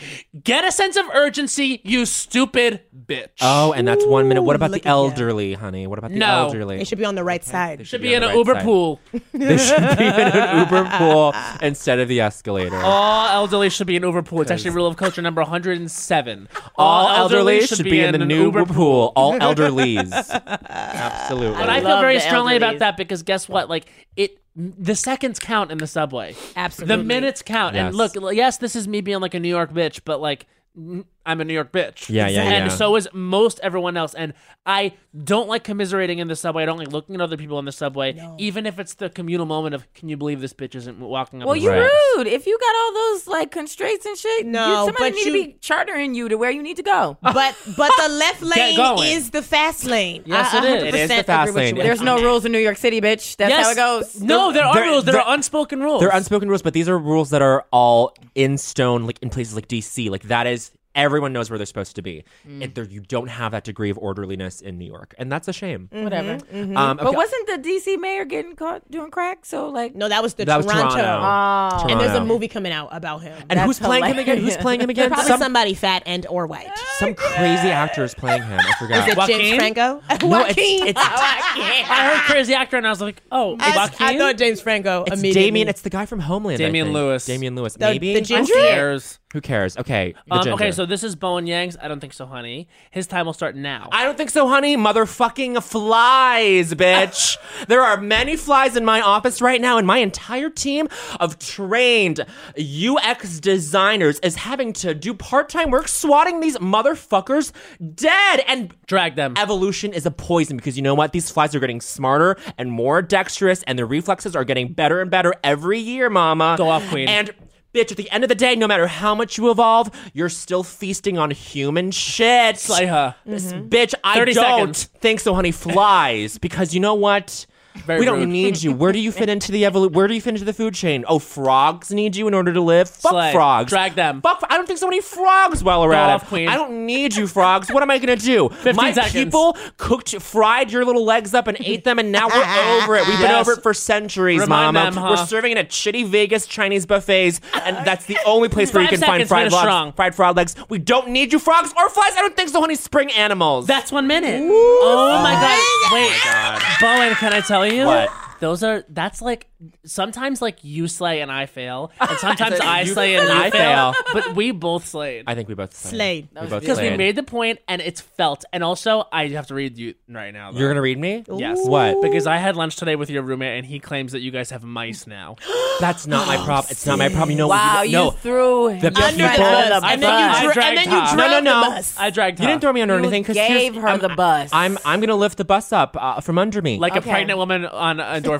G: Get a sense of urgency, you stupid bitch.
D: Oh, and that's one minute. What about the elderly, honey? What about the
G: No.
D: elderly?
F: It should be on the right side.
G: Should be in an Uber pool.
D: They should be in an Uber pool instead of the escalator.
G: All elderly should be in Uber pool. It's actually rule of culture number 107.
D: All elderly should be in the new Uber pool. All elderlies. Absolutely.
G: But I, feel very strongly about that because guess what? Like it, the seconds count in the subway.
F: Absolutely.
G: the minutes count. And
D: Yes.
G: look, l- yes, this is me being like a New York bitch, but like n- I'm a New York bitch.
D: Yeah, yeah,
G: And
D: yeah.
G: so is most everyone else. And I don't like commiserating in the subway. I don't like looking at other people in the subway, even if it's the communal moment of "Can you believe this bitch isn't walking up?"
E: Well,
G: the
E: you
G: steps?"
E: rude. If you got all those like constraints and shit,
F: No,
E: you, somebody
F: but you-
E: need to be chartering you to where you need to go.
F: But but the left lane
E: going.
F: is the fast lane. Uh,
E: Yes, it is. It is the fast lane. There's no rules in New York City, bitch. That's how it goes.
G: No, there are
D: There-
G: rules. There,
D: there-
G: are unspoken rules.
D: They're unspoken rules, but these are rules that are all in stone, like in places like DC. Like that is everyone knows where they're supposed to be.
E: Mm.
D: It, there, you don't have that degree of orderliness in New York, and that's a shame.
E: Whatever.
F: Mm-hmm.
D: Um, okay.
F: Oh,
E: But wasn't the DC mayor getting caught doing crack? So like,
F: no, that was the
D: That was
F: Toronto. Ah.
D: Toronto. Oh.
F: And there's a
D: Toronto.
F: movie coming out about him.
D: And who's playing him again? Who's playing him again?
F: Probably
D: Some-
F: somebody fat and or white.
D: Some crazy actor is playing him. I
F: Is
D: forgot.
F: it James Franco?
D: No, it's- it's-
G: I heard crazy actor, and I was like, "Oh,
F: I,
G: Joaquin?
F: thought James Franco
D: It's
F: immediately.
D: Damien. It's the guy from Homeland. I
G: Damian
D: think.
G: Lewis.
D: Damian Lewis.
G: The-
D: Maybe.
G: the ginger? Who cares?
D: Who cares? Okay. The
G: Um, okay,
D: ginger.
G: so this is Bowen Yang's. I don't think so, honey. His time will start now.
D: I don't think so, honey. Motherfucking flies, bitch. there are many flies in my office right now, and my entire team of trained UX designers is having to do part time work swatting these motherfuckers dead and
G: drag them.
D: Evolution is a poison because you know what? These flies are getting smarter and more dexterous, and their reflexes are getting better and better every year, mama. Go off, queen. And Bitch, at the end of the day, no matter how much you evolve, you're still feasting on human shit.
G: Slay her.
D: This Mm-hmm. bitch, I
G: 30
D: don't
G: seconds.
D: think so, honey. Flies, because you know what?
G: Very
D: we don't
G: rude.
D: need you. Where do you fit into the evolu- Where do you fit into the food chain? Oh, frogs need you in order to live. Fuck
G: Slay.
D: frogs.
G: Drag them.
D: Fuck. I don't think so many frogs while we're
G: Go
D: at
G: off,
D: it.
G: queen.
D: I don't need you, frogs. What am I gonna do?
G: 15
D: My
G: seconds.
D: people cooked, fried your little legs up and ate them, and now we're over it. We've been
G: Yes.
D: over it for centuries,
G: Remind
D: mama.
G: them, huh?
D: We're serving it at shitty Vegas Chinese buffets, and that's the only place where you
G: Five
D: can find
G: seconds,
D: fried
G: finish
D: legs.
G: strong.
D: Fried frog legs. We don't need you, frogs or flies. I don't think so, honey. Spring animals.
G: That's one minute. oh my god! Wait, Bowen, can I tell you?
D: What?
G: Those are that's like sometimes like you slay and I fail, and sometimes
D: It's like
G: I
D: you-
G: slay and
D: I
G: you fail.
D: fail.
G: But we both slayed.
D: I think we both slayed.
G: Slayed.
D: We both
G: Because we
D: slayed.
G: made the point and it's felt. And also, I have to read you right now. though.
D: You're gonna read me?
G: Yes.
D: What?
G: Because I had lunch today with your roommate and he claims that you guys have mice now.
D: That's not my problem. It's not my problem. You know
E: Wow,
D: what?
E: you
D: No.
E: threw
D: The
E: him
D: people-
E: under the bus,
G: I thought- I dragged her.
D: no, no, no.
G: I dragged her.
D: You didn't throw me under anything. 'cause here's-
E: gave her the bus.
D: I'm I'm gonna lift the bus up uh, from under me.
G: Like a pregnant woman on endorphins.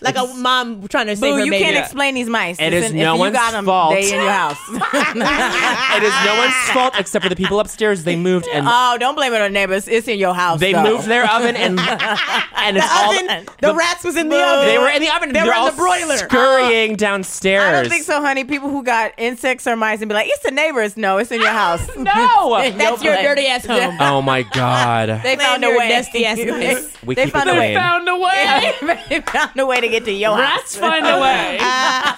F: like a mom trying to save
E: Boo,
F: her
E: you
F: baby.
E: can't explain these mice.
D: It is
E: Listen,
D: no
E: if
D: one's
E: you got 'em,
D: fault.
E: They in your house.
D: it is no one's fault except for the people upstairs. They moved and
E: oh, don't blame it on neighbors. It's in your house.
D: they
E: though.
D: moved their oven and and it's
E: The
D: all
E: oven? The rats was in the oven.
D: They were in the oven.
E: They
D: They're
E: were in
D: all
E: the broiler.
B: Oh.
D: scurrying downstairs.
E: I don't think so, honey. People who got insects or mice and be like, it's the neighbors. No, it's in your house.
D: no.
E: It's in
F: That's your
E: place.
F: dirty ass home.
D: Oh my god.
E: They found a
F: your
E: way.
F: dusty ass place.
D: We
E: they
D: keep
E: found
D: it
E: a way.
D: clean. They found
G: a way.
E: they found a way to get to your
G: Rats
E: house.
G: find a way.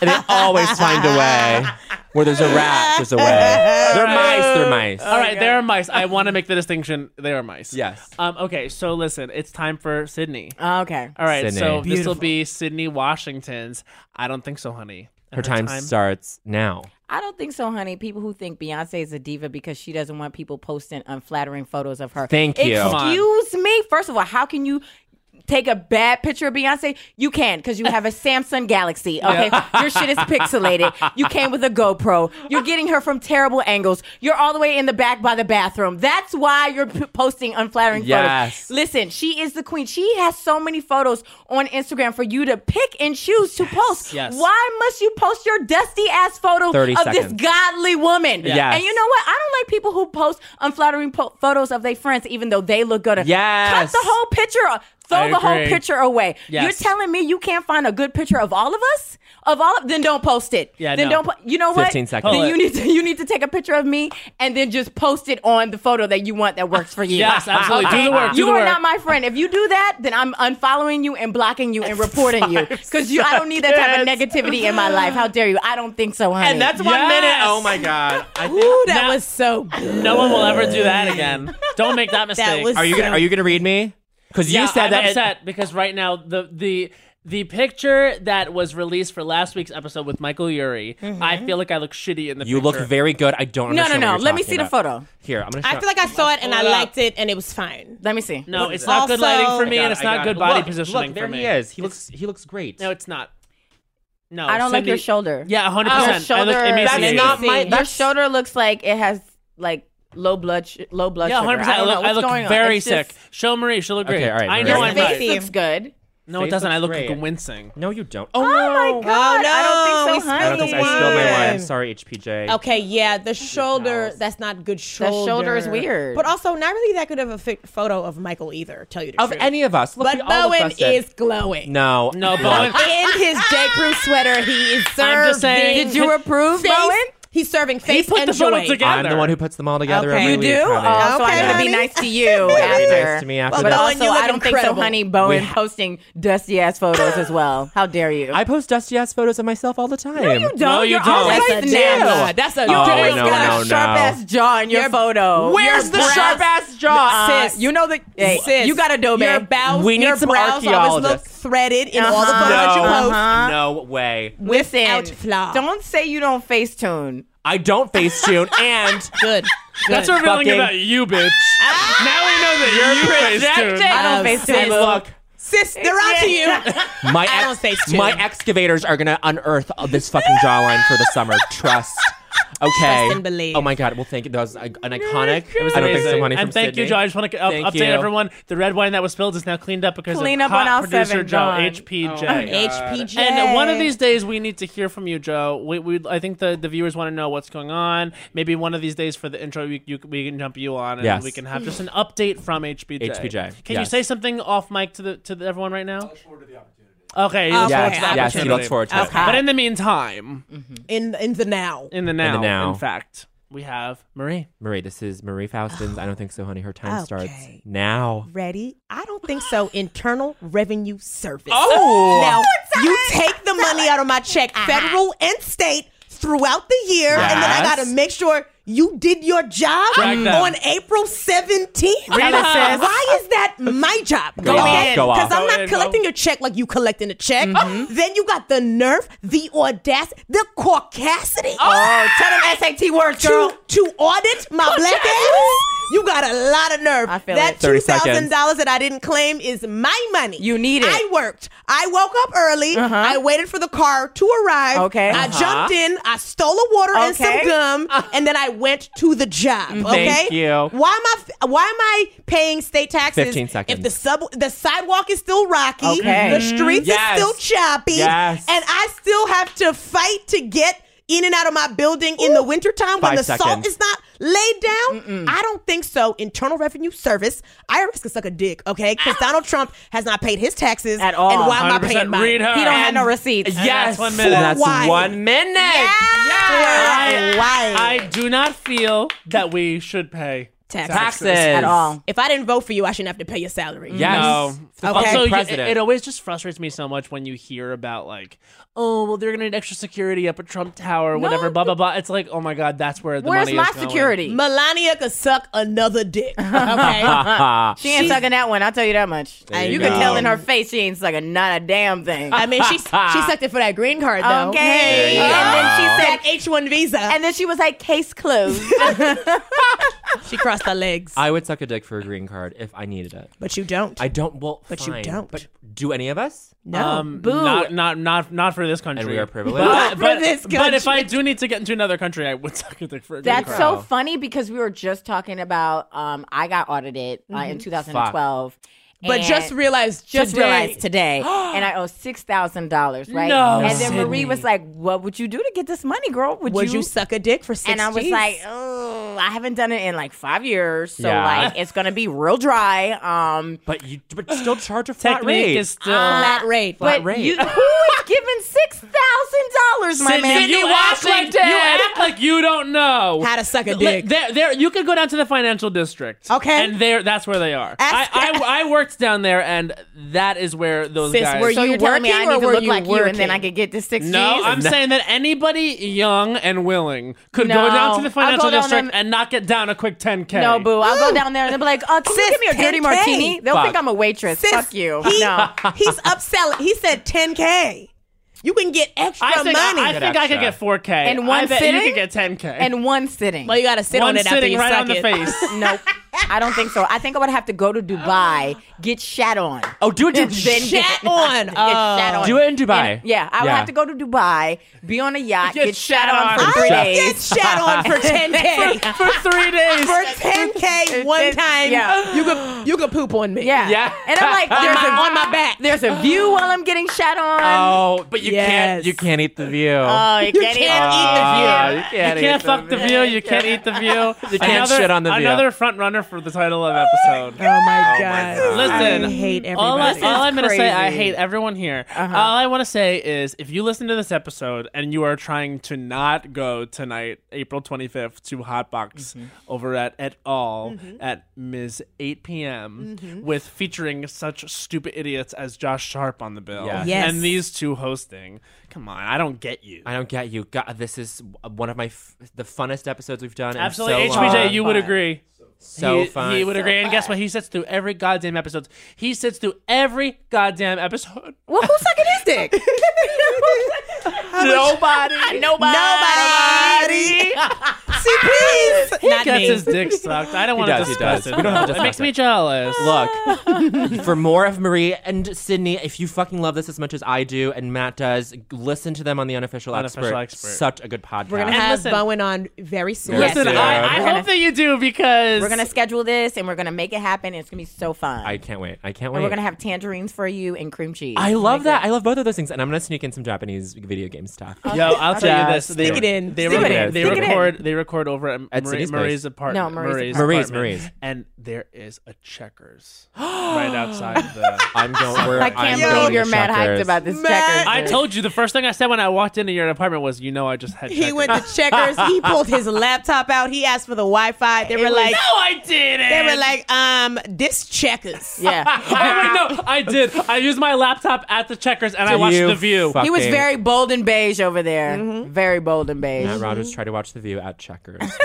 D: they always find a way. Where there's a rat, there's a way. They're mice. They're mice.
G: All right, they are mice. I want to make the distinction. They are mice.
D: Yes.
G: Um. Okay. So listen, it's time for Sydney.
E: Oh, Okay.
G: All right.
D: Sydney.
G: So this
D: Beautiful.
G: will be Sydney Washington's. I don't think so, honey. And
D: Her time starts now.
E: I don't think so, honey. People who think Beyonce is a diva because she doesn't want people posting unflattering photos of her.
D: Thank you. Come on.
E: Excuse me. First of all, how can you take a bad picture of Beyonce, you can because you have a Samsung Galaxy. Okay,
C: Yeah.
E: your shit is pixelated. You came with a GoPro. You're getting her from terrible angles. You're all the way in the back by the bathroom. That's why you're p- posting unflattering
C: Yes.
E: photos. Listen, she is the queen. She has so many photos on Instagram for you to pick and choose to post.
C: Yes.
E: Why must you post your dusty ass photo
C: 30
E: of
C: seconds.
E: this godly woman?
C: Yes.
E: And you know what? I don't like people who post unflattering po- photos of their friends, even though they look good. Cut
C: Yes.
E: the whole picture. off. Throw
C: I
E: the whole
C: agree.
E: picture away.
C: Yes.
E: You're telling me you can't find a good picture of all of us? Of all of then don't post it.
C: Yeah,
E: then
C: no.
E: don't po- you know what?
C: 15 seconds.
E: Then
C: Pull
E: you
C: it.
E: need to you need to take a picture of me and then just post it on the photo that you want that works for you.
C: Yes, absolutely. Do the work, do
E: you
C: the
E: are
C: work.
E: not my friend. If you do that, then I'm unfollowing you and blocking you and reporting you. Because you I don't need that type of negativity in my life. How dare you? I don't think so, honey.
G: And that's one Yes. minute. Oh, my
B: god. I
F: Ooh, that was so good.
G: No one will ever do that again. Don't make that mistake.
B: are you gonna are you gonna read me? Because you
G: Yeah,
B: said
G: I'm
B: that.
G: upset because right now the the the picture that was released for last week's episode with Michael Yuri,
B: Mm-hmm.
G: I feel like I look shitty in the
B: you
G: picture.
B: look very good. I don't.
G: No,
B: understand
G: no,
B: what
G: no.
B: you're
G: Let me
B: talking
G: see the
B: about.
G: photo.
B: Here, I'm gonna.
F: I
B: show-
F: feel like I saw it and I
B: Hold it up.
F: liked it and it was fine.
E: Let me see.
G: No, it's not good lighting for me,
B: I
G: and
B: got
G: it's
B: it, I got
G: not
B: it.
G: good body
B: Look,
G: positioning
B: look,
G: for
B: there
G: me.
B: he is. He looks. He looks great.
G: No, it's not. No,
E: I don't like your
G: Cindy-
E: shoulder.
G: Yeah,
B: Oh,
G: 100.
E: Your
G: percent I look
E: shoulder-
G: emaciated.
E: Your shoulder looks like it has like low blood sh- low blood
G: Yeah,
E: sugar.
G: 100. percent I
E: don't know
G: look, I
E: what's
G: look
E: going on.
G: very
E: It's
G: sick.
E: just-
G: Show Marie. She'll look
B: Okay,
G: great.
B: all right,
G: I
B: Marie.
G: know
B: Your
G: I'm
E: Face
G: right.
E: looks good.
G: No, it
B: Face
G: doesn't. I
B: looks
G: look
B: great.
G: convincing.
B: No, you don't.
E: Oh, my god! I don't think so,
B: I don't
E: honey.
B: think I spilled my wine. I'm sorry, HPJ.
F: Okay, yeah, the shoulder, that's not good shoulder.
E: shoulder is weird.
F: But also, not really that good of a fi- photo of Michael either, tell you the
B: Of
F: truth.
B: any of us. Look,
F: but
B: we all
F: Bowen
B: of us did.
F: is glowing.
B: No, no,
F: Bowen- In his J. Crew sweater, he is serving.
E: I'm just saying- Did you approve,
F: face-
E: Bowen?
F: He's serving face and joy.
B: I'm the one who puts them all together.
E: Okay.
B: every
E: You
B: week,
E: do?
B: honey.
E: Oh, so I'm gonna be nice to you
B: Be
E: after.
B: nice to me after
E: but
B: this.
E: also, I don't think so,
F: incredible.
E: honey. Bowen
B: We-
E: posting dusty ass photos as well. How dare you?
B: I post dusty ass photos of myself all the time.
E: No, you don't.
B: No, you
E: You're
B: don't.
E: always
B: That's a
E: nasty.
B: do. That's a
E: You
B: do.
E: always
B: No,
E: got
B: no,
E: a sharp ass
B: no.
E: jaw in your photo.
B: Where's
E: Your
B: the
E: brows-
B: sharp-ass jaw?
E: Uh,
B: Sis.
E: You know the hey,
B: Sis.
E: You got a dobe.
B: Your
F: Brows,
B: We need
F: your
B: some
F: brows always look
B: archaeologists.
F: threaded in all the photos that you
B: no,
F: post.
B: no way.
E: Listen, don't say you don't Facetune.
B: I don't face tune and
F: good.
G: That's
B: good.
G: revealing
B: Fucking-
G: about you, bitch. now we know that
B: You're
G: you face
B: projecting. I don't face tune. Look,
F: Sis, they're on to you.
B: My
F: I
B: ex-
F: don't face tune.
B: My excavators are gonna unearth this fucking jawline for the summer. Trust. Okay.
G: Trust and believe.
B: Oh my god. Well, thank you. That was uh, an iconic.
G: It was
B: I don't think
G: amazing.
B: so, honey,
G: and
B: from
G: thank
B: Sydney.
G: you, Joe. I just want to up,
B: Thank
G: update
B: you.
G: everyone. The red wine that was spilled is now cleaned up because
E: Clean
G: of
E: up on
G: hot
E: aisle
G: producer
E: seven,
G: Joe,
E: John.
G: HPJ.
E: Oh my God.
F: HPJ.
G: And uh, one of these days, we need to hear from you, Joe. We, we I think the, the viewers want to know what's going on. Maybe one of these days for the intro, we, you, we can jump you on and
B: Yes.
G: we can have just an update from HPJ.
B: HPJ,
G: Can you
B: yes.
G: say something off mic to the to the, everyone right now? Okay, you
F: Okay,
G: look forward
B: yes,
G: to the
B: yes,
G: opportunity.
B: he looks forward to it.
G: But in the meantime,
F: in in the now.
G: in the now, in,
B: now.
G: fact, we have Marie.
B: Marie, this is Marie Faustin's. I don't think so, honey. Her time
G: Oh,
F: Okay.
B: starts now.
F: Ready? I don't think so. Internal Revenue Service.
B: Oh!
F: now you take the money out of my check, federal and state, throughout the year, and then I
B: Uh-huh. Yes.
F: gotta make sure you did your job
B: Drag them.
F: on April seventeenth.
B: Read it, sis.
F: Why is that my job?
B: Go off, go off.
F: Because I'm
B: Go
F: not
B: in, go. Mm-hmm.
F: collecting your check like you collecting a check. Then you got the nerve, the audacity, the caucasity.
E: Oh, tell them SAT words, girl.
F: To, to audit my black ass. You got a lot of nerve.
E: feel
F: that
E: it.
F: two
E: 30
F: thousand
E: seconds.
F: dollars that I didn't claim is my money. You
E: need it. Uh-huh.
F: I worked. I woke up early. I waited for the car to arrive.
E: Okay.
F: I
E: Uh-huh.
F: jumped in. I stole a water and some
E: Okay. Uh-huh.
F: gum, and then I went to the job. Okay.
B: Thank you.
F: Why am I? f- Why am I paying state taxes?
B: 15 seconds.
F: If the sub, the sidewalk is still rocky.
E: Okay.
F: The streets
B: Yes.
F: are still choppy.
B: Yes.
F: And I still have to fight to get. In and out of my building in the wintertime when
B: Five
F: the salt
B: seconds.
F: is not laid down? I don't think so. Internal Revenue Service, IRS can suck a dick, okay? Because Donald Trump has not paid his taxes
E: At all.
F: And why am I
G: 100%
F: paying mine?
G: read her.
E: He don't have no receipts.
G: And that's one
F: For
G: minute.
B: That's
F: why?
B: one minute.
F: Yes.
G: I-
F: Why?
G: I do not feel that we should pay
F: Taxes.
B: Taxes. At all.
F: If I didn't vote for you, I shouldn't have to pay your salary.
B: Yes.
G: No.
B: The fucking
G: Also, you- it,
B: president.
G: it always just frustrates me so much when you hear about like, oh, well, they're gonna need extra security up at Trump Tower, or whatever, blah blah blah. It's like, oh my god, that's where the
E: Where's
G: money
E: my
G: is going.
E: security?
F: Melania could suck another dick, okay?
D: Uh,
E: She ain't sucking that one. I'll tell you that much.
B: There
E: you
B: you
E: can
B: go.
E: tell in her face she ain't sucking not a damn thing.
F: I mean, she, she sucked it for that green card, though.
E: Okay.
B: There you
E: And then she
B: go.
E: said,
F: That H1 visa.
E: and then she was like, case closed.
F: She crossed her legs.
D: I would suck a dick for a green card if I needed it.
F: But you don't.
D: I don't. Well,
F: But you
D: fine.
F: don't.
D: But do any of us?
G: Um, Not, not, not, not for this country.
D: And we are privileged.
G: But,
E: Not
G: but,
E: for this
G: but if
E: country.
G: I do need to get into another country, I would suck a dick for a green
E: That's
G: card.
E: so funny because we were just talking about um, I got audited uh, in
F: Mhm.
E: 2012.
F: But
E: and-
F: just realized
E: just
F: today-
E: realized today, and I owe six thousand dollars, right?
F: No,
E: and then
F: Sydney.
E: Marie was like, "What would you do to get this money, girl? Would,
F: Would you suck a dick for six
E: And I was
F: Gs?
E: like, "Oh, I haven't done it in like five years, so
F: Yeah.
E: like it's gonna be real dry." Um,
D: but you but still charge a
G: flat Technique rate. is still-
B: Ah,
F: Flat rate.
E: But
F: Flat rate.
E: You, who is giving six thousand dollars, my
G: Sydney,
E: man?
G: you act like you act like you don't know
F: How to suck a
G: Th-
F: dick.
G: There, there, you could go down to the financial district. Okay, and there, that's where they are. I, I, I worked down there, and that is where those
E: Sis,
G: guys.
E: were So you you're telling me I working need to or look were you like you and then I working? could get the six
G: No,
E: Gs?
G: I'm
E: No.
G: saying that anybody young and willing could
E: No.
G: go down to the
E: I'll
G: financial
E: go down
G: district
E: and-
G: and knock it down a quick 10k.
E: No, boo. I'll go down there and they'll be like, "Oh, can you give me a dirty
F: 10K?
E: martini?" They'll
G: Fuck.
E: think I'm a waitress.
F: Sis,
E: Fuck you.
F: he-
E: no,
F: he's upselling. He said 10K. You can get extra
G: I think,
F: money.
G: I, I think I could get 4k.
F: In one
G: I bet
F: sitting?
G: You could get 10k.
E: in one sitting.
F: Well, you gotta sit
G: One
F: on it after
G: sitting
F: you
G: right
F: suck
G: on the
F: it.
G: face.
E: Nope. I don't think so. I think I would have to go to Dubai, get shat on.
D: Oh, do it in-
E: And then get-
D: Shat on.
E: get shat
D: Oh.
E: on.
D: Do it in Dubai.
E: yeah, I would
D: Yeah.
E: have to go to Dubai, be on a yacht,
G: Get
E: get,
G: shat
E: shat, on,
G: on.
E: for three
G: Get
E: days.
G: shat on for 10K.
E: For-
G: for three days.
F: For 10K one time,
E: Yeah.
F: you could you could poop on me.
E: Yeah. And I'm like,
F: On
E: there's
F: my-
E: a,
F: on my back.
E: There's a view while I'm getting shat on.
D: Oh, but you can't. You can't eat the view.
E: Oh, you can't eat-
D: Ah,
E: eat the view.
D: You can't,
G: you can't
D: eat
G: fuck the view. You can't eat the view.
D: You can't
G: another,
D: shit on the view.
G: Another front runner for the title of episode.
F: Oh my god.
G: Listen,
F: I hate everybody.
G: all, I,
F: This is
G: all I'm going to say, I
F: crazy. Uh-huh.
G: hate everyone here. All I want to say is if you listen to this episode and you are trying to not go tonight, April 25th, to Hotbox
F: Mm-hmm.
G: over at et al. at Ms. 8 p.m.
F: Mm-hmm.
G: with featuring such stupid idiots as Josh Sharp on the bill
D: Yes.
F: Yes.
G: and these two hosting. Come on, I don't get you.
D: I don't get you. God, this is one of my f- the funnest episodes we've done. in
G: Absolutely,
D: so
G: HBJ,
D: long.
G: you would agree.
D: So
G: he,
D: fun.
G: He would
D: So
G: agree. And guess what? He sits through every goddamn episode. He sits through every goddamn episode.
E: Well, who's sucking his dick? Nobody.
G: Nobody.
F: Nobody. See, please.
G: He
F: Not
G: gets
F: me.
G: his dick sucked. I don't
D: He
G: want to
D: does, he
G: discuss
D: does.
G: it.
D: We don't have to
G: it makes
D: discuss
G: me
D: it.
G: jealous.
D: Look, for more of Marie and Sydney, if you fucking love this as much as I do and Matt does, listen to them on the Unofficial,
G: Unofficial
D: Expert.
G: Expert.
D: Such a good podcast.
F: We're gonna
G: And
F: have
G: listen-
F: Bowen on very soon.
D: Yes,
G: Listen,
D: dude.
G: I, I
D: We're
G: hope that you do because
E: We're gonna schedule this and we're gonna make it happen. It's gonna be so fun.
D: I can't wait. I can't wait.
E: and we're gonna have tangerines for you and cream cheese.
D: I love that. I love both of those things, and I'm gonna sneak in some Japanese video game stuff.
G: Yo, I'll tell you this.
D: Just
G: They,
D: stick it
F: in.
G: They,
F: Stick
D: it
G: record,
D: in.
G: they
D: Stick it in.
G: record. They record over at,
D: At
G: Marie,
D: Sydney's place.
G: Marie's apartment.
E: No, Marie's
D: apartment. Marie's,
G: apartment. And there is a Checkers right outside the.
D: I'm going. We're,
E: I can't
D: I'm going
E: believe
D: to
E: you're mad
D: Checkers.
E: hyped about this
F: Mad-
E: checkers.
G: I
E: dude.
G: told you the first thing I said when I walked into your apartment was, "You know, I just had."
F: He
G: Checkers."
F: went to Checkers. He pulled his laptop out. He asked for the Wi-Fi. They were
E: was-
F: like,
G: I didn't.
F: they were like, um, this Checkers.
E: Yeah.
G: I wait, no, I did. I used my laptop at the checkers and I
D: Do
G: watched
D: you
G: the view.
D: fuck-
E: He was
D: Fucking-
E: very bold and beige over there. Very bold and beige.
D: Matt Rogers tried to watch the view at Checkers.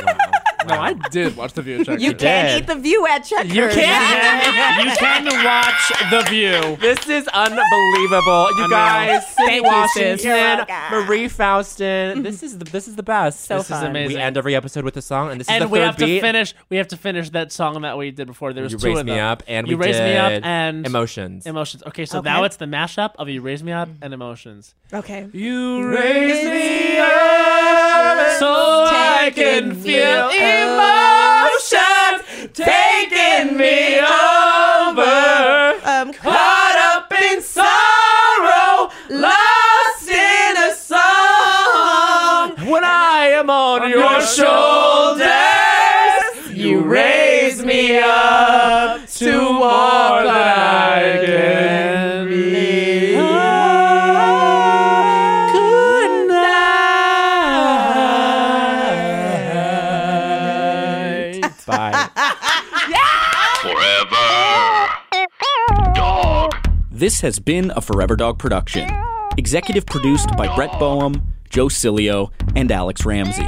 D: Wow.
G: No, I did watch the view. At checkers.
E: You can't eat the view at Checkers.
G: You can. you can watch the view.
D: This is unbelievable, you
G: I know.
D: guys. Sydney
F: Thank you, sis.
D: Washington,
E: welcome.
D: Marie Faustin. This is the this is the best. So
G: This is fun. amazing.
D: We end every episode with a song, and this is
G: And
D: the
G: we
D: third
G: have
D: beat.
G: to finish. We have to finish that song that we did before. There was
D: you
G: two
D: raised
G: of
D: me
G: them.
D: up, and
G: you
D: we
G: raised me
D: did
G: up and
D: emotions.
G: Emotions. Okay, so
F: Okay.
G: now it's the mashup of you raised me up and emotions.
F: Okay.
G: You raised
F: me
G: up so I
F: can feel
G: emotions taking me over.
F: Um,
G: Caught up in sorrow, lost in a song. When I am on, your, shoulders, you raise me up to more than I can be. Good night.
D: Bye.
K: This has been a Forever Dog production. Executive produced by Brett Boehm, Joe Cilio, and Alex Ramsey.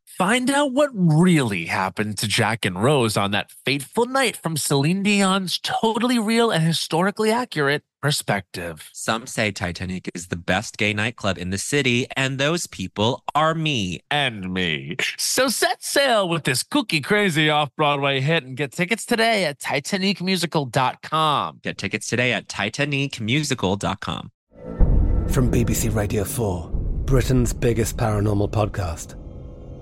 A: Find out what really happened to Jack and Rose on that fateful night from Celine Dion's totally real and historically accurate perspective.
D: Some say Titanic is the best gay nightclub in the city, and those people are me.
A: And me. So set sail with this cookie crazy off Broadway hit and get tickets today at TitanicMusical.com.
D: Get tickets today at TitanicMusical.com.
I: From BBC Radio 4, Britain's biggest paranormal podcast